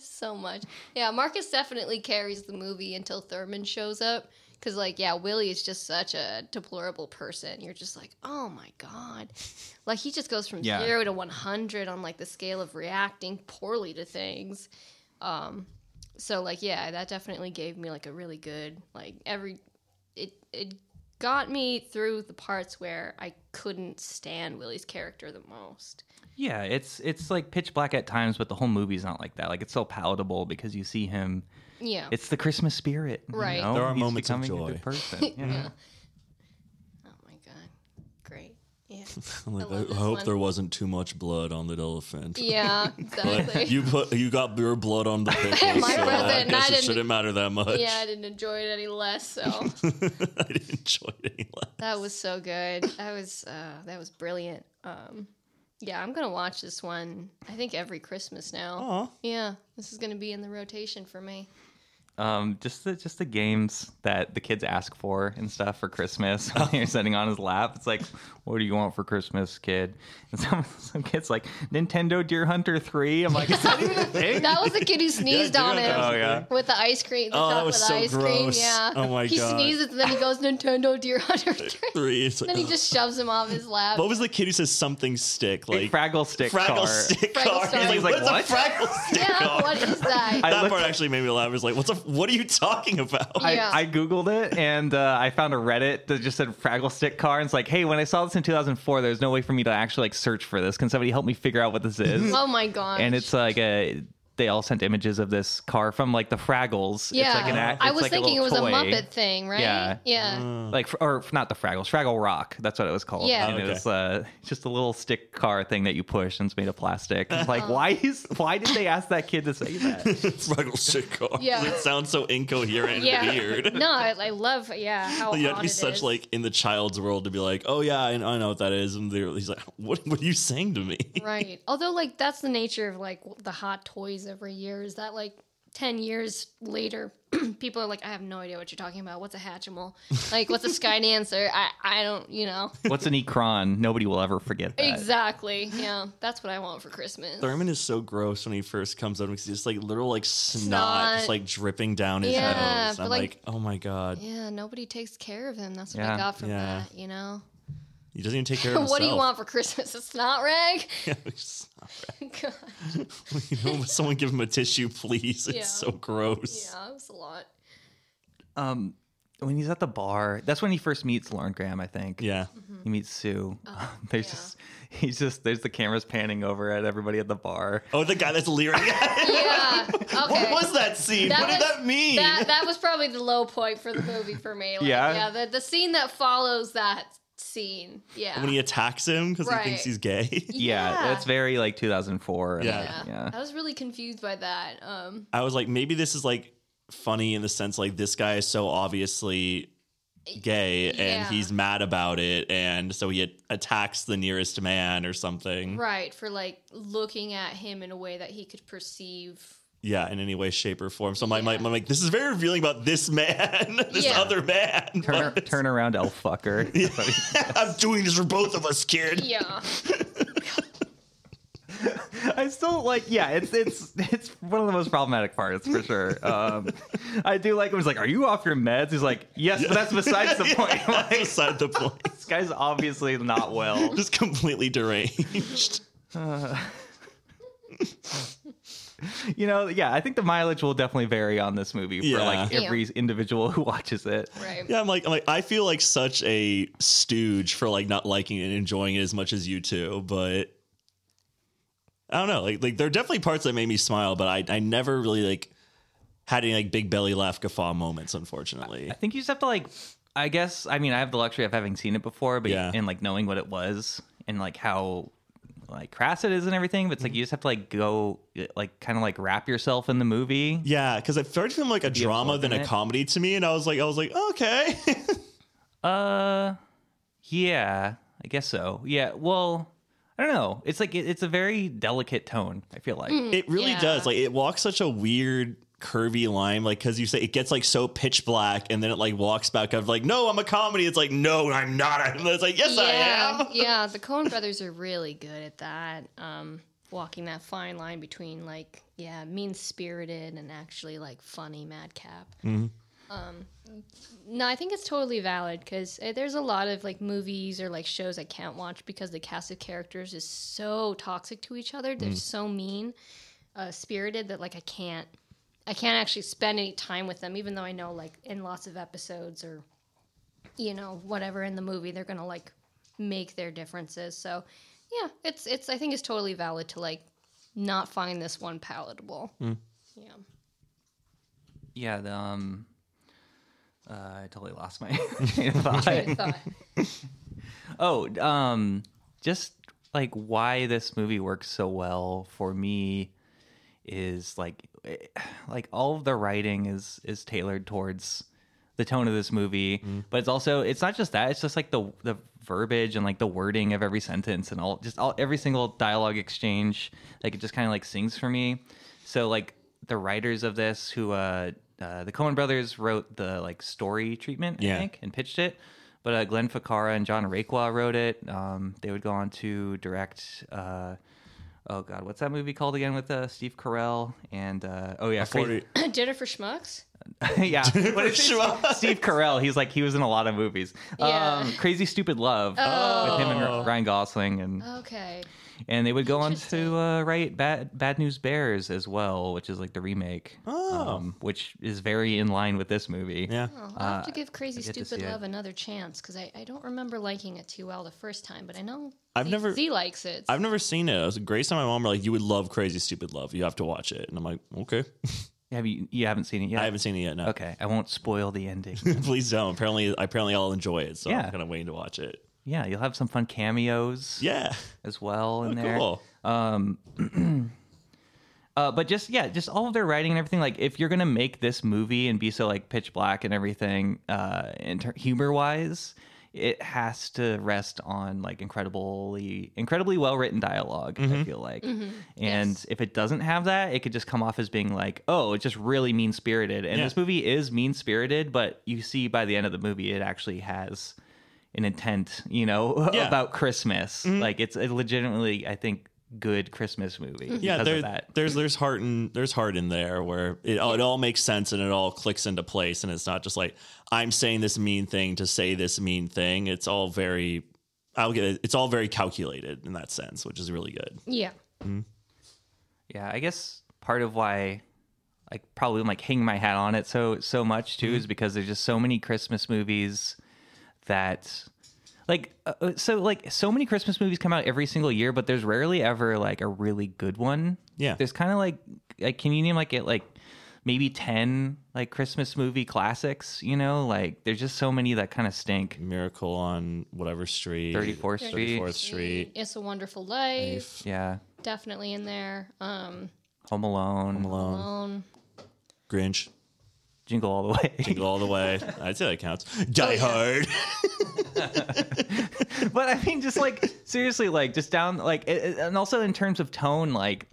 Speaker 3: So much. Yeah, Marcus definitely carries the movie until Thurman shows up. Cause like, yeah, Willie is just such a deplorable person. You're just like, oh my god. Like he just goes from
Speaker 1: Yeah.
Speaker 3: zero to one hundred on like the scale of reacting poorly to things. Um so like yeah, that definitely gave me like a really good like every it it got me through the parts where I couldn't stand Willie's character the most.
Speaker 1: Yeah, it's it's like pitch black at times, but the whole movie's not like that. Like it's so palatable because you see him.
Speaker 3: Yeah.
Speaker 1: It's the Christmas spirit, you
Speaker 3: Right.
Speaker 1: know?
Speaker 2: There are
Speaker 1: He's
Speaker 2: moments of
Speaker 1: becoming a
Speaker 2: joy.
Speaker 1: good person. Yeah.
Speaker 3: oh my god. Great. Yeah.
Speaker 2: Like,
Speaker 3: I
Speaker 2: I,
Speaker 3: love this
Speaker 2: hope
Speaker 3: one.
Speaker 2: there wasn't too much blood on that elephant.
Speaker 3: Yeah,
Speaker 2: But
Speaker 3: exactly.
Speaker 2: you put you got your blood on the pickle,
Speaker 3: My
Speaker 2: so I
Speaker 3: wasn't, and I
Speaker 2: guess it
Speaker 3: didn't-
Speaker 2: shouldn't matter that much.
Speaker 3: yeah, I didn't enjoy it any less, so
Speaker 2: I didn't enjoy it any less.
Speaker 3: that was so good. That was uh that was brilliant. Um yeah, I'm gonna watch this one I think every Christmas now.
Speaker 2: Aw.
Speaker 3: Yeah. This is gonna be in the rotation for me.
Speaker 1: Um, just the just the games that the kids ask for and stuff for Christmas. When you're sitting on his lap, it's like, "What do you want for Christmas, kid?" And some some kids like Nintendo Deer Hunter Three. I'm like, "Is that even a thing?"
Speaker 3: That was the kid who sneezed
Speaker 2: dude,
Speaker 3: on it.
Speaker 2: that
Speaker 1: was Oh, yeah.
Speaker 3: With the ice cream. The
Speaker 2: Oh, that
Speaker 3: top
Speaker 2: was
Speaker 3: of the
Speaker 2: so
Speaker 3: ice
Speaker 2: gross.
Speaker 3: Cream, yeah.
Speaker 2: Oh, my
Speaker 3: he
Speaker 2: God.
Speaker 3: He sneezes and then he goes Nintendo Deer Hunter.
Speaker 2: Three. It's like, uh,
Speaker 3: then he just shoves him off his lap.
Speaker 2: what was the kid who says something stick
Speaker 1: Big
Speaker 2: like
Speaker 1: Fraggle Stick
Speaker 2: Fraggle
Speaker 1: car.
Speaker 2: stick
Speaker 3: Fraggle
Speaker 2: car?
Speaker 3: Star.
Speaker 2: He's
Speaker 3: He's
Speaker 1: like,
Speaker 2: like, what's
Speaker 1: "What?"
Speaker 2: a Fraggle stick
Speaker 3: yeah,
Speaker 2: car?
Speaker 3: what is that?
Speaker 1: I
Speaker 2: that
Speaker 1: looked-
Speaker 2: part actually made me laugh. It's like, what's a what are you talking about?
Speaker 1: I,
Speaker 3: Yeah.
Speaker 1: I googled it and uh, I found a Reddit that just said Fraggle Stick car. And it's like, hey, when I saw this in 2004, there's no way for me to actually like search for this. Can somebody help me figure out what this is?
Speaker 3: oh my god.
Speaker 1: and it's like a. They all sent images of this car from like the Fraggles.
Speaker 3: yeah.
Speaker 1: it's like an, act-
Speaker 3: I
Speaker 1: it's
Speaker 3: was
Speaker 1: like
Speaker 3: thinking it
Speaker 1: little
Speaker 3: was
Speaker 1: toy.
Speaker 3: a Muppet thing, right?
Speaker 1: Yeah.
Speaker 2: Oh.
Speaker 3: Yeah.
Speaker 1: like or not the Fraggles, Fraggle Rock. That's what it was called.
Speaker 3: Yeah.
Speaker 1: and it
Speaker 2: Okay.
Speaker 1: was uh, just a little stick car thing that you push and it's made of plastic. It's
Speaker 3: Uh-huh.
Speaker 1: like why is why did they ask that kid to say that?
Speaker 2: Fraggle stick car.
Speaker 3: Yeah.
Speaker 2: It sounds so incoherent
Speaker 3: yeah.
Speaker 2: and weird.
Speaker 3: No, I, I love yeah how
Speaker 2: You have
Speaker 3: odd
Speaker 2: to be
Speaker 3: it
Speaker 2: such
Speaker 3: is.
Speaker 2: like in the child's world to be like, oh yeah, I, I know what that is, and they're, he's like, what, what are you saying to me?
Speaker 3: right. Although like that's the nature of like the hot toys every year is that like. 10 years later, people are like, I have no idea what you're talking about. What's a Hatchimal? Like, what's a Sky Dancer? I, I don't, you know.
Speaker 1: What's an Ecron? Nobody will ever forget that.
Speaker 3: Exactly. Yeah. That's what I want for Christmas.
Speaker 2: Thurman is so gross when he first comes up because he's just like literal like snot, just
Speaker 3: Snot.
Speaker 2: like dripping down his
Speaker 3: Yeah,
Speaker 2: nose.
Speaker 3: but,
Speaker 2: I'm like,
Speaker 3: like-
Speaker 2: oh my god,
Speaker 3: Yeah, nobody takes care of him. That's what
Speaker 1: Yeah.
Speaker 3: I got from
Speaker 2: Yeah.
Speaker 3: that, you know?
Speaker 2: he doesn't even take care of himself.
Speaker 3: what do you want for Christmas? A snot rag? God.
Speaker 2: you know, someone give him a tissue, please. It's
Speaker 3: Yeah.
Speaker 2: so gross.
Speaker 3: Yeah, it was a lot.
Speaker 1: Um, when he's at the bar, that's when he first meets Lauren Graham. I think.
Speaker 2: Yeah.
Speaker 1: He meets Sue. there's
Speaker 3: Uh-huh. yeah.
Speaker 1: just he's just there's the cameras panning over at everybody at the bar.
Speaker 2: Oh, the guy that's leering. at him.
Speaker 3: Yeah. Okay.
Speaker 2: What was that scene?
Speaker 3: That
Speaker 2: what did
Speaker 3: was-
Speaker 2: that mean?
Speaker 3: That, that was probably the low point for the movie for me. Like,
Speaker 1: Yeah?
Speaker 3: Yeah. The, the scene that follows that scene. Yeah.
Speaker 2: when he attacks him because he thinks
Speaker 3: Right.
Speaker 2: he's gay.
Speaker 1: Yeah, that's very like 2004.
Speaker 2: Yeah.
Speaker 3: yeah.
Speaker 1: yeah.
Speaker 3: I was really confused by that. Um,
Speaker 2: I was like, maybe this is like funny in the sense like this guy is so obviously gay and
Speaker 3: Yeah.
Speaker 2: he's mad about it, and so he at- attacks the nearest man or something.
Speaker 3: right. For like looking at him in a way that he could perceive.
Speaker 2: Yeah, in any way, shape, or form. So I'm like,
Speaker 3: Yeah.
Speaker 2: I'm like, this is very revealing about this man, this
Speaker 3: Yeah.
Speaker 2: other man.
Speaker 1: Turn,
Speaker 2: But
Speaker 1: turn around, elf fucker. That's what he-
Speaker 2: I'm doing this for both of us, kid.
Speaker 3: Yeah.
Speaker 1: I still like, yeah, it's it's it's one of the most problematic parts for sure. Um, I do like him. He's like, "Are you off your meds?" He's like, "Yes, but that's besides the point."
Speaker 2: That's
Speaker 1: Like,
Speaker 2: beside the point.
Speaker 1: this guy's obviously not well.
Speaker 2: Just completely deranged.
Speaker 1: You know, yeah, I think the mileage will definitely vary on this movie for
Speaker 2: Yeah.
Speaker 1: like every individual who watches it.
Speaker 3: Right.
Speaker 2: Yeah, I'm like, I'm like, I feel like such a stooge for like not liking it and enjoying it as much as you two, but I don't know. Like, like there are definitely parts that made me smile, but I, I never really like had any like big belly laugh guffaw moments, unfortunately.
Speaker 1: I think you just have to like. I guess I mean I have the luxury of having seen it before, but
Speaker 2: Yeah.
Speaker 1: and like knowing what it was and like how like crass it is and everything. But it's like
Speaker 2: Mm-hmm.
Speaker 1: you just have to like go like kind of like wrap yourself in the movie.
Speaker 2: Yeah, because it started feeling like a drama
Speaker 1: absorbed
Speaker 2: than
Speaker 1: in
Speaker 2: a
Speaker 1: it.
Speaker 2: comedy to me, and I was like, I was like, okay,
Speaker 1: Uh, yeah, I guess so. Yeah, well, I don't know. It's like it, it's a very delicate tone. I feel like
Speaker 2: it really
Speaker 3: Yeah.
Speaker 2: does. Like, it walks such a weird curvy line, like because you say it gets like so pitch black, and then it like walks back up, like, no, I'm a comedy. It's like, no, I'm not. And it's like, yes, I am.
Speaker 3: yeah, yeah, the Coen brothers are really good at that. Um, walking that fine line between like, yeah, mean spirited and actually like funny madcap. Um, no, I think it's totally valid because there's a lot of like movies or like shows I can't watch because the cast of characters is so toxic to each other. They're so mean, uh, spirited that like I can't, I can't actually spend any time with them, even though I know like in lots of episodes or you know whatever in the movie they're gonna like make their differences so yeah it's it's i think it's totally valid to like not find this one palatable
Speaker 1: Mm-hmm.
Speaker 3: yeah
Speaker 1: Yeah, the, um, uh, I totally lost my train of thought.
Speaker 3: Train of thought.
Speaker 1: Oh, um, just like why this movie works so well for me is like, eh, like all of the writing is is tailored towards the tone of this movie, but it's also it's not just that. It's just like the the verbiage and like the wording of every sentence and all just all every single dialogue exchange. Like it just kind of like sings for me. So like the writers of this who uh, uh the Coen Brothers wrote the like story treatment, I
Speaker 2: Yeah.
Speaker 1: think and pitched it. But uh, Glenn Ficarra and John Raqua wrote it. Um, they would go on to direct. Uh, oh God, what's that movie called again with uh, Steve Carell and uh, oh yeah, Crazy-
Speaker 3: did it for schmucks
Speaker 1: yeah. What is his-
Speaker 2: Schmucks.
Speaker 1: Steve Carell. He's like he was in a lot of movies.
Speaker 3: Yeah.
Speaker 1: Um, Crazy Stupid Love with him
Speaker 2: Oh.
Speaker 1: and Ryan Gosling and
Speaker 3: okay
Speaker 1: and they would go on
Speaker 3: Oh. Interesting.
Speaker 1: to uh, write Bad Bad News Bears as well, which is like the remake,
Speaker 2: Oh.
Speaker 1: um, which is very in line with this movie.
Speaker 2: Yeah.
Speaker 3: oh, i'll have to give crazy
Speaker 1: Uh, get to
Speaker 3: stupid
Speaker 1: see it.
Speaker 3: love another chance because I, I don't remember liking it too well the first time but i know
Speaker 2: I've
Speaker 3: Z-
Speaker 2: never-
Speaker 3: z likes it
Speaker 2: I've never seen it. I was Grace and my mom were like, "You would love Crazy Stupid Love. You have to watch it." And I'm like, "Okay."
Speaker 1: Have you you haven't seen it yet?
Speaker 2: I haven't seen it yet. No,
Speaker 1: Okay, I won't spoil the ending.
Speaker 2: please don't. Apparently, apparently, I'll enjoy it. So
Speaker 1: Yeah.
Speaker 2: I'm kind of waiting to watch it.
Speaker 1: yeah, you'll have some fun cameos
Speaker 2: Yeah. Oh,
Speaker 1: as well in there.
Speaker 2: Cool.
Speaker 1: Uh, but just yeah, just all of their writing and everything. Like, if you're gonna make this movie and be so like pitch black and everything, uh, in ter- humor wise, it has to rest on like incredibly, incredibly well written dialog
Speaker 2: Mm-hmm.
Speaker 1: I feel like, and if it doesn't have that, it could just come off as being like, oh, it's just really mean spirited. And
Speaker 2: Yeah.
Speaker 1: this movie is mean spirited, but you see by the end of the movie, it actually has an intent, you know,
Speaker 2: Yeah. Mm-hmm.
Speaker 1: about Christmas. Like, it's a legitimately, I think, good Christmas movie.
Speaker 2: Yeah.
Speaker 1: because
Speaker 2: There,
Speaker 1: of that.
Speaker 2: There's there's heart in there's heart in there where it, all it all makes sense and it all clicks into place and it's not just like I'm saying this mean thing to say this mean thing. It's all very. I'll get it. It's all very calculated in that sense, which is really good.
Speaker 3: yeah
Speaker 1: Yeah, I guess part of why I probably like hang my hat on it so so much too is because there's just so many Christmas movies that like uh, uh, so like so many Christmas movies come out every single year, but there's rarely ever like a really good one.
Speaker 2: Yeah.
Speaker 1: there's kind of like like can you name like it like maybe ten like Christmas movie classics? You know, like there's just so many that kind of stink.
Speaker 2: Miracle on whatever street.
Speaker 1: 34th Street.
Speaker 2: 34th Street.
Speaker 3: it's a wonderful life
Speaker 1: Yeah,
Speaker 3: definitely in there um
Speaker 1: Home Alone,
Speaker 2: Malone.
Speaker 3: alone
Speaker 2: Grinch.
Speaker 1: Jingle All the Way.
Speaker 2: Jingle all the way. I'd say that counts.
Speaker 1: Oh,
Speaker 2: Die Hard.
Speaker 1: but I mean, just like seriously, like just down, like, it, it- and also in terms of tone, like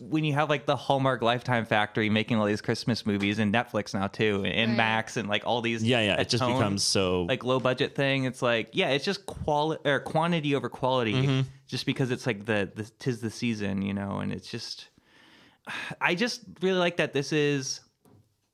Speaker 1: when you have like the Hallmark Lifetime Factory making all these Christmas movies and Netflix now too, and, and
Speaker 3: Right.
Speaker 1: Max and like all these,
Speaker 2: Yeah, yeah.
Speaker 1: that
Speaker 2: It just
Speaker 1: tone,
Speaker 2: becomes so
Speaker 1: like low budget thing. It's like yeah, it's just quality or quantity over quality, just because it's like the, the tis the season, you know, and it's just. I just really like that this is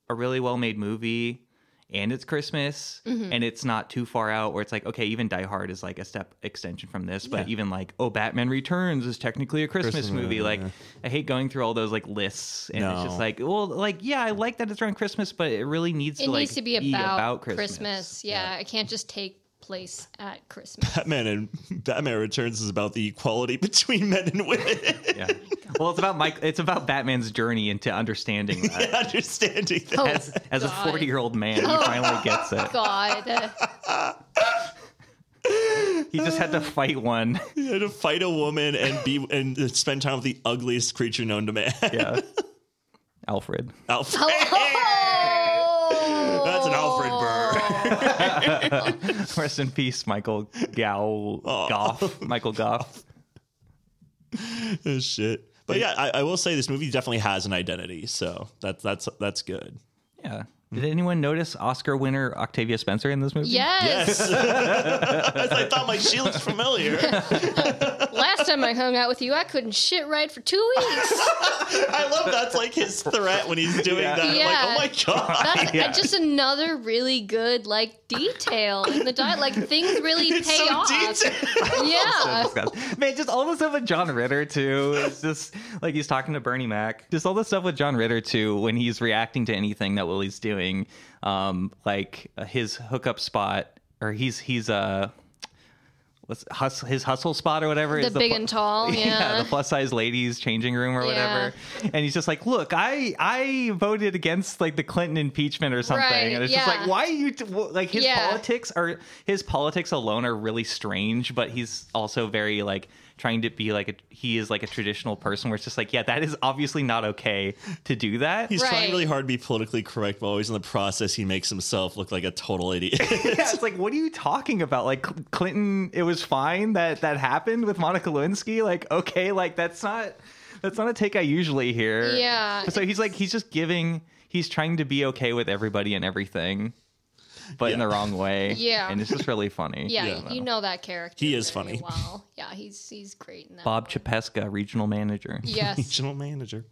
Speaker 1: a really well made movie and it's Christmas
Speaker 3: Mm-hmm.
Speaker 1: and it's not too far out where it's like, okay, even Die Hard is like a step extension from this, but even like, oh, Batman Returns is technically a Christmas,
Speaker 2: Christmas
Speaker 1: movie.
Speaker 2: movie,
Speaker 1: Like, I hate going through all those like lists and it's just
Speaker 2: No.
Speaker 1: like, well, like, yeah, I like that it's around Christmas, but it really needs
Speaker 3: it
Speaker 1: to like E,
Speaker 3: needs to be about, christmas,
Speaker 1: Christmas.
Speaker 3: Yeah, it can't just take place at christmas
Speaker 2: Batman and Batman Returns is about the equality between men and women.
Speaker 1: Yeah. well, it's about Mike. It's about Batman's journey into understanding that.
Speaker 2: Understanding that.
Speaker 3: Oh,
Speaker 1: As, as a
Speaker 3: God.
Speaker 1: 40 year old man, he finally gets it.
Speaker 3: god
Speaker 1: He just had to fight one.
Speaker 2: You had to fight a woman and be and spend time with the ugliest creature known to man.
Speaker 1: Yeah. Alfred.
Speaker 2: Alfred.
Speaker 3: oh!
Speaker 2: That's an Alfred Burr.
Speaker 1: Rest in peace, Michael Gow Goff. Michael Goff.
Speaker 2: Oh, Shit. But yeah, I, I will say this movie definitely has an identity, so that's that's that's good.
Speaker 1: Yeah. Did anyone notice Oscar winner Octavia Spencer in this movie?
Speaker 3: yes.
Speaker 2: Yes. I thought my she looks familiar.
Speaker 3: Last time I hung out with you, I couldn't shit right for two weeks.
Speaker 2: I love that's like his threat when he's doing
Speaker 1: Yeah.
Speaker 2: that. I'm
Speaker 3: Yeah.
Speaker 2: Like, oh my god.
Speaker 3: That's
Speaker 1: Yeah.
Speaker 3: just another really good like detail in the diet. Like things really
Speaker 2: It's
Speaker 3: pay
Speaker 2: so
Speaker 3: off.
Speaker 2: detailed.
Speaker 3: Yeah.
Speaker 1: Disgusting. Man, just all the stuff with John Ritter too. It's just like he's talking to Bernie Mac. Just all the stuff with John Ritter too when he's reacting to anything that Willie's doing. Um, like uh, his hookup spot or he's he's uh what's hus- his hustle spot or whatever
Speaker 3: The
Speaker 1: is
Speaker 3: big
Speaker 1: pl-
Speaker 3: and tall,
Speaker 1: the
Speaker 3: yeah.
Speaker 1: plus size ladies changing room or whatever and he's just like look i i voted against like the clinton impeachment or something
Speaker 3: Right,
Speaker 1: and it's just like
Speaker 3: yeah.
Speaker 1: why are you t- wh- like his
Speaker 3: Yeah.
Speaker 1: politics are his politics alone are really strange but he's also very like trying to be like a, he is like a traditional person where it's just like yeah that is obviously not okay to do that
Speaker 2: He's trying
Speaker 3: Right.
Speaker 2: really hard to be politically correct, but always in the process, he makes himself look like a total idiot.
Speaker 1: yeah, it's like, what are you talking about? Like Cl- Clinton, it was fine that that happened with Monica Lewinsky. Like, okay, like that's not that's not a take I usually hear.
Speaker 3: Yeah,
Speaker 1: So he's like, he's just giving. He's trying to be okay with everybody and everything, but in the
Speaker 2: Yeah.
Speaker 1: wrong way.
Speaker 3: Yeah.
Speaker 1: and it's just really funny.
Speaker 3: Yeah,
Speaker 2: Yeah.
Speaker 3: you know that character.
Speaker 2: He is
Speaker 3: very
Speaker 2: funny.
Speaker 3: Well, yeah, he's he's great in that.
Speaker 1: Bob
Speaker 3: role.
Speaker 1: Chapeska, regional manager.
Speaker 3: Yes.
Speaker 2: Regional manager.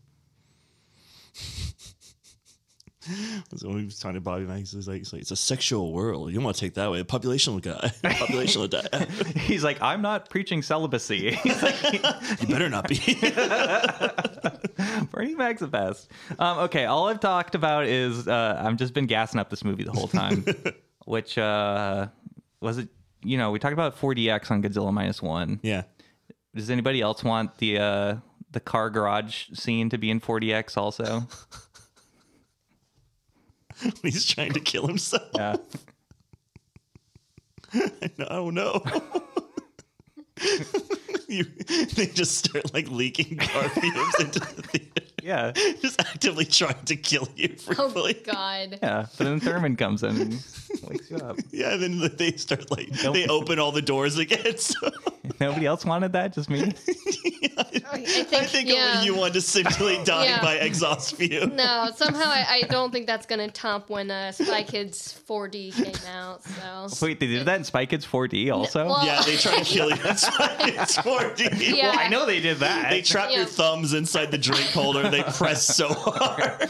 Speaker 2: so when he was talking to Bobby Mack, he's like, he's like, it's a sexual world. You don't want to take that way. Population will die. Population will die.
Speaker 1: He's like, I'm not preaching celibacy.
Speaker 2: you better not be.
Speaker 1: Bernie Mac's the best. Um, okay, all I've talked about is uh, I've just been gassing up this movie the whole time, which uh, was it. You know, we talked about 4DX on Godzilla minus one.
Speaker 2: yeah.
Speaker 1: Does anybody else want the uh, the car garage scene to be in 40x also?
Speaker 2: He's trying to kill himself.
Speaker 1: Yeah.
Speaker 2: No, no. you, they just start like leaking car fumes into the theater.
Speaker 1: yeah,
Speaker 2: Just actively trying to kill you
Speaker 3: Oh
Speaker 2: frequently.
Speaker 3: God.
Speaker 1: yeah. But then Thurman comes in, and wakes you up.
Speaker 2: yeah, and then they start like they open all the doors again. So
Speaker 1: Nobody else wanted that, just me.
Speaker 3: I think,
Speaker 2: I think
Speaker 3: yeah.
Speaker 2: only you want to simulate dying
Speaker 3: Yeah.
Speaker 2: by exhaust fume.
Speaker 3: No, somehow I, I don't think that's gonna top when uh, Spy Kids 4D came out. So
Speaker 1: Wait, they did that in Spy Kids 4D also.
Speaker 3: well-
Speaker 2: Yeah, they try to kill you. That's why it's 4D.
Speaker 3: Yeah.
Speaker 1: I know they did that.
Speaker 2: They trap
Speaker 3: Yeah.
Speaker 2: your thumbs inside the drink holder. and They press so hard.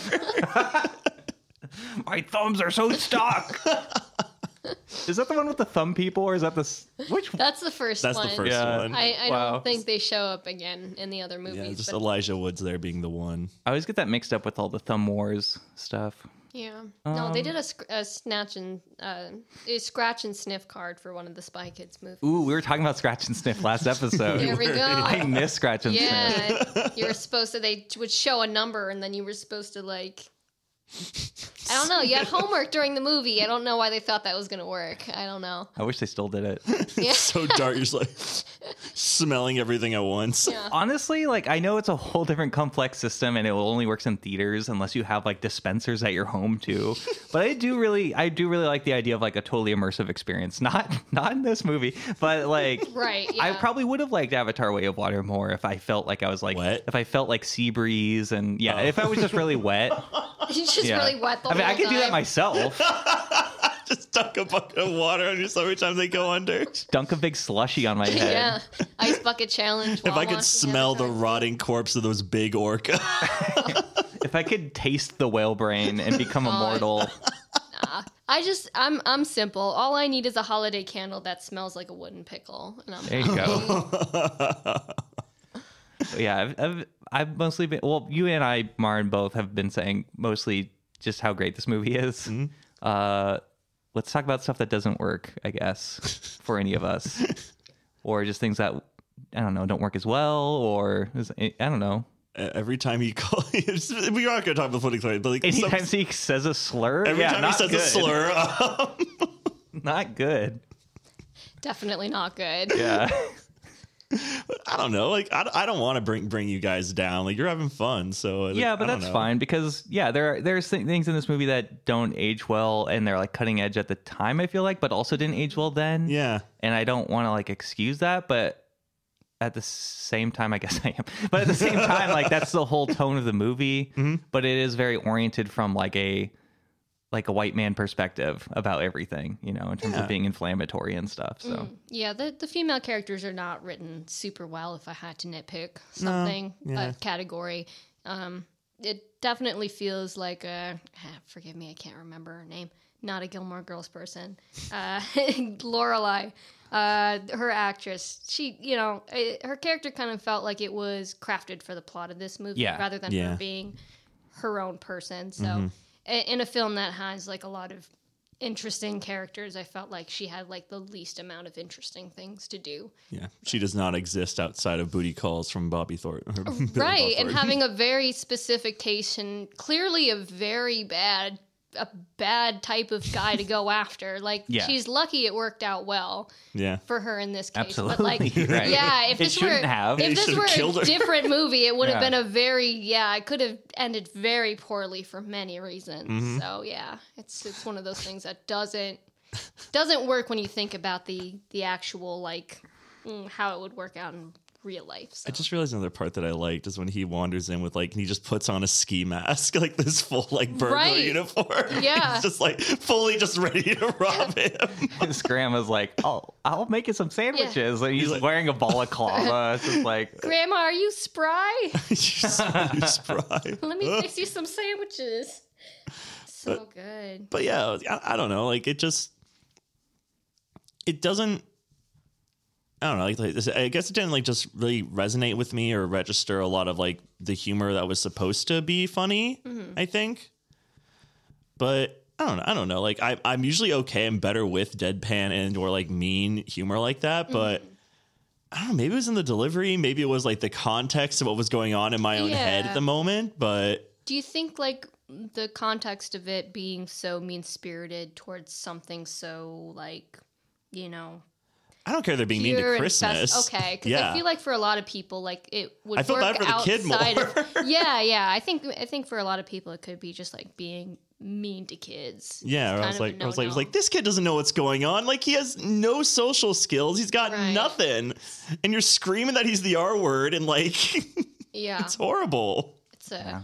Speaker 1: My thumbs are so stuck. is that the one with the thumb people, or is that the s- which?
Speaker 3: that's the first
Speaker 2: That's
Speaker 3: one.
Speaker 2: the first
Speaker 1: Yeah.
Speaker 2: one.
Speaker 3: I, I
Speaker 1: Wow.
Speaker 3: don't think they show up again in the other
Speaker 2: yeah,
Speaker 3: movies.
Speaker 2: just
Speaker 3: but,
Speaker 2: Elijah Woods there being the one.
Speaker 1: I always get that mixed up with all the Thumb Wars stuff.
Speaker 3: yeah. no, they
Speaker 2: Um,
Speaker 3: did a, sc- a snatch and uh, a scratch and sniff card for one of the Spy Kids movies.
Speaker 1: Ooh, we were talking about Scratch and Sniff last episode.
Speaker 3: there we go.
Speaker 1: I miss Scratch and Sniff.
Speaker 3: Yeah, you were supposed to. They would show a number, and then you were supposed to like. I don't know. You had homework during the movie. I don't know why they thought that was gonna work. I don't know.
Speaker 1: I wish they still did it.
Speaker 3: Yeah.
Speaker 2: It's so dark. You're just like smelling everything at once.
Speaker 3: Yeah.
Speaker 1: Honestly, like I know it's a whole different complex system and it only works in theaters unless you have like dispensers at your home too. but I do really I do really like the idea of like a totally immersive experience. Not not in this movie, but like
Speaker 3: Right. Yeah.
Speaker 1: I probably would have liked Avatar Way of Water more if I felt like I was like
Speaker 2: Wet?
Speaker 1: if I felt like sea breeze and yeah, if I was just really wet.
Speaker 3: It's just
Speaker 1: Yeah.
Speaker 3: really wet the
Speaker 1: I mean,
Speaker 3: whole
Speaker 1: I could do that
Speaker 3: time.
Speaker 1: myself.
Speaker 2: Just duck a bucket of water on yourself every time they go under.
Speaker 1: Dunk a big slushy on my head.
Speaker 3: Yeah. Ice bucket challenge.
Speaker 2: If I could smell the rotting corpse of those big orca,
Speaker 1: If I could taste the whale brain and
Speaker 3: Oh,
Speaker 1: become immortal.
Speaker 3: I just I'm I'm simple. All I need is a holiday candle that smells like a wooden pickle, and I'm
Speaker 1: There you go. yeah, I've, I've I've mostly been well. You and I, Marin, both have been saying mostly just how great this movie is.
Speaker 2: Mm-hmm.
Speaker 1: Uh, let's talk about stuff that doesn't work, I guess, for any of us, or just things that I don't know don't work as well, or is, I don't know.
Speaker 2: e, every time he calls, we aren't going to talk about political correct, but like some-
Speaker 1: Anytime he says a slur,
Speaker 2: every
Speaker 1: yeah,
Speaker 2: time he
Speaker 1: not
Speaker 2: says
Speaker 1: good.
Speaker 2: a slur,
Speaker 1: not good.
Speaker 3: definitely not good.
Speaker 1: Yeah,
Speaker 2: I don't know. Like I, I don't want to bring bring you guys down. Like you're having fun, so uh, like,
Speaker 1: yeah,
Speaker 2: I
Speaker 1: but
Speaker 2: don't
Speaker 1: that's
Speaker 2: know.
Speaker 1: fine because yeah, there are there's th- things in this movie that don't age well, and they're like cutting edge at the time. I feel like, but also didn't age well then.
Speaker 2: Yeah,
Speaker 1: and I don't want to like excuse that, but at the same time, I guess I am. But at the same time, like that's the whole tone of the movie.
Speaker 2: Mm-hmm.
Speaker 1: But it is very oriented from like a like a white man perspective about everything, you know, in terms
Speaker 2: Yeah.
Speaker 1: of being inflammatory and stuff. So
Speaker 3: Mm-hmm. Yeah, the, the female characters are not written super well. If I had to nitpick something,
Speaker 2: yeah.
Speaker 3: a category, um, it definitely feels like a. ah, forgive me, I can't remember her name. Not a Gilmore Girls person. Uh, Lorelai, uh, her actress. She, you know, it, her character kind of felt like it was crafted for the plot of this movie,
Speaker 1: Yeah.
Speaker 3: rather than
Speaker 2: Yeah.
Speaker 3: her being her own person. So, i- in a film that has like a lot of interesting characters. I felt like she had like the least amount of interesting things to do.
Speaker 2: Yeah, she does not exist outside of booty calls from Bobby Thornton. or Billy Bob
Speaker 3: right. And
Speaker 2: Thornton.
Speaker 3: having a very specific case and clearly a very bad a bad type of guy to go after. Like
Speaker 1: Yeah.
Speaker 3: she's lucky it worked out well
Speaker 2: yeah,
Speaker 3: for her in this case. But
Speaker 1: Absolutely,
Speaker 3: like
Speaker 1: right.
Speaker 3: yeah, if
Speaker 1: It
Speaker 3: this
Speaker 1: shouldn't
Speaker 3: were
Speaker 1: have.
Speaker 3: if
Speaker 2: They
Speaker 3: this
Speaker 2: should've
Speaker 3: were
Speaker 2: killed her.
Speaker 3: a different movie, it would have
Speaker 1: Yeah.
Speaker 3: been a very yeah, it could have ended very poorly for many reasons. So yeah, it's it's one of those things that doesn't doesn't work when you think about the the actual like mm, how it would work out in real life. So.
Speaker 2: I just realized another part that I liked is when he wanders in with like and he just puts on a ski mask, like this full like burglar
Speaker 3: Right.
Speaker 2: uniform.
Speaker 3: Yeah.
Speaker 2: He's just like fully just ready to rob him.
Speaker 1: His grandma's like, "Oh, I'll make you some sandwiches," and he's
Speaker 2: like-
Speaker 1: wearing a balaclava. It's just like,
Speaker 3: Grandma, are you spry?
Speaker 2: You're so- you're spry.
Speaker 3: Let me fix you some sandwiches. So good.
Speaker 2: but yeah, I, I don't know. Like it just, it doesn't. I don't know. Like, like this- I guess it didn't like just really resonate with me or register a lot of like the humor that was supposed to be funny.
Speaker 3: Mm-hmm.
Speaker 2: I think, but I don't know. I don't know. Like I, I'm usually okay. I'm better with deadpan and or like mean humor like that,
Speaker 3: Mm-hmm.
Speaker 2: but. I don't know. Maybe it was in the delivery. Maybe it was like the context of what was going on in my own head at
Speaker 3: Yeah.
Speaker 2: the moment. But
Speaker 3: Do you think like the context of it being so mean spirited towards something so like you know
Speaker 2: I don't care. They're being mean
Speaker 3: pure
Speaker 2: to
Speaker 3: and fest-
Speaker 2: Christmas.
Speaker 3: okay, because
Speaker 2: Yeah.
Speaker 3: I feel like for a lot of people, like it would.
Speaker 2: I feel bad
Speaker 3: work
Speaker 2: for the kid
Speaker 3: outside
Speaker 2: more.
Speaker 3: Of, yeah, yeah. I think I think for a lot of people, it could be just like being mean to kids.
Speaker 2: Yeah,
Speaker 3: It's
Speaker 2: I
Speaker 3: kind
Speaker 2: was
Speaker 3: of a
Speaker 2: like, I was like, I was
Speaker 3: no-no.
Speaker 2: like, this kid doesn't know what's going on. Like, he has no social skills. He's got
Speaker 3: Right.
Speaker 2: nothing, and you're screaming that he's the R word, and like, it's
Speaker 3: yeah, it's,
Speaker 2: horrible.
Speaker 3: a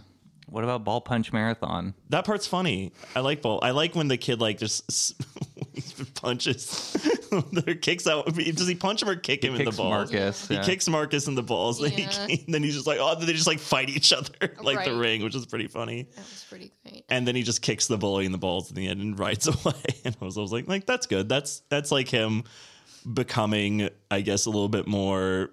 Speaker 1: "What about ball punch marathon?"
Speaker 2: That part's funny. I like ball. I like when the kid like just s- punches, or kicks out. Does he punch him or kick him in the
Speaker 1: Kicks
Speaker 2: balls?
Speaker 1: Marcus.
Speaker 2: He
Speaker 1: yeah.
Speaker 2: kicks Marcus in the balls. Then,
Speaker 3: Yeah.
Speaker 2: he, then he's just like, oh, then they just like fight each other like the
Speaker 3: Right.
Speaker 2: ring, which is pretty funny.
Speaker 3: that was pretty great.
Speaker 2: and then he just kicks the bully in the balls in the end and rides away. And I was, I was like, like that's good. That's that's like him becoming, I guess, a little bit more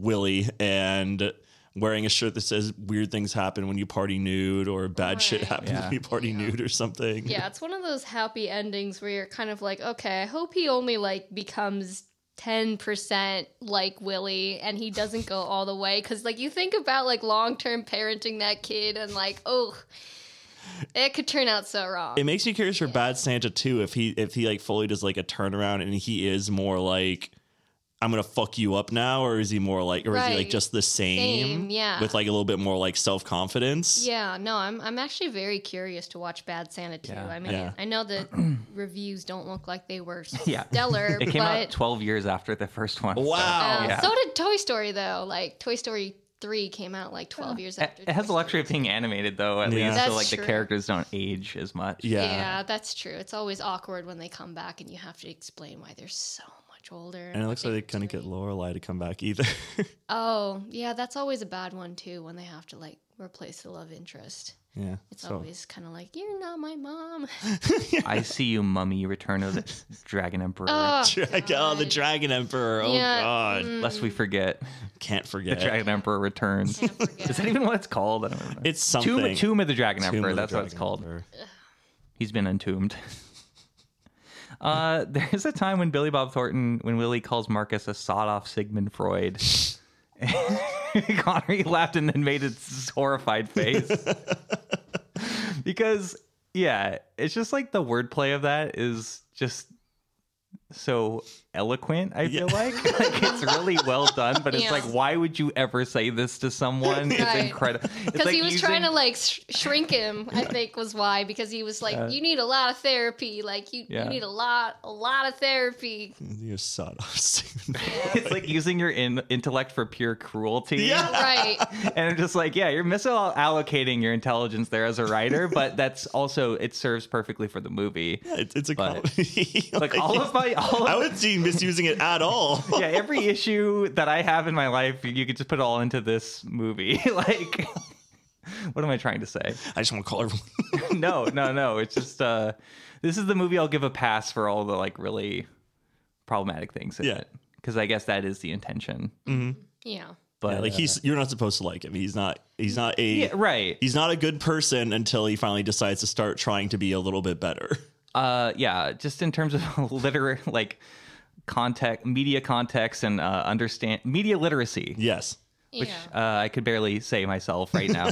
Speaker 2: Willy and wearing a shirt that says "Weird things happen when you party nude" or "Bad shit
Speaker 3: Right.
Speaker 2: happens
Speaker 1: Yeah.
Speaker 2: when you party nude" or something.
Speaker 3: Yeah, it's one of those happy endings where you're kind of like, okay, I hope he only like becomes 10% like Willie and he doesn't go all the way cuz like you think about like long-term parenting that kid and like, oh, it could turn out so wrong.
Speaker 2: It makes me curious for Bad Santa too. If he if he like fully does like a turnaround and he is more like. I'm gonna fuck you up now, or is he more like, or is he like
Speaker 3: Right.
Speaker 2: just the same,
Speaker 3: Same, yeah.
Speaker 2: with like a little bit more like self confidence?
Speaker 3: yeah, no, I'm I'm actually very curious to watch Bad Santa 2.
Speaker 1: Yeah.
Speaker 3: I mean,
Speaker 2: Yeah.
Speaker 3: I know that reviews don't look like they were
Speaker 1: Yeah.
Speaker 3: stellar,
Speaker 1: It came out
Speaker 3: but
Speaker 1: 12 years after the first one. so-
Speaker 2: Wow.
Speaker 3: um,
Speaker 1: yeah.
Speaker 3: so did Toy Story though. Like Toy Story 3 came out like 12 years
Speaker 1: It
Speaker 3: after.
Speaker 1: it has
Speaker 3: Toy
Speaker 1: the
Speaker 3: Story
Speaker 1: luxury of being animated, though, at
Speaker 2: Yeah.
Speaker 1: least,
Speaker 3: That's
Speaker 1: so like the
Speaker 3: true.
Speaker 1: characters don't age as much.
Speaker 2: Yeah.
Speaker 3: Yeah. that's true. It's always awkward when they come back and you have to explain why they're so much older.
Speaker 2: And it looks like they couldn't get Lorelai to come back either.
Speaker 3: Oh, yeah, that's always a bad one too when they have to like replace the love interest.
Speaker 2: yeah.
Speaker 3: It's
Speaker 2: so
Speaker 3: always kind of like, you're not my mom.
Speaker 1: I see you, mummy, return of the Dragon Emperor.
Speaker 3: Oh,
Speaker 2: Drag- oh, the
Speaker 3: God.
Speaker 2: Dragon Emperor. Oh
Speaker 3: Yeah, mm.
Speaker 2: God,
Speaker 1: Lest we forget,
Speaker 2: can't
Speaker 1: the
Speaker 2: forget.
Speaker 1: Dragon Emperor returns.
Speaker 3: Can't forget.
Speaker 1: Is that even what it's called? I don't remember.
Speaker 2: it's something.
Speaker 1: Tomb, Tomb of the Dragon
Speaker 2: Tomb of
Speaker 1: Emperor.
Speaker 2: the
Speaker 1: That's what it's
Speaker 2: Dragon
Speaker 1: called.
Speaker 2: Emperor.
Speaker 1: He's been entombed. Uh, there's a time when Billy Bob Thornton, when Willie calls Marcus a sawed-off Sigmund Freud. Connery laughed and then made his horrified face. because, yeah, it's just like the wordplay of that is just so eloquent, I feel like. like. It's really well done, but it's
Speaker 3: Yeah.
Speaker 1: like, why would you ever say this to someone?
Speaker 3: Right.
Speaker 1: It's incredible.
Speaker 3: Because he was trying to like sh- shrink him, I think was why. Because he was like, "You need a lot of therapy. Like you,
Speaker 1: Yeah.
Speaker 3: you need a lot, a lot of therapy."
Speaker 2: You're sawed off. Sigmund Freud.
Speaker 1: It's like using your in- intellect for pure cruelty.
Speaker 2: Yeah.
Speaker 3: right?
Speaker 1: and I'm just like, yeah, you're misallocating your intelligence there as a writer, but that's also it serves perfectly for the movie.
Speaker 2: It's, it's a
Speaker 1: But-
Speaker 2: comedy.
Speaker 1: Like all of my all
Speaker 2: I
Speaker 1: of,
Speaker 2: wouldn't see misusing it at all.
Speaker 1: yeah, every issue that I have in my life, you could just put it all into this movie. like what am I trying to say?
Speaker 2: I just want to call everyone.
Speaker 1: No, no, no. It's just uh this is the movie I'll give a pass for all the like really problematic things in
Speaker 2: Yeah. Mm-hmm.
Speaker 1: it. Because I guess that is the intention.
Speaker 3: Yeah.
Speaker 1: But
Speaker 2: Yeah, like
Speaker 1: uh,
Speaker 2: he's you're not supposed to like him. He's not. He's not a.
Speaker 1: yeah, right.
Speaker 2: He's not a good person until he finally decides to start trying to be a little bit better.
Speaker 1: uh, yeah, just in terms of literary like context, media context, and uh, understand media literacy,
Speaker 2: Yes.
Speaker 1: which
Speaker 3: yeah.
Speaker 1: uh, I could barely say myself right now.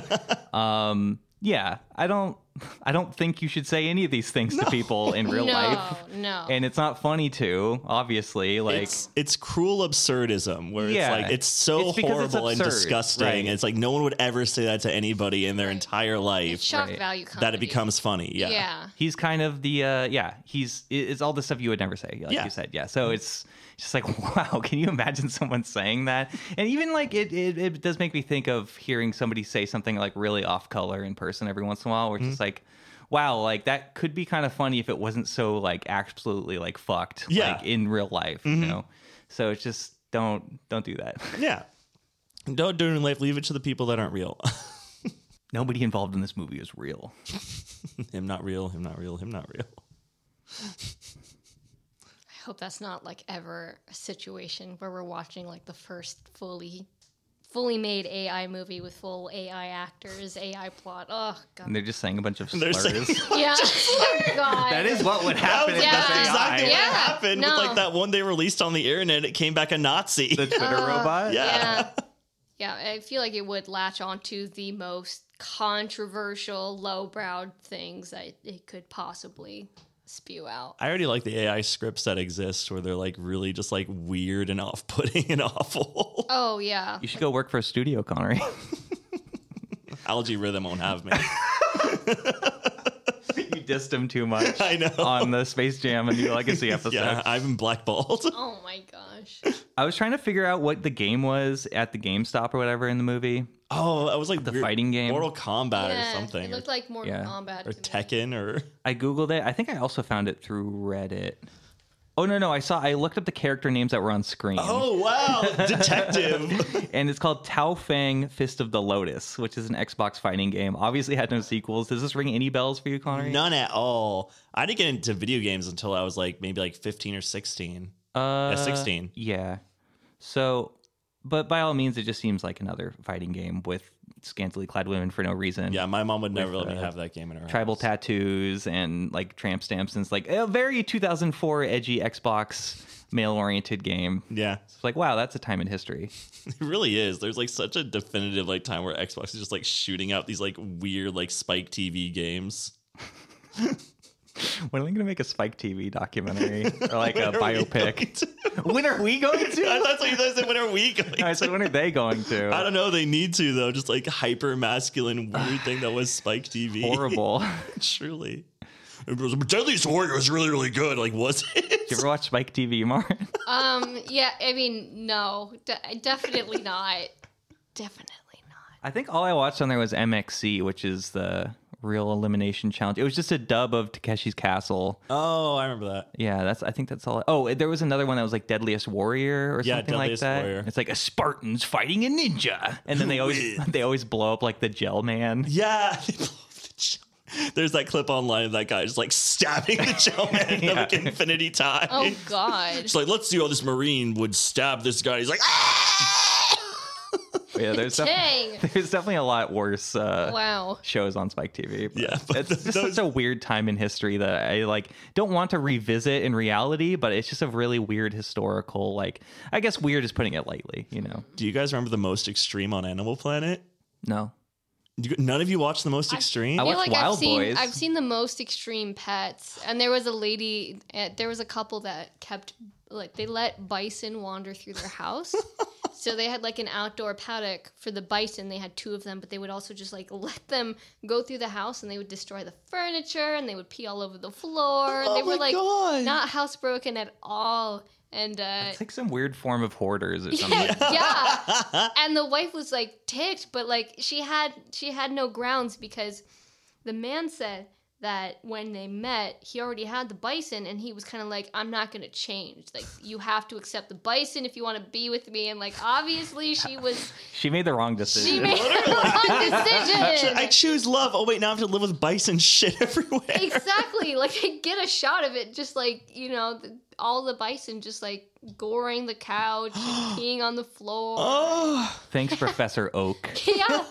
Speaker 1: um, yeah, I don't, I don't think you should say any of these things to people in real
Speaker 3: no,
Speaker 1: life,
Speaker 3: no.
Speaker 1: and it's not funny to obviously. Like,
Speaker 2: it's it's cruel absurdism where
Speaker 1: Yeah.
Speaker 2: it's like it's so
Speaker 1: It's because it's
Speaker 2: horrible and
Speaker 1: absurd,
Speaker 2: disgusting.
Speaker 1: right.
Speaker 2: And it's like no one would ever say that to anybody in their entire
Speaker 3: it's
Speaker 2: life
Speaker 3: shock
Speaker 1: Right.
Speaker 3: value comedy.
Speaker 2: that it becomes funny. Yeah.
Speaker 3: yeah.
Speaker 1: he's kind of the uh yeah he's it- it's all the stuff you would never say like
Speaker 2: Yeah.
Speaker 1: you said yeah so it's just like wow can you imagine someone saying that and even like it, it it does make me think of hearing somebody say something like really off color in person every once in a while where it's
Speaker 2: Mm-hmm.
Speaker 1: just like wow like that could be kind of funny if it wasn't so like absolutely like fucked
Speaker 2: Yeah. Mm-hmm.
Speaker 1: like in real life you know so it's just don't don't do that
Speaker 2: Yeah. Don't do it in life. Leave it to the people that aren't real.
Speaker 1: nobody involved in this movie is real
Speaker 2: him not real. Him not real. Him not real.
Speaker 3: I hope that's not like ever a situation where we're watching like the first fully fully made AI movie with full AI actors, AI plot. Oh
Speaker 1: and
Speaker 3: god.
Speaker 1: they're just saying a bunch of
Speaker 2: They're
Speaker 1: slurs
Speaker 2: saying-
Speaker 3: Yeah.
Speaker 2: Oh
Speaker 3: god.
Speaker 1: that is what would happen
Speaker 2: That was-
Speaker 1: if
Speaker 3: that's
Speaker 1: AI.
Speaker 2: Exactly what
Speaker 3: Yeah.
Speaker 2: happened
Speaker 3: No.
Speaker 2: with like that one they released on the internet. It came back a Nazi.
Speaker 1: the twitter robot
Speaker 2: yeah.
Speaker 3: Yeah. Yeah, I feel like it would latch onto the most controversial, lowbrow things that it could possibly spew out.
Speaker 2: I already like the AI scripts that exist where they're like really just like weird and off putting and awful.
Speaker 3: Oh yeah.
Speaker 1: You should go work for a studio, Connery.
Speaker 2: Algae rhythm won't have me.
Speaker 1: you dissed him too much
Speaker 2: I know.
Speaker 1: on the Space Jam and New Legacy episode.
Speaker 2: yeah, I've been blackballed.
Speaker 3: Oh my gosh.
Speaker 1: I was trying to figure out what the game was at the GameStop or whatever in the movie.
Speaker 2: Oh, that was like
Speaker 1: The
Speaker 2: weird-
Speaker 1: fighting game?
Speaker 2: Mortal Kombat
Speaker 3: Yeah,
Speaker 2: or something,
Speaker 3: It
Speaker 2: or,
Speaker 3: looked like Mortal
Speaker 1: yeah.
Speaker 3: Kombat
Speaker 2: or
Speaker 3: to me.
Speaker 2: Tekken, or
Speaker 1: I googled it. I think I also found it through Reddit. Oh no, no! I saw. I looked up the character names that were on screen,
Speaker 2: oh wow, detective.
Speaker 1: and it's called Tao Fang Fist of the Lotus, which is an Xbox fighting game. Obviously, had no sequels. Does this ring any bells for you, Connery?
Speaker 2: None at all. I didn't get into video games until I was like maybe like fifteen or sixteen.
Speaker 1: Uh,
Speaker 2: 16.
Speaker 1: Yeah. So, but by all means, it just seems like another fighting game with scantily clad women for no reason.
Speaker 2: Yeah, my mom would never let me
Speaker 1: uh,
Speaker 2: have that game in her
Speaker 1: tribal
Speaker 2: house.
Speaker 1: tattoos and like tramp stamps and it's like a very 2004 edgy xbox male oriented game
Speaker 2: Yeah,
Speaker 1: it's like wow that's a time in history
Speaker 2: it really is. There's like such a definitive like time where Xbox is just like shooting out these like weird like Spike TV games.
Speaker 1: when are they gonna make a spike tv documentary or like a
Speaker 2: When are we
Speaker 1: biopic
Speaker 2: going to-
Speaker 1: when are we going to
Speaker 2: I thought that's what you said. When are we going?
Speaker 1: i said
Speaker 2: to-
Speaker 1: when are they going to
Speaker 2: I don't know. They need to though. Just like hyper masculine weird thing that was Spike TV.
Speaker 1: horrible did
Speaker 2: Truly. Everybody's like, Deadliest Warrior was really, really good. Like, was it?
Speaker 1: you ever watch spike tv Mark?
Speaker 3: Um. Yeah. I mean, no. De- definitely not. Definitely not.
Speaker 1: i think all i watched on there was mxc which is the real elimination challenge it was just a dub of takeshi's castle
Speaker 2: Oh, I remember that.
Speaker 1: Yeah, that's. I think that's all. Oh, there was another one that was like Deadliest Warrior or
Speaker 2: Yeah,
Speaker 1: something
Speaker 2: Deadliest
Speaker 1: like that.
Speaker 2: Warrior.
Speaker 1: It's like a Spartans fighting a ninja, and then they always
Speaker 2: Wins?
Speaker 1: they always blow up like the gel man.
Speaker 2: Yeah. they blew up the gel- There's that clip online of that guy just like stabbing the gel man
Speaker 1: Yeah.
Speaker 2: like infinity time.
Speaker 3: Oh God.
Speaker 2: It's like, let's see how this Marine would stab this guy. He's like, ah!
Speaker 1: Yeah, there's def-
Speaker 3: Dang.
Speaker 1: there's definitely a lot worse uh,
Speaker 3: Wow.
Speaker 1: shows on Spike TV. but
Speaker 2: Yeah, but
Speaker 1: it's
Speaker 2: th-
Speaker 1: just
Speaker 2: those-
Speaker 1: such a weird time in history that I like don't want to revisit in reality, but it's just a really weird historical. Like, I guess weird is putting it lightly. You know,
Speaker 2: Do you guys remember the most extreme on Animal Planet?
Speaker 1: no.
Speaker 2: You- None of you watched the most extreme?
Speaker 1: I
Speaker 3: feel
Speaker 1: watched
Speaker 3: like I've
Speaker 1: Wild
Speaker 3: seen
Speaker 1: Boys.
Speaker 3: I've seen the most extreme pets, and there was a lady, uh, there was a couple that kept like they let bison wander through their house. So they had like an outdoor paddock for the bison. They had two of them, but they would also just like let them go through the house, and they would destroy the furniture, and they would pee all over the floor. and they
Speaker 2: Oh
Speaker 3: were
Speaker 2: my
Speaker 3: like
Speaker 2: God.
Speaker 3: not housebroken at all. And uh,
Speaker 1: It's like some weird form of hoarders or something.
Speaker 3: yeah, yeah. And the wife was like ticked, but like she had she had no grounds because the man said that when they met, he already had the bison, and he was kind of like, "I'm not gonna change. Like you have to accept the bison if you want to be with me." And like obviously she was
Speaker 1: She made the wrong decision.
Speaker 3: she made the wrong decision.
Speaker 2: I choose love. Oh, wait, now I have to live with bison shit everywhere.
Speaker 3: exactly like I get a shot of it just like you know th- all the bison just like goring the couch and peeing on the floor.
Speaker 2: Oh,
Speaker 1: Thanks, Professor Oak.
Speaker 3: Yeah.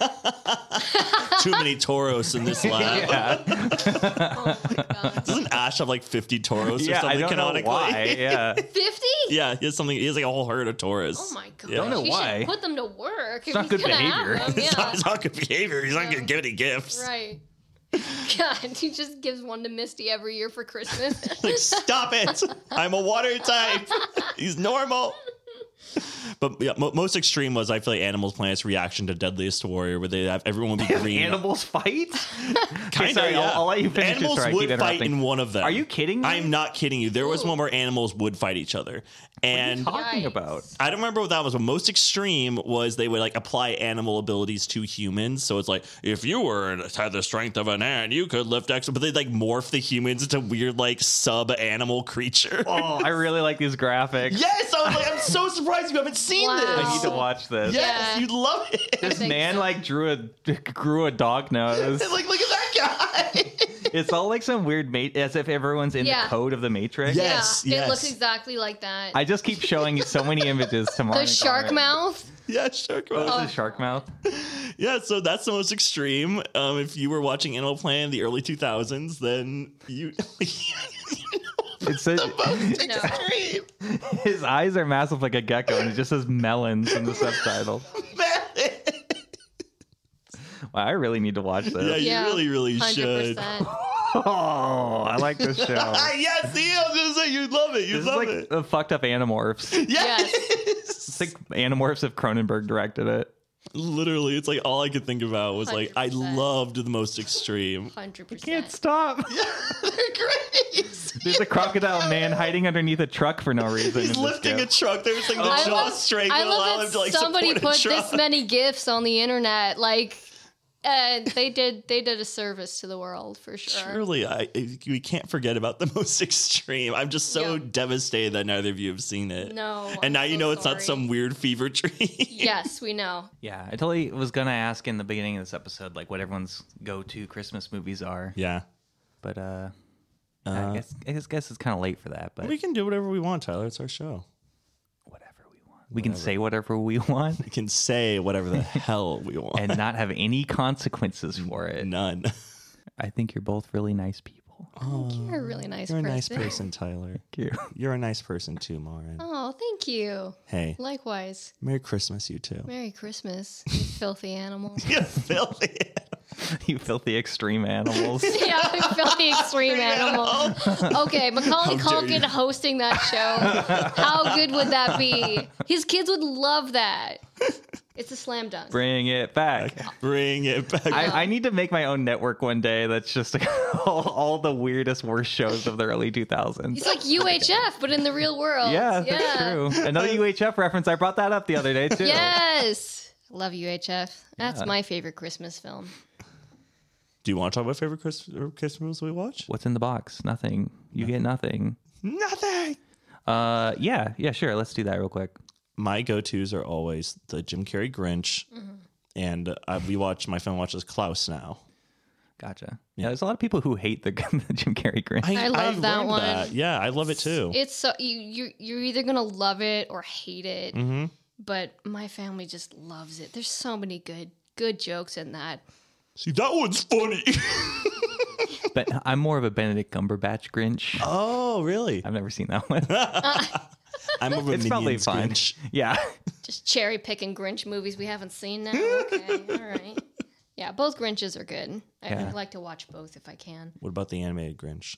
Speaker 2: too many toros in this lab.
Speaker 1: Yeah,
Speaker 3: Oh my god.
Speaker 2: Doesn't Ash have like 50 toros or
Speaker 1: yeah I
Speaker 2: something
Speaker 1: don't know
Speaker 2: canonically?
Speaker 1: why. Yeah,
Speaker 3: Fifty?
Speaker 2: Yeah, he has something. He has like a whole herd of toros.
Speaker 3: Oh my god.
Speaker 2: Yeah. Don't
Speaker 1: know
Speaker 3: He should
Speaker 1: why.
Speaker 3: Put them to work. It's
Speaker 1: not good behavior.
Speaker 2: It's, not, it's not good behavior. He's not
Speaker 3: Yeah.
Speaker 2: gonna give any gifts.
Speaker 3: Right. God, he just gives one to Misty every year for Christmas.
Speaker 2: Like, stop it! I'm a water type. He's normal. But yeah, mo- most extreme was I feel like Animal Planet's reaction to Deadliest Warrior, where they have everyone be green.
Speaker 1: animals fight.
Speaker 2: Kinda,
Speaker 1: sorry, I'll-
Speaker 2: yeah.
Speaker 1: I'll let you finish this,
Speaker 2: Animals
Speaker 1: sorry, I keep
Speaker 2: would fight
Speaker 1: interrupting.
Speaker 2: in one of them.
Speaker 1: Are you kidding me?
Speaker 2: I'm not kidding you. There was
Speaker 3: Ooh.
Speaker 2: one where animals would fight each other, and
Speaker 1: talking
Speaker 3: Yikes.
Speaker 1: about.
Speaker 2: I don't remember what that was, but most extreme was they would like apply animal abilities to humans. So it's like if you were had the strength of an ant, you could lift X. But they would like morph the humans into weird like sub animal creature.
Speaker 1: Oh, I really like these graphics.
Speaker 2: Yes, I was like, I'm so surprised you haven't seen
Speaker 3: Wow.
Speaker 1: I
Speaker 2: this.
Speaker 1: need to watch this.
Speaker 2: Yes,
Speaker 3: Yeah.
Speaker 2: you'd love it.
Speaker 1: This
Speaker 3: Thanks.
Speaker 1: man like drew a grew a dog nose.
Speaker 2: It's like look at that guy.
Speaker 1: It's all like some weird mate, as if everyone's in
Speaker 3: Yeah.
Speaker 1: the code of the Matrix.
Speaker 2: Yeah. Yes,
Speaker 3: yeah,
Speaker 2: yes.
Speaker 3: It looks exactly like that.
Speaker 1: I just keep showing you so many images tomorrow.
Speaker 3: the shark mouth.
Speaker 2: yeah, sure. come on.
Speaker 1: Oh, the shark mouth.
Speaker 2: Yeah, so that's the most extreme. Um, if you were watching Animal Planet in the early 2000s, then you.
Speaker 1: It's a,
Speaker 3: No.
Speaker 2: extreme.
Speaker 1: his eyes are massive like a gecko, and it just says melons in the subtitle.
Speaker 2: Man.
Speaker 1: Wow, I really need to watch
Speaker 2: Yeah,
Speaker 1: this.
Speaker 2: you
Speaker 3: Yeah,
Speaker 2: really, really
Speaker 3: Hundred
Speaker 2: should.
Speaker 3: percent.
Speaker 1: Oh, I like this show.
Speaker 2: Ah, yes, see, I was gonna say you'd love it. You'd
Speaker 1: This is
Speaker 2: love
Speaker 1: like
Speaker 2: it.
Speaker 1: the fucked up Animorphs.
Speaker 2: Yes.
Speaker 1: It's like Animorphs if Cronenberg directed it.
Speaker 2: Literally, it's like all I could think about was like I
Speaker 3: 100%.
Speaker 2: loved the most extreme.
Speaker 3: Hundred
Speaker 1: Can't
Speaker 3: percent.
Speaker 1: stop.
Speaker 2: They're great.
Speaker 1: There's a crocodile man hiding underneath a truck for no reason. in
Speaker 2: He's
Speaker 1: this
Speaker 2: lifting a
Speaker 1: skit.
Speaker 2: truck. There's like the
Speaker 3: I
Speaker 2: jaw
Speaker 3: love,
Speaker 2: strength
Speaker 3: I
Speaker 2: to allow
Speaker 3: love
Speaker 2: him
Speaker 3: that
Speaker 2: to like
Speaker 3: somebody
Speaker 2: support
Speaker 3: put
Speaker 2: a truck.
Speaker 3: this many gifs on the internet. Like, uh, they did. They did a service to the world for sure.
Speaker 2: Surely, I I- we can't forget about the most extreme. I'm just so
Speaker 3: Yeah.
Speaker 2: devastated that neither of you have seen it.
Speaker 3: No, I'm
Speaker 2: and now you
Speaker 3: so
Speaker 2: know it's not
Speaker 3: sorry.
Speaker 2: some weird fever dream.
Speaker 3: Yes, we know.
Speaker 1: Yeah, I totally was gonna ask in the beginning of this episode, like what everyone's go-to Christmas movies are,
Speaker 2: yeah,
Speaker 1: but uh, I guess I guess, guess it's kind of late for that. But
Speaker 2: we can do whatever we want, Tyler. It's our show.
Speaker 1: whatever we want, we can say whatever we want
Speaker 2: We can say whatever the hell we want.
Speaker 1: and not have any consequences for it.
Speaker 2: None.
Speaker 1: I think you're both really nice people.
Speaker 3: You're a really nice
Speaker 2: You're a
Speaker 3: person.
Speaker 2: nice person, Tyler.
Speaker 1: Thank you.
Speaker 2: You're a nice person too, Lauren.
Speaker 3: Oh, thank you.
Speaker 2: Hey,
Speaker 3: Likewise.
Speaker 2: Merry Christmas, you too.
Speaker 3: Merry Christmas, you filthy animal.
Speaker 2: you filthy.
Speaker 1: you filthy extreme animals.
Speaker 3: yeah, I felt the extreme animal. Okay, Macaulay
Speaker 2: How dare
Speaker 3: Culkin
Speaker 2: you.
Speaker 3: hosting that show. How good would that be? His kids would love that. It's a slam dunk.
Speaker 1: Bring it back.
Speaker 2: Bring it back.
Speaker 1: I, I need to make my own network one day. That's just all, all the weirdest, worst shows of the early 2000s.
Speaker 3: It's like UHF, but in the real world.
Speaker 1: Yeah, that's true. Another UHF reference. I brought that up the other day too.
Speaker 3: Yes. Love UHF. That's my favorite Christmas film.
Speaker 2: Do you want to talk about favorite Christ- or Christmas movies we watch?
Speaker 1: What's in the box? Nothing. You get nothing.
Speaker 2: Nothing.
Speaker 1: Uh, yeah, yeah, sure. Let's do that real quick.
Speaker 2: my go tos are always the Jim Carrey Grinch,
Speaker 3: Mm-hmm.
Speaker 2: and uh, we watch. My friend watches Klaus now.
Speaker 1: Gotcha. Yeah, there's a lot of people who hate the, the Jim Carrey Grinch.
Speaker 3: I love that
Speaker 2: learned
Speaker 3: one.
Speaker 2: Yeah, I love it too.
Speaker 3: It's so you you you're either gonna love it or hate it.
Speaker 1: Mm-hmm.
Speaker 3: But my family just loves it. There's so many good good jokes in that.
Speaker 2: See, that one's funny.
Speaker 1: But I'm more of a Benedict Cumberbatch Grinch.
Speaker 2: oh, really?
Speaker 1: I've never seen that one.
Speaker 2: I'm over
Speaker 1: It's probably
Speaker 2: Minions
Speaker 1: fine.
Speaker 2: Grinch.
Speaker 1: Yeah.
Speaker 3: Just cherry picking Grinch movies we haven't seen now. Okay, all right. Yeah, both Grinches are good. I,
Speaker 1: Yeah.
Speaker 3: I like to watch both if I can.
Speaker 2: What about the animated Grinch?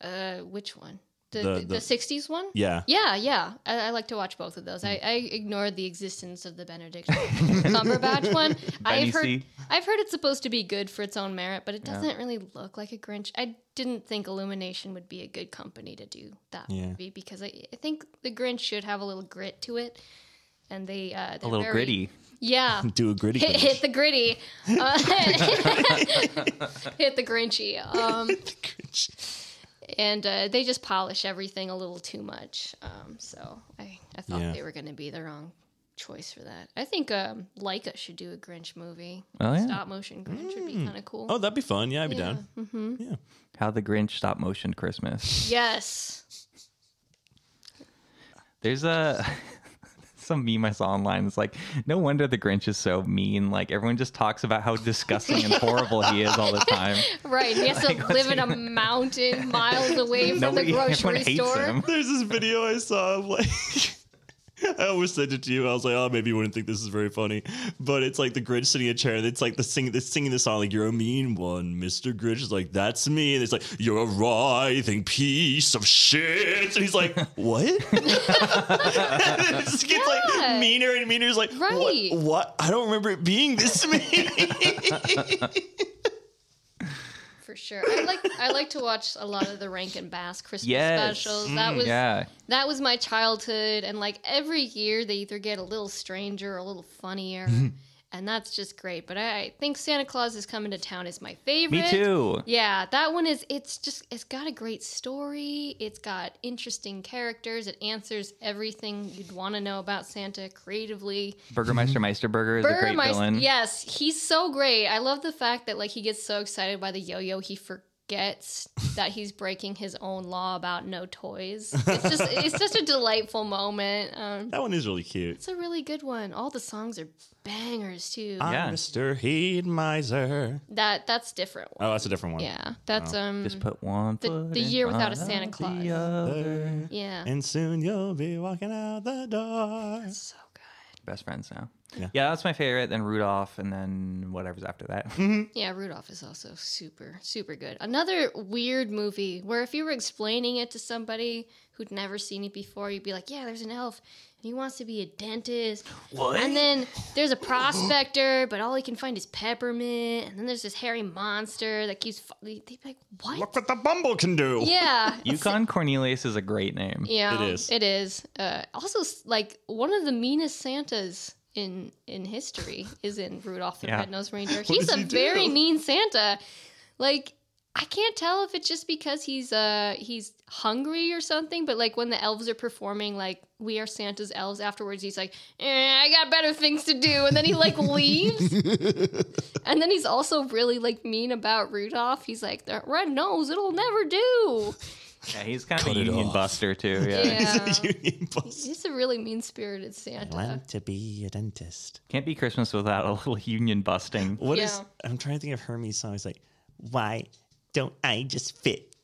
Speaker 3: Uh, which one? The
Speaker 2: The-
Speaker 3: the,
Speaker 2: the-
Speaker 3: the '60s one.
Speaker 2: Yeah.
Speaker 3: Yeah, yeah. I, I like to watch both of those. I,
Speaker 1: Hmm.
Speaker 3: I ignored the existence of the Benedict Cumberbatch one. I've heard
Speaker 1: Benny C.
Speaker 3: I've heard it's supposed to be good for its own merit, but it doesn't really look like a Grinch. I didn't think Illumination would be a good company to do that
Speaker 2: Yeah.
Speaker 3: movie because I, I think the Grinch should have a little grit to it, and they uh,
Speaker 1: A little gritty.
Speaker 3: Yeah,
Speaker 2: Do a gritty
Speaker 3: hit, hit
Speaker 2: Grinch.
Speaker 3: the gritty, uh, hit the Grinchy. Um,
Speaker 2: Grinch.
Speaker 3: and uh, they just polish everything a little too much. Um, so I, I thought
Speaker 2: Yeah.
Speaker 3: they were going to be the wrong choice for that. I think um, Leica should do a Grinch movie.
Speaker 1: Oh, yeah.
Speaker 3: Stop motion Grinch would be kind of cool.
Speaker 2: Oh, that'd be fun. Yeah, I'd be down.
Speaker 1: How the Grinch stop motion Christmas.
Speaker 3: Yes.
Speaker 1: There's a some meme I saw online. It's like, no wonder the Grinch is so mean. Like everyone just talks about how disgusting and horrible he is all the time.
Speaker 3: Right. He has to live in a mountain miles away from
Speaker 1: Nobody-
Speaker 3: the
Speaker 1: everyone
Speaker 3: grocery
Speaker 1: hates
Speaker 3: store.
Speaker 1: him.
Speaker 2: There's this video I saw of like I almost sent it to you. I was like, oh, maybe you wouldn't think this is very funny, but it's like the Grinch sitting in a chair, and it's like the sing, the singing the song like "You're a mean one, Mr. Grinch." Is like, "That's me," and it's like, "You're a writhing piece of shit," and he's like, "What?" and it just gets
Speaker 3: Yeah.
Speaker 2: like meaner and meaner. He's like, "What-
Speaker 3: Right.
Speaker 2: What? I don't remember it being this mean."
Speaker 3: For sure. I like I like to watch a lot of the Rankin Bass Christmas
Speaker 1: Yes.
Speaker 3: specials.
Speaker 1: Mm.
Speaker 3: That was
Speaker 1: Yeah.
Speaker 3: that was my childhood and like every year they either get a little stranger or a little funnier.
Speaker 1: Mm-hmm.
Speaker 3: and that's just great. But I, I think Santa Claus is coming to town is my favorite.
Speaker 1: Me too.
Speaker 3: Yeah, that one is it's just it's got a great story. It's got interesting characters. It answers everything you'd want to know about Santa creatively.
Speaker 1: Burgermeister Meisterburger is a great
Speaker 3: Burmeister-
Speaker 1: villain.
Speaker 3: Yes, he's so great. I love the fact that like he gets so excited by the yo-yo he forgets that he's breaking his own law about no toys. It's just it's such a delightful moment. Um,
Speaker 2: that one is really cute.
Speaker 3: it's a really good one. All the songs are bangers too.
Speaker 1: Yeah.
Speaker 2: I'm Mr. Heed Miser.
Speaker 3: That that's different. One.
Speaker 2: Oh, that's a different one.
Speaker 3: Yeah, that's um.
Speaker 1: Oh. Just put one
Speaker 3: The-
Speaker 1: foot
Speaker 3: the
Speaker 1: in
Speaker 3: year without a
Speaker 1: front
Speaker 3: Santa
Speaker 1: of the
Speaker 3: Claus.
Speaker 1: other.
Speaker 3: yeah,
Speaker 2: And soon you'll be walking out the door.
Speaker 3: so good.
Speaker 1: Best friends now. Yeah.
Speaker 2: Yeah.
Speaker 1: that's my favorite. Then Rudolph, and then whatever's after that.
Speaker 3: Yeah, Rudolph is also super super good. Another weird movie where if you were explaining it to somebody who'd never seen it before, you'd be like, "Yeah, there's an elf." and He wants to be a dentist,
Speaker 1: what?
Speaker 3: And then there's a prospector, but all he can find is peppermint. And then there's this hairy monster that keeps. Fo- they- They'd be like, what?
Speaker 2: Look what the bumble can do.
Speaker 3: Yeah.
Speaker 1: Yukon Cornelius is a great name.
Speaker 3: Yeah.
Speaker 2: It is.
Speaker 3: It is. Uh, also, s- like, one of the meanest Santas in in history is in Rudolph the
Speaker 1: Yeah.
Speaker 3: Red-Nosed Reindeer. He's
Speaker 2: does
Speaker 3: a
Speaker 2: he do?
Speaker 3: very mean Santa. Like, I can't tell if it's just because he's uh he's hungry or something, but like when the elves are performing like we are Santa's elves afterwards, he's like, eh, I got better things to do, and then he like leaves. and then he's also really like mean about Rudolph. He's like, that red nose, it'll never do.
Speaker 1: Yeah, he's kind of
Speaker 2: Cut
Speaker 1: a
Speaker 2: it
Speaker 1: union
Speaker 2: off.
Speaker 1: buster too. Yeah.
Speaker 3: Yeah.
Speaker 2: Union Buster.
Speaker 3: He's a really mean spirited Santa.
Speaker 2: to be a dentist.
Speaker 1: Can't be Christmas without a little union busting.
Speaker 2: What is-
Speaker 3: Yeah.
Speaker 2: I'm trying to think of Hermes' song. It's like, why don't I just fit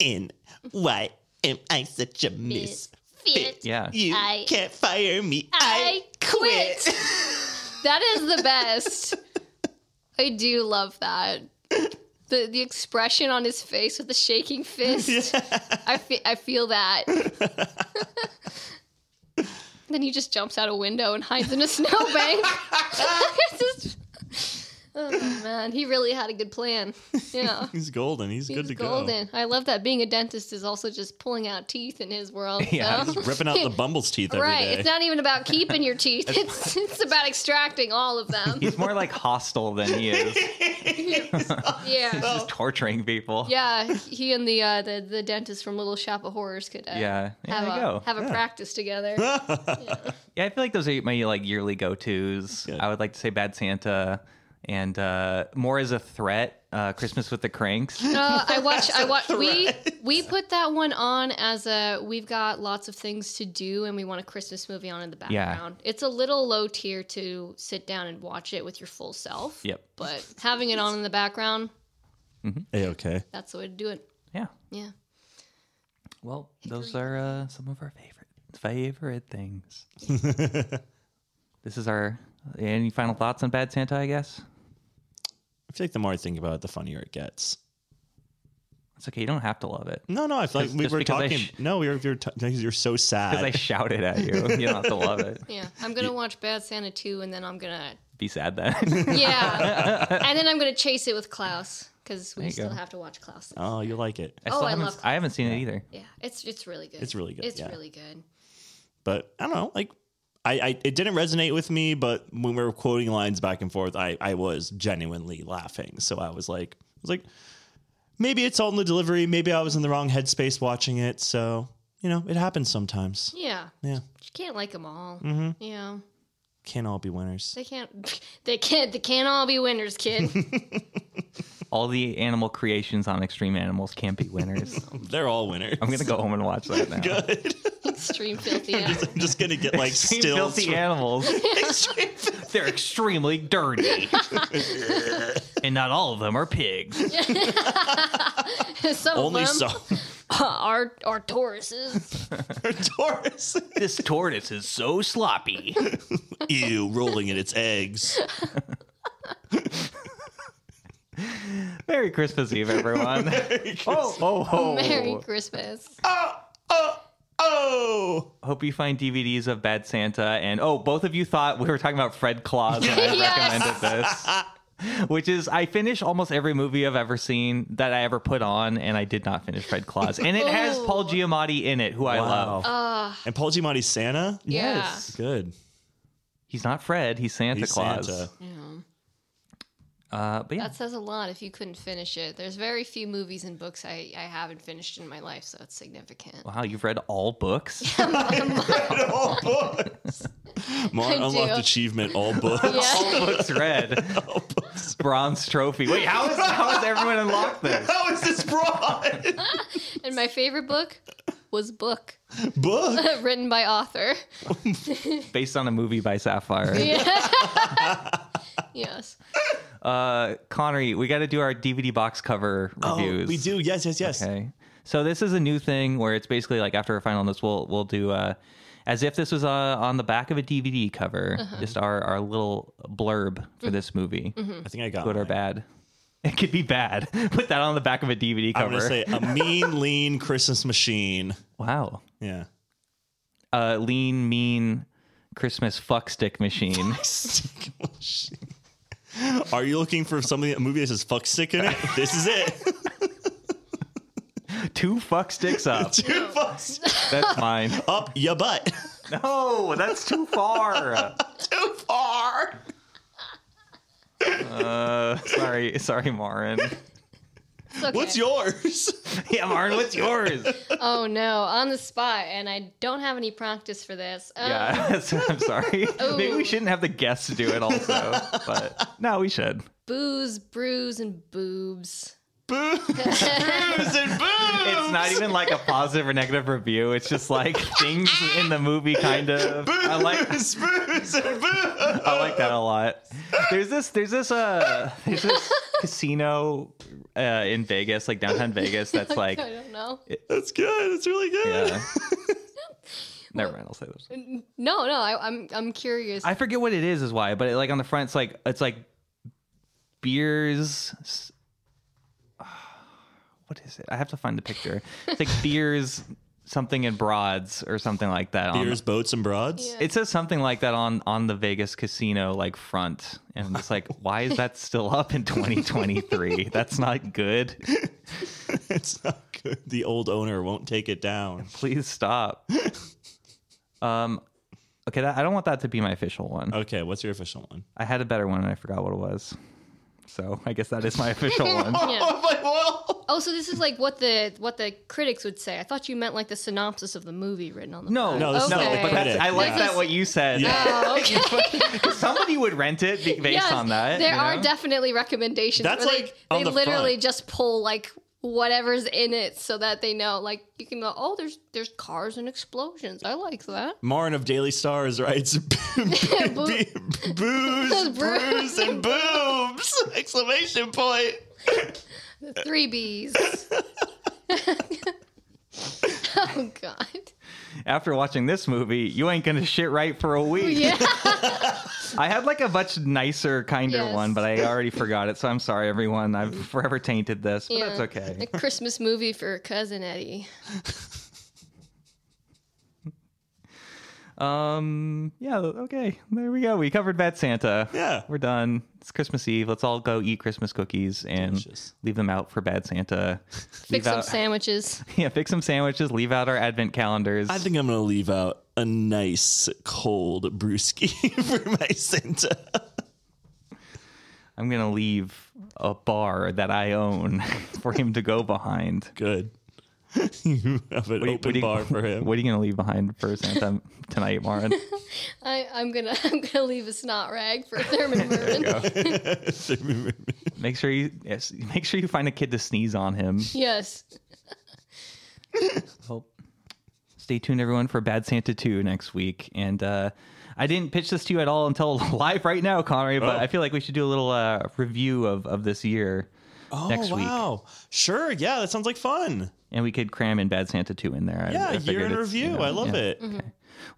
Speaker 2: in? Why am I such a misfit?
Speaker 1: Yeah.
Speaker 2: You
Speaker 3: I-
Speaker 2: can't fire me.
Speaker 3: I
Speaker 2: I,
Speaker 3: quit."
Speaker 2: quit.
Speaker 3: That is the best. I do love that. The the expression on his face with the shaking fist. I fe- I feel that. then he just jumps out a window and hides in a snowbank. It's just- oh man, he really had a good plan. Yeah.
Speaker 2: He's golden. He's,
Speaker 3: He
Speaker 2: good
Speaker 3: was
Speaker 2: to
Speaker 3: golden. I love that being a dentist is also just pulling out teeth in his world.
Speaker 1: Yeah,
Speaker 3: so.
Speaker 2: go. Ripping out the bumble's teeth every day.
Speaker 3: Right. It's not even about keeping your teeth. It's it's about extracting all of them.
Speaker 1: He's more like hostile than he is.
Speaker 3: Yeah.
Speaker 1: Just torturing people.
Speaker 3: Yeah. He and the uh, the the dentist from Little Shop of Horrors could uh,
Speaker 1: Yeah. There
Speaker 3: have
Speaker 1: you
Speaker 3: a,
Speaker 1: go.
Speaker 3: have a practice together.
Speaker 1: Yeah, I feel like those are my like yearly go tos.
Speaker 2: Good.
Speaker 1: I would like to say Bad Santa and uh, more as a threat, uh, Christmas with the Cranks.
Speaker 3: No, Uh, I watch. I watch. We we put that one on as a. We've got lots of things to do, and we want a Christmas movie on in the
Speaker 1: Yeah.
Speaker 3: background. It's a little low tier to sit down and watch it with your full self.
Speaker 1: Yep.
Speaker 3: But having it on in the background,
Speaker 2: Hey, okay.
Speaker 3: that's the way to do it.
Speaker 1: Yeah.
Speaker 3: Yeah.
Speaker 1: Well, those are uh, some of our favorite favorite things. this is our any final thoughts on Bad Santa, I guess?
Speaker 2: I feel like the more I think about it, the funnier it gets.
Speaker 1: It's okay, you don't have to love it.
Speaker 2: No, no, I feel like
Speaker 1: Just-
Speaker 2: we
Speaker 1: just
Speaker 2: were
Speaker 1: because I
Speaker 2: talking.
Speaker 1: sh-
Speaker 2: no, we were, we were ta- you're so sad.
Speaker 1: Because I shouted at you. You don't have to love it.
Speaker 3: Yeah, I'm gonna watch Bad Santa 2 and then I'm gonna
Speaker 1: Be sad
Speaker 2: Oh,
Speaker 1: then.
Speaker 3: Yeah. and then I'm gonna chase it with Klaus because we
Speaker 1: you
Speaker 3: still
Speaker 1: go.
Speaker 3: have to watch Klaus.
Speaker 2: oh, you like it.
Speaker 1: I, still
Speaker 3: I
Speaker 1: haven't,
Speaker 3: love
Speaker 1: I haven't seen it either.
Speaker 3: Yeah, it's it's really good.
Speaker 2: It's really good,
Speaker 3: It's
Speaker 2: yeah.
Speaker 3: really good.
Speaker 2: but I don't know, like I, I it didn't resonate with me, but when we were quoting lines back and forth, I, I was genuinely laughing. So I was like I was like maybe it's all in the delivery, maybe I was in the wrong headspace watching it, so you know, it happens sometimes.
Speaker 3: Yeah,
Speaker 2: Yeah. Mm-hmm.
Speaker 3: you can't like them all. Yeah,
Speaker 2: Can't all be winners.
Speaker 3: they can't. They can't. They can't all be winners, kid.
Speaker 1: all the animal creations on Extreme Animals can't be winners.
Speaker 2: They're all winners.
Speaker 1: I'm gonna go home and watch that now.
Speaker 2: Good.
Speaker 3: Extreme filthy.
Speaker 2: I'm just,
Speaker 3: animal.
Speaker 2: I'm just gonna get like
Speaker 1: Extreme
Speaker 2: still
Speaker 1: filthy animals. They're extremely dirty, and not all of them are pigs.
Speaker 3: Some
Speaker 2: only
Speaker 3: of them
Speaker 2: some
Speaker 3: are are Tauruses.
Speaker 2: Taurus.
Speaker 1: This tortoise is so sloppy.
Speaker 2: Ew, rolling in its eggs.
Speaker 1: Merry Christmas Eve, everyone. oh, oh, oh.
Speaker 3: Merry Christmas.
Speaker 2: Oh,
Speaker 1: Hope you find DVDs of Bad Santa. And oh, both of you thought we were talking about Fred Claus when I
Speaker 3: Yes.
Speaker 1: recommended this. Which is, I finish almost every movie I've ever seen that I ever put on, and I did not finish Fred Claus. And it has
Speaker 3: Ooh.
Speaker 1: Paul Giamatti in it, who I love.
Speaker 2: and Paul Giamatti's Santa.
Speaker 3: Yeah.
Speaker 1: Yes.
Speaker 2: Good.
Speaker 1: He's not Fred, he's Santa
Speaker 2: He's
Speaker 1: Claus.
Speaker 2: Santa.
Speaker 1: Uh, but yeah,
Speaker 3: That says a lot if you couldn't finish it. There's very few movies and books I, I haven't finished in my life, so it's significant.
Speaker 1: wow, you've read all books?
Speaker 2: all books. Mar
Speaker 3: I
Speaker 2: unlocked
Speaker 3: do.
Speaker 2: achievement. All books.
Speaker 3: Yeah.
Speaker 1: all books read. Bronze trophy. Wait, how is, how is everyone unlocked this?
Speaker 2: How is this broad?
Speaker 3: And my favorite book was Book,
Speaker 2: Book.
Speaker 3: written by author.
Speaker 1: Based on a movie by Sapphire.
Speaker 3: Yes.
Speaker 1: Uh, Connery, we got to do our DVD box cover reviews.
Speaker 2: Oh, we do. Yes, yes, yes.
Speaker 1: Okay. So this is a new thing where it's basically like after a final notes, we'll we'll do uh, as if this was uh, on the back of a DVD cover, just our our little blurb for this movie,
Speaker 2: I think I got
Speaker 1: good or
Speaker 2: mine.
Speaker 1: bad. It could be bad. Put that on the back of a DVD
Speaker 2: I'm
Speaker 1: cover.
Speaker 2: gonna say a mean, lean Christmas machine.
Speaker 1: wow.
Speaker 2: Yeah.
Speaker 1: Uh, lean, mean, Christmas fuck stick machine.
Speaker 2: Stick machine. Are you looking for something a movie that says fuck stick in it? This is it.
Speaker 1: Two fuck sticks up.
Speaker 2: Two fucks
Speaker 1: That's mine.
Speaker 2: up your butt.
Speaker 1: No, that's too far.
Speaker 2: Too far.
Speaker 1: Uh, sorry, sorry, Marin.
Speaker 3: It's okay.
Speaker 2: What's yours?
Speaker 1: Yeah, Marin, what's yours?
Speaker 3: Oh no, on the spot, and I don't have any practice for this. Um, Oh.
Speaker 1: Yeah, that's- I'm sorry. Maybe we shouldn't have the guests do it also, but no, we should.
Speaker 3: Booze, brews, and boobs.
Speaker 2: Booze, booze, and booze.
Speaker 1: It's not even like a positive or negative review. It's just like things in the movie, kind of. I like
Speaker 2: booze, booze, and booze.
Speaker 1: I like that a lot. There's this there's this uh there's this casino uh, in Vegas, like downtown Vegas, that's like
Speaker 3: I don't know.
Speaker 2: That's good. That's really good.
Speaker 1: yeah. Never mind, I'll say this.
Speaker 3: No, no, I, I'm I'm curious.
Speaker 1: I forget what it is, is why, but it, like on the front, it's like it's like beers. s- What is it? I have to find the picture. It's like beers, something in broads or something like that. on-
Speaker 2: Beers, boats, and broads.
Speaker 3: Yeah.
Speaker 1: it says something like that on on the Vegas casino like front, and I'm just like, why is that still up in 2023? That's not good.
Speaker 2: It's not good. The old owner won't take it down.
Speaker 1: Please stop. Um, okay, that, I don't want that to be my official one.
Speaker 2: Okay, what's your official one?
Speaker 1: I had a better one and I forgot what it was. So I guess that is my official one.
Speaker 3: Yeah.
Speaker 2: like, well,
Speaker 3: Oh, so this is like what the what the critics would say. I thought you meant like the synopsis of the movie written on the
Speaker 1: No,
Speaker 3: front.
Speaker 2: No, this is
Speaker 1: no,
Speaker 2: not
Speaker 1: but that's, I
Speaker 2: Yeah.
Speaker 1: like
Speaker 3: This
Speaker 1: that
Speaker 3: is-
Speaker 1: what you said.
Speaker 3: Oh, okay.
Speaker 1: Somebody would rent it be- based
Speaker 3: Yes,
Speaker 1: on that.
Speaker 3: There
Speaker 1: you
Speaker 3: are
Speaker 1: know?
Speaker 3: definitely recommendations.
Speaker 2: That's
Speaker 3: where
Speaker 2: like
Speaker 3: they,
Speaker 2: on
Speaker 3: they
Speaker 2: the
Speaker 3: literally
Speaker 2: front.
Speaker 3: just pull like whatever's in it so that they know. Like you can go, oh, there's there's cars and explosions. I like that.
Speaker 2: Marin of Daily Stars writes
Speaker 3: Boo-
Speaker 2: booze, bruise, and boobs! Exclamation point!
Speaker 3: Three B's. oh God.
Speaker 1: After watching this movie, you ain't gonna shit right for a week.
Speaker 3: Yeah.
Speaker 1: I had like a much nicer, kinder
Speaker 3: Yes.
Speaker 1: one, but I already forgot it. So I'm sorry, everyone. I've forever tainted this, but
Speaker 3: yeah.
Speaker 1: that's okay.
Speaker 3: A Christmas movie for cousin Eddie.
Speaker 1: Um, yeah, okay. There we go. We covered Bad Santa.
Speaker 2: Yeah.
Speaker 1: we're done. It's Christmas Eve. Let's all go eat Christmas cookies and
Speaker 2: Delicious.
Speaker 1: leave them out for Bad Santa.
Speaker 3: Fix
Speaker 1: Leave
Speaker 3: some
Speaker 1: out,
Speaker 3: sandwiches.
Speaker 1: yeah, fix some sandwiches. Leave out our advent calendars.
Speaker 2: I think I'm gonna leave out a nice cold brewski for my Santa.
Speaker 1: I'm gonna leave a bar that I own for him to go behind.
Speaker 2: Good. you have
Speaker 1: What do you-
Speaker 2: an
Speaker 1: what
Speaker 2: open
Speaker 1: do you-
Speaker 2: bar for him.
Speaker 1: What are you gonna leave behind for Santa tonight, Marin?
Speaker 3: I, I'm gonna I'm gonna leave a snot rag for Thurman Merman.
Speaker 2: Thurman Merman.
Speaker 1: Make sure you yes, make sure you find a kid to sneeze on him.
Speaker 3: Yes.
Speaker 1: Well, stay tuned, everyone, for Bad Santa 2 next week. And uh, I didn't pitch this to you at all until live right now, Connery, but
Speaker 2: Oh.
Speaker 1: I feel like we should do a little uh, review of, of this year next
Speaker 2: oh,
Speaker 1: week.
Speaker 2: wow. Sure. Yeah, that sounds like fun.
Speaker 1: And we could cram in Bad Santa 2 in there. I-
Speaker 2: Yeah,
Speaker 1: I
Speaker 2: year
Speaker 1: figured
Speaker 2: in
Speaker 1: it's, you
Speaker 2: review.
Speaker 1: know,
Speaker 2: I love
Speaker 1: yeah.
Speaker 2: it.
Speaker 3: Mm-hmm.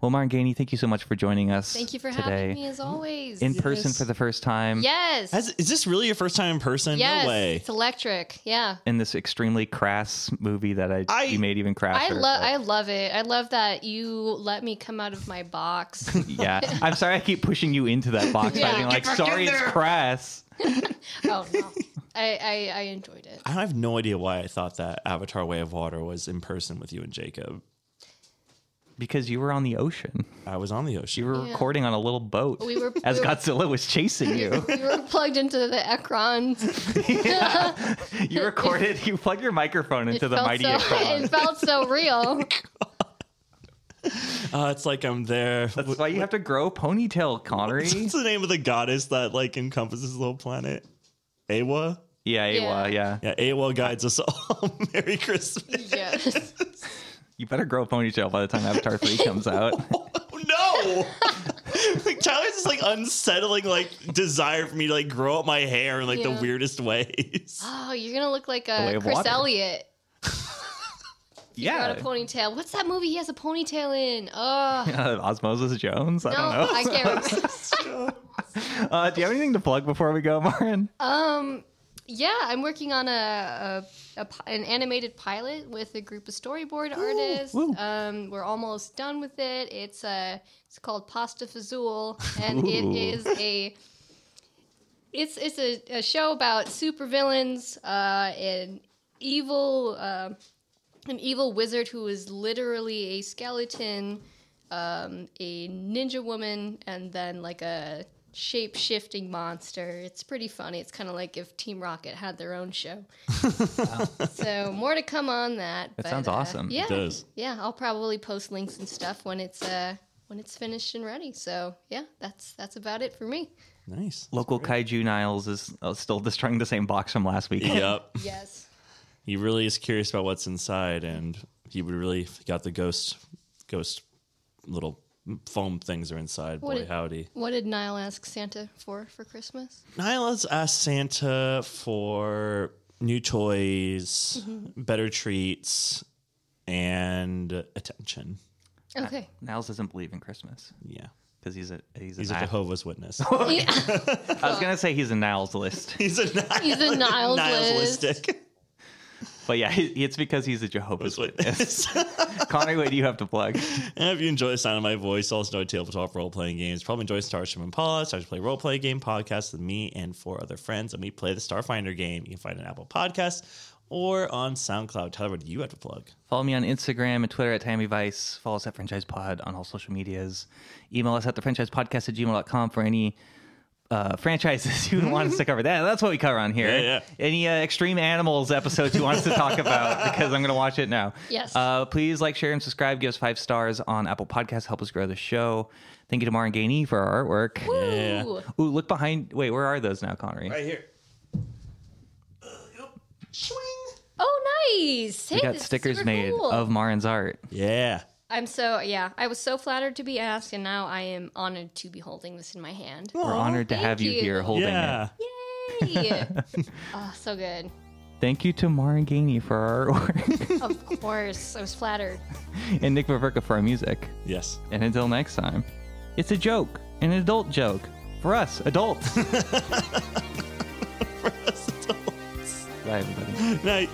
Speaker 1: Well, Martin Gainey, thank you so much for joining us.
Speaker 3: Thank you for
Speaker 1: today.
Speaker 3: having me as always.
Speaker 1: In person
Speaker 2: Yes.
Speaker 1: for the first time
Speaker 3: yes.
Speaker 2: Has, is this really your first time in person?
Speaker 3: yes.
Speaker 2: No way.
Speaker 3: It's electric. Yeah.
Speaker 1: in this extremely crass movie that I,
Speaker 2: I-
Speaker 1: you made even
Speaker 3: I
Speaker 1: crasser.
Speaker 3: love I love it. I love that you let me come out of my box.
Speaker 1: but- yeah, I'm sorry I keep pushing you into that box by
Speaker 3: Yeah.
Speaker 1: being
Speaker 3: Get
Speaker 1: like,
Speaker 2: back in
Speaker 1: sorry, it's
Speaker 2: there."
Speaker 1: crass.
Speaker 3: oh no. I, I, I enjoyed it.
Speaker 2: I have no idea why I thought that Avatar Way of Water was in person with you and Jacob.
Speaker 1: Because you were on the ocean.
Speaker 2: I was on the
Speaker 1: You
Speaker 2: ocean.
Speaker 1: were
Speaker 3: Yeah.
Speaker 1: recording on a little boat
Speaker 3: We were-
Speaker 1: as
Speaker 3: we were-
Speaker 1: Godzilla was chasing you.
Speaker 3: We were plugged into the Ekron.
Speaker 1: you recorded, you plugged your microphone into the
Speaker 3: felt
Speaker 1: mighty
Speaker 3: so,
Speaker 1: Ekron.
Speaker 3: It felt so real.
Speaker 2: Uh, it's like I'm there.
Speaker 1: That's why you have to grow a ponytail, Connery.
Speaker 2: What's the name of the goddess that like encompasses the whole planet? Awa?
Speaker 1: Yeah, Awa, yeah.
Speaker 3: Yeah.
Speaker 2: Yeah, Awa guides us all. Merry Christmas.
Speaker 3: Yes.
Speaker 1: You better grow a ponytail by the time Avatar 3 comes out. Oh,
Speaker 2: No! like Tyler's this like unsettling like desire for me to like grow up my hair in like
Speaker 3: Yeah.
Speaker 2: the weirdest ways.
Speaker 3: Oh, you're gonna look like
Speaker 1: Way
Speaker 3: a
Speaker 1: of
Speaker 3: Chris
Speaker 1: Water.
Speaker 3: Elliott.
Speaker 1: yeah.
Speaker 3: Got a ponytail. What's that movie he has a ponytail in? Oh
Speaker 1: Uh, Osmosis Jones? I
Speaker 3: no,
Speaker 1: don't know.
Speaker 3: I can't remember.
Speaker 1: Uh, do you have anything to plug before we go, Marin?
Speaker 3: Um, yeah, I'm working on a, a, a pi- an animated pilot with a group of storyboard artists.
Speaker 1: woo.
Speaker 3: Um, we're almost done with it. It's uh, it's called Pasta Fazool, and it
Speaker 1: Ooh.
Speaker 3: is a it's it's a, a show about supervillains uh, and evil uh, an evil wizard who is literally a skeleton, um, a ninja woman, and then like a shape shifting monster. It's pretty funny. It's kind of like if Team Rocket had their own show. so more to come on that.
Speaker 1: That
Speaker 3: but,
Speaker 1: sounds
Speaker 3: uh,
Speaker 1: awesome. It
Speaker 3: yeah,
Speaker 2: does.
Speaker 3: yeah. I'll probably post links and stuff when it's uh, when it's finished and ready. So yeah, that's that's about it for me.
Speaker 2: Nice.
Speaker 1: Local kaiju Niles is uh, still destroying the same box from last week.
Speaker 2: Yep.
Speaker 3: Yes.
Speaker 2: He really is curious about what's inside and he would really got the ghost ghost little foam things are inside.
Speaker 3: What
Speaker 2: Boy
Speaker 3: it-
Speaker 2: howdy.
Speaker 3: What did Niall ask Santa for for Christmas?
Speaker 2: Nyla's asked Santa for new toys,
Speaker 3: Mm-hmm.
Speaker 2: better treats, and attention.
Speaker 3: Okay.
Speaker 1: Niles doesn't believe in Christmas
Speaker 2: Yeah.
Speaker 1: because he's a he's,
Speaker 2: He's
Speaker 1: an
Speaker 2: a
Speaker 1: a
Speaker 2: Jehovah's Witness.
Speaker 3: Yeah.
Speaker 1: I was gonna say he's a Niles list,
Speaker 2: He's a
Speaker 3: He's a Niles list.
Speaker 2: Nihilistic
Speaker 1: but yeah, he- it's because he's a Jehovah's Witness.
Speaker 2: Witness.
Speaker 1: Connery, what do you have to plug?
Speaker 2: And if you enjoy the sound of my voice, also enjoy tabletop role playing games. Probably enjoy Starship Impala, Starship Play Role Play Game podcast with me and four other friends. And we play the Starfinder game. You can find it on Apple Podcasts or on SoundCloud. Tyler, what do you have to plug?
Speaker 1: Follow me on Instagram and Twitter at Tammy Vice. Follow us at Franchise Pod on all social medias. Email us at thefranchisepodcast at gmail.com for any uh, franchises you want us to cover. That That's what we cover on here.
Speaker 2: Yeah, yeah.
Speaker 1: Any uh, extreme animals episodes you want us to talk about because I'm going to watch it now.
Speaker 3: Yes.
Speaker 1: Uh, please like, share, and subscribe. Give us five stars on Apple Podcasts. Help us grow the show. Thank you to Maren Gainey for our artwork.
Speaker 2: Yeah.
Speaker 3: Ooh.
Speaker 1: Ooh, look behind. Wait, where are those now, Connery?
Speaker 2: Right here. Swing.
Speaker 3: Oh, nice! Hey,
Speaker 1: We got
Speaker 3: this is
Speaker 1: stickers
Speaker 3: super
Speaker 1: made
Speaker 3: cool.
Speaker 1: of Marin's art.
Speaker 2: Yeah.
Speaker 3: I'm so yeah. I was so flattered to be asked, and now I am honored to be holding this in my hand.
Speaker 1: We're honored to
Speaker 3: thank
Speaker 1: have you,
Speaker 3: you.
Speaker 1: here holding it.
Speaker 2: Yeah.
Speaker 3: Yay! oh, so good.
Speaker 1: Thank you to Marin Gainey for our artwork
Speaker 3: Of course, I was flattered.
Speaker 1: and Nick Vaverka for our music.
Speaker 2: Yes.
Speaker 1: And until next time, it's a joke, an adult joke for us adults.
Speaker 2: For us adults.
Speaker 1: Bye, everybody.
Speaker 2: Night.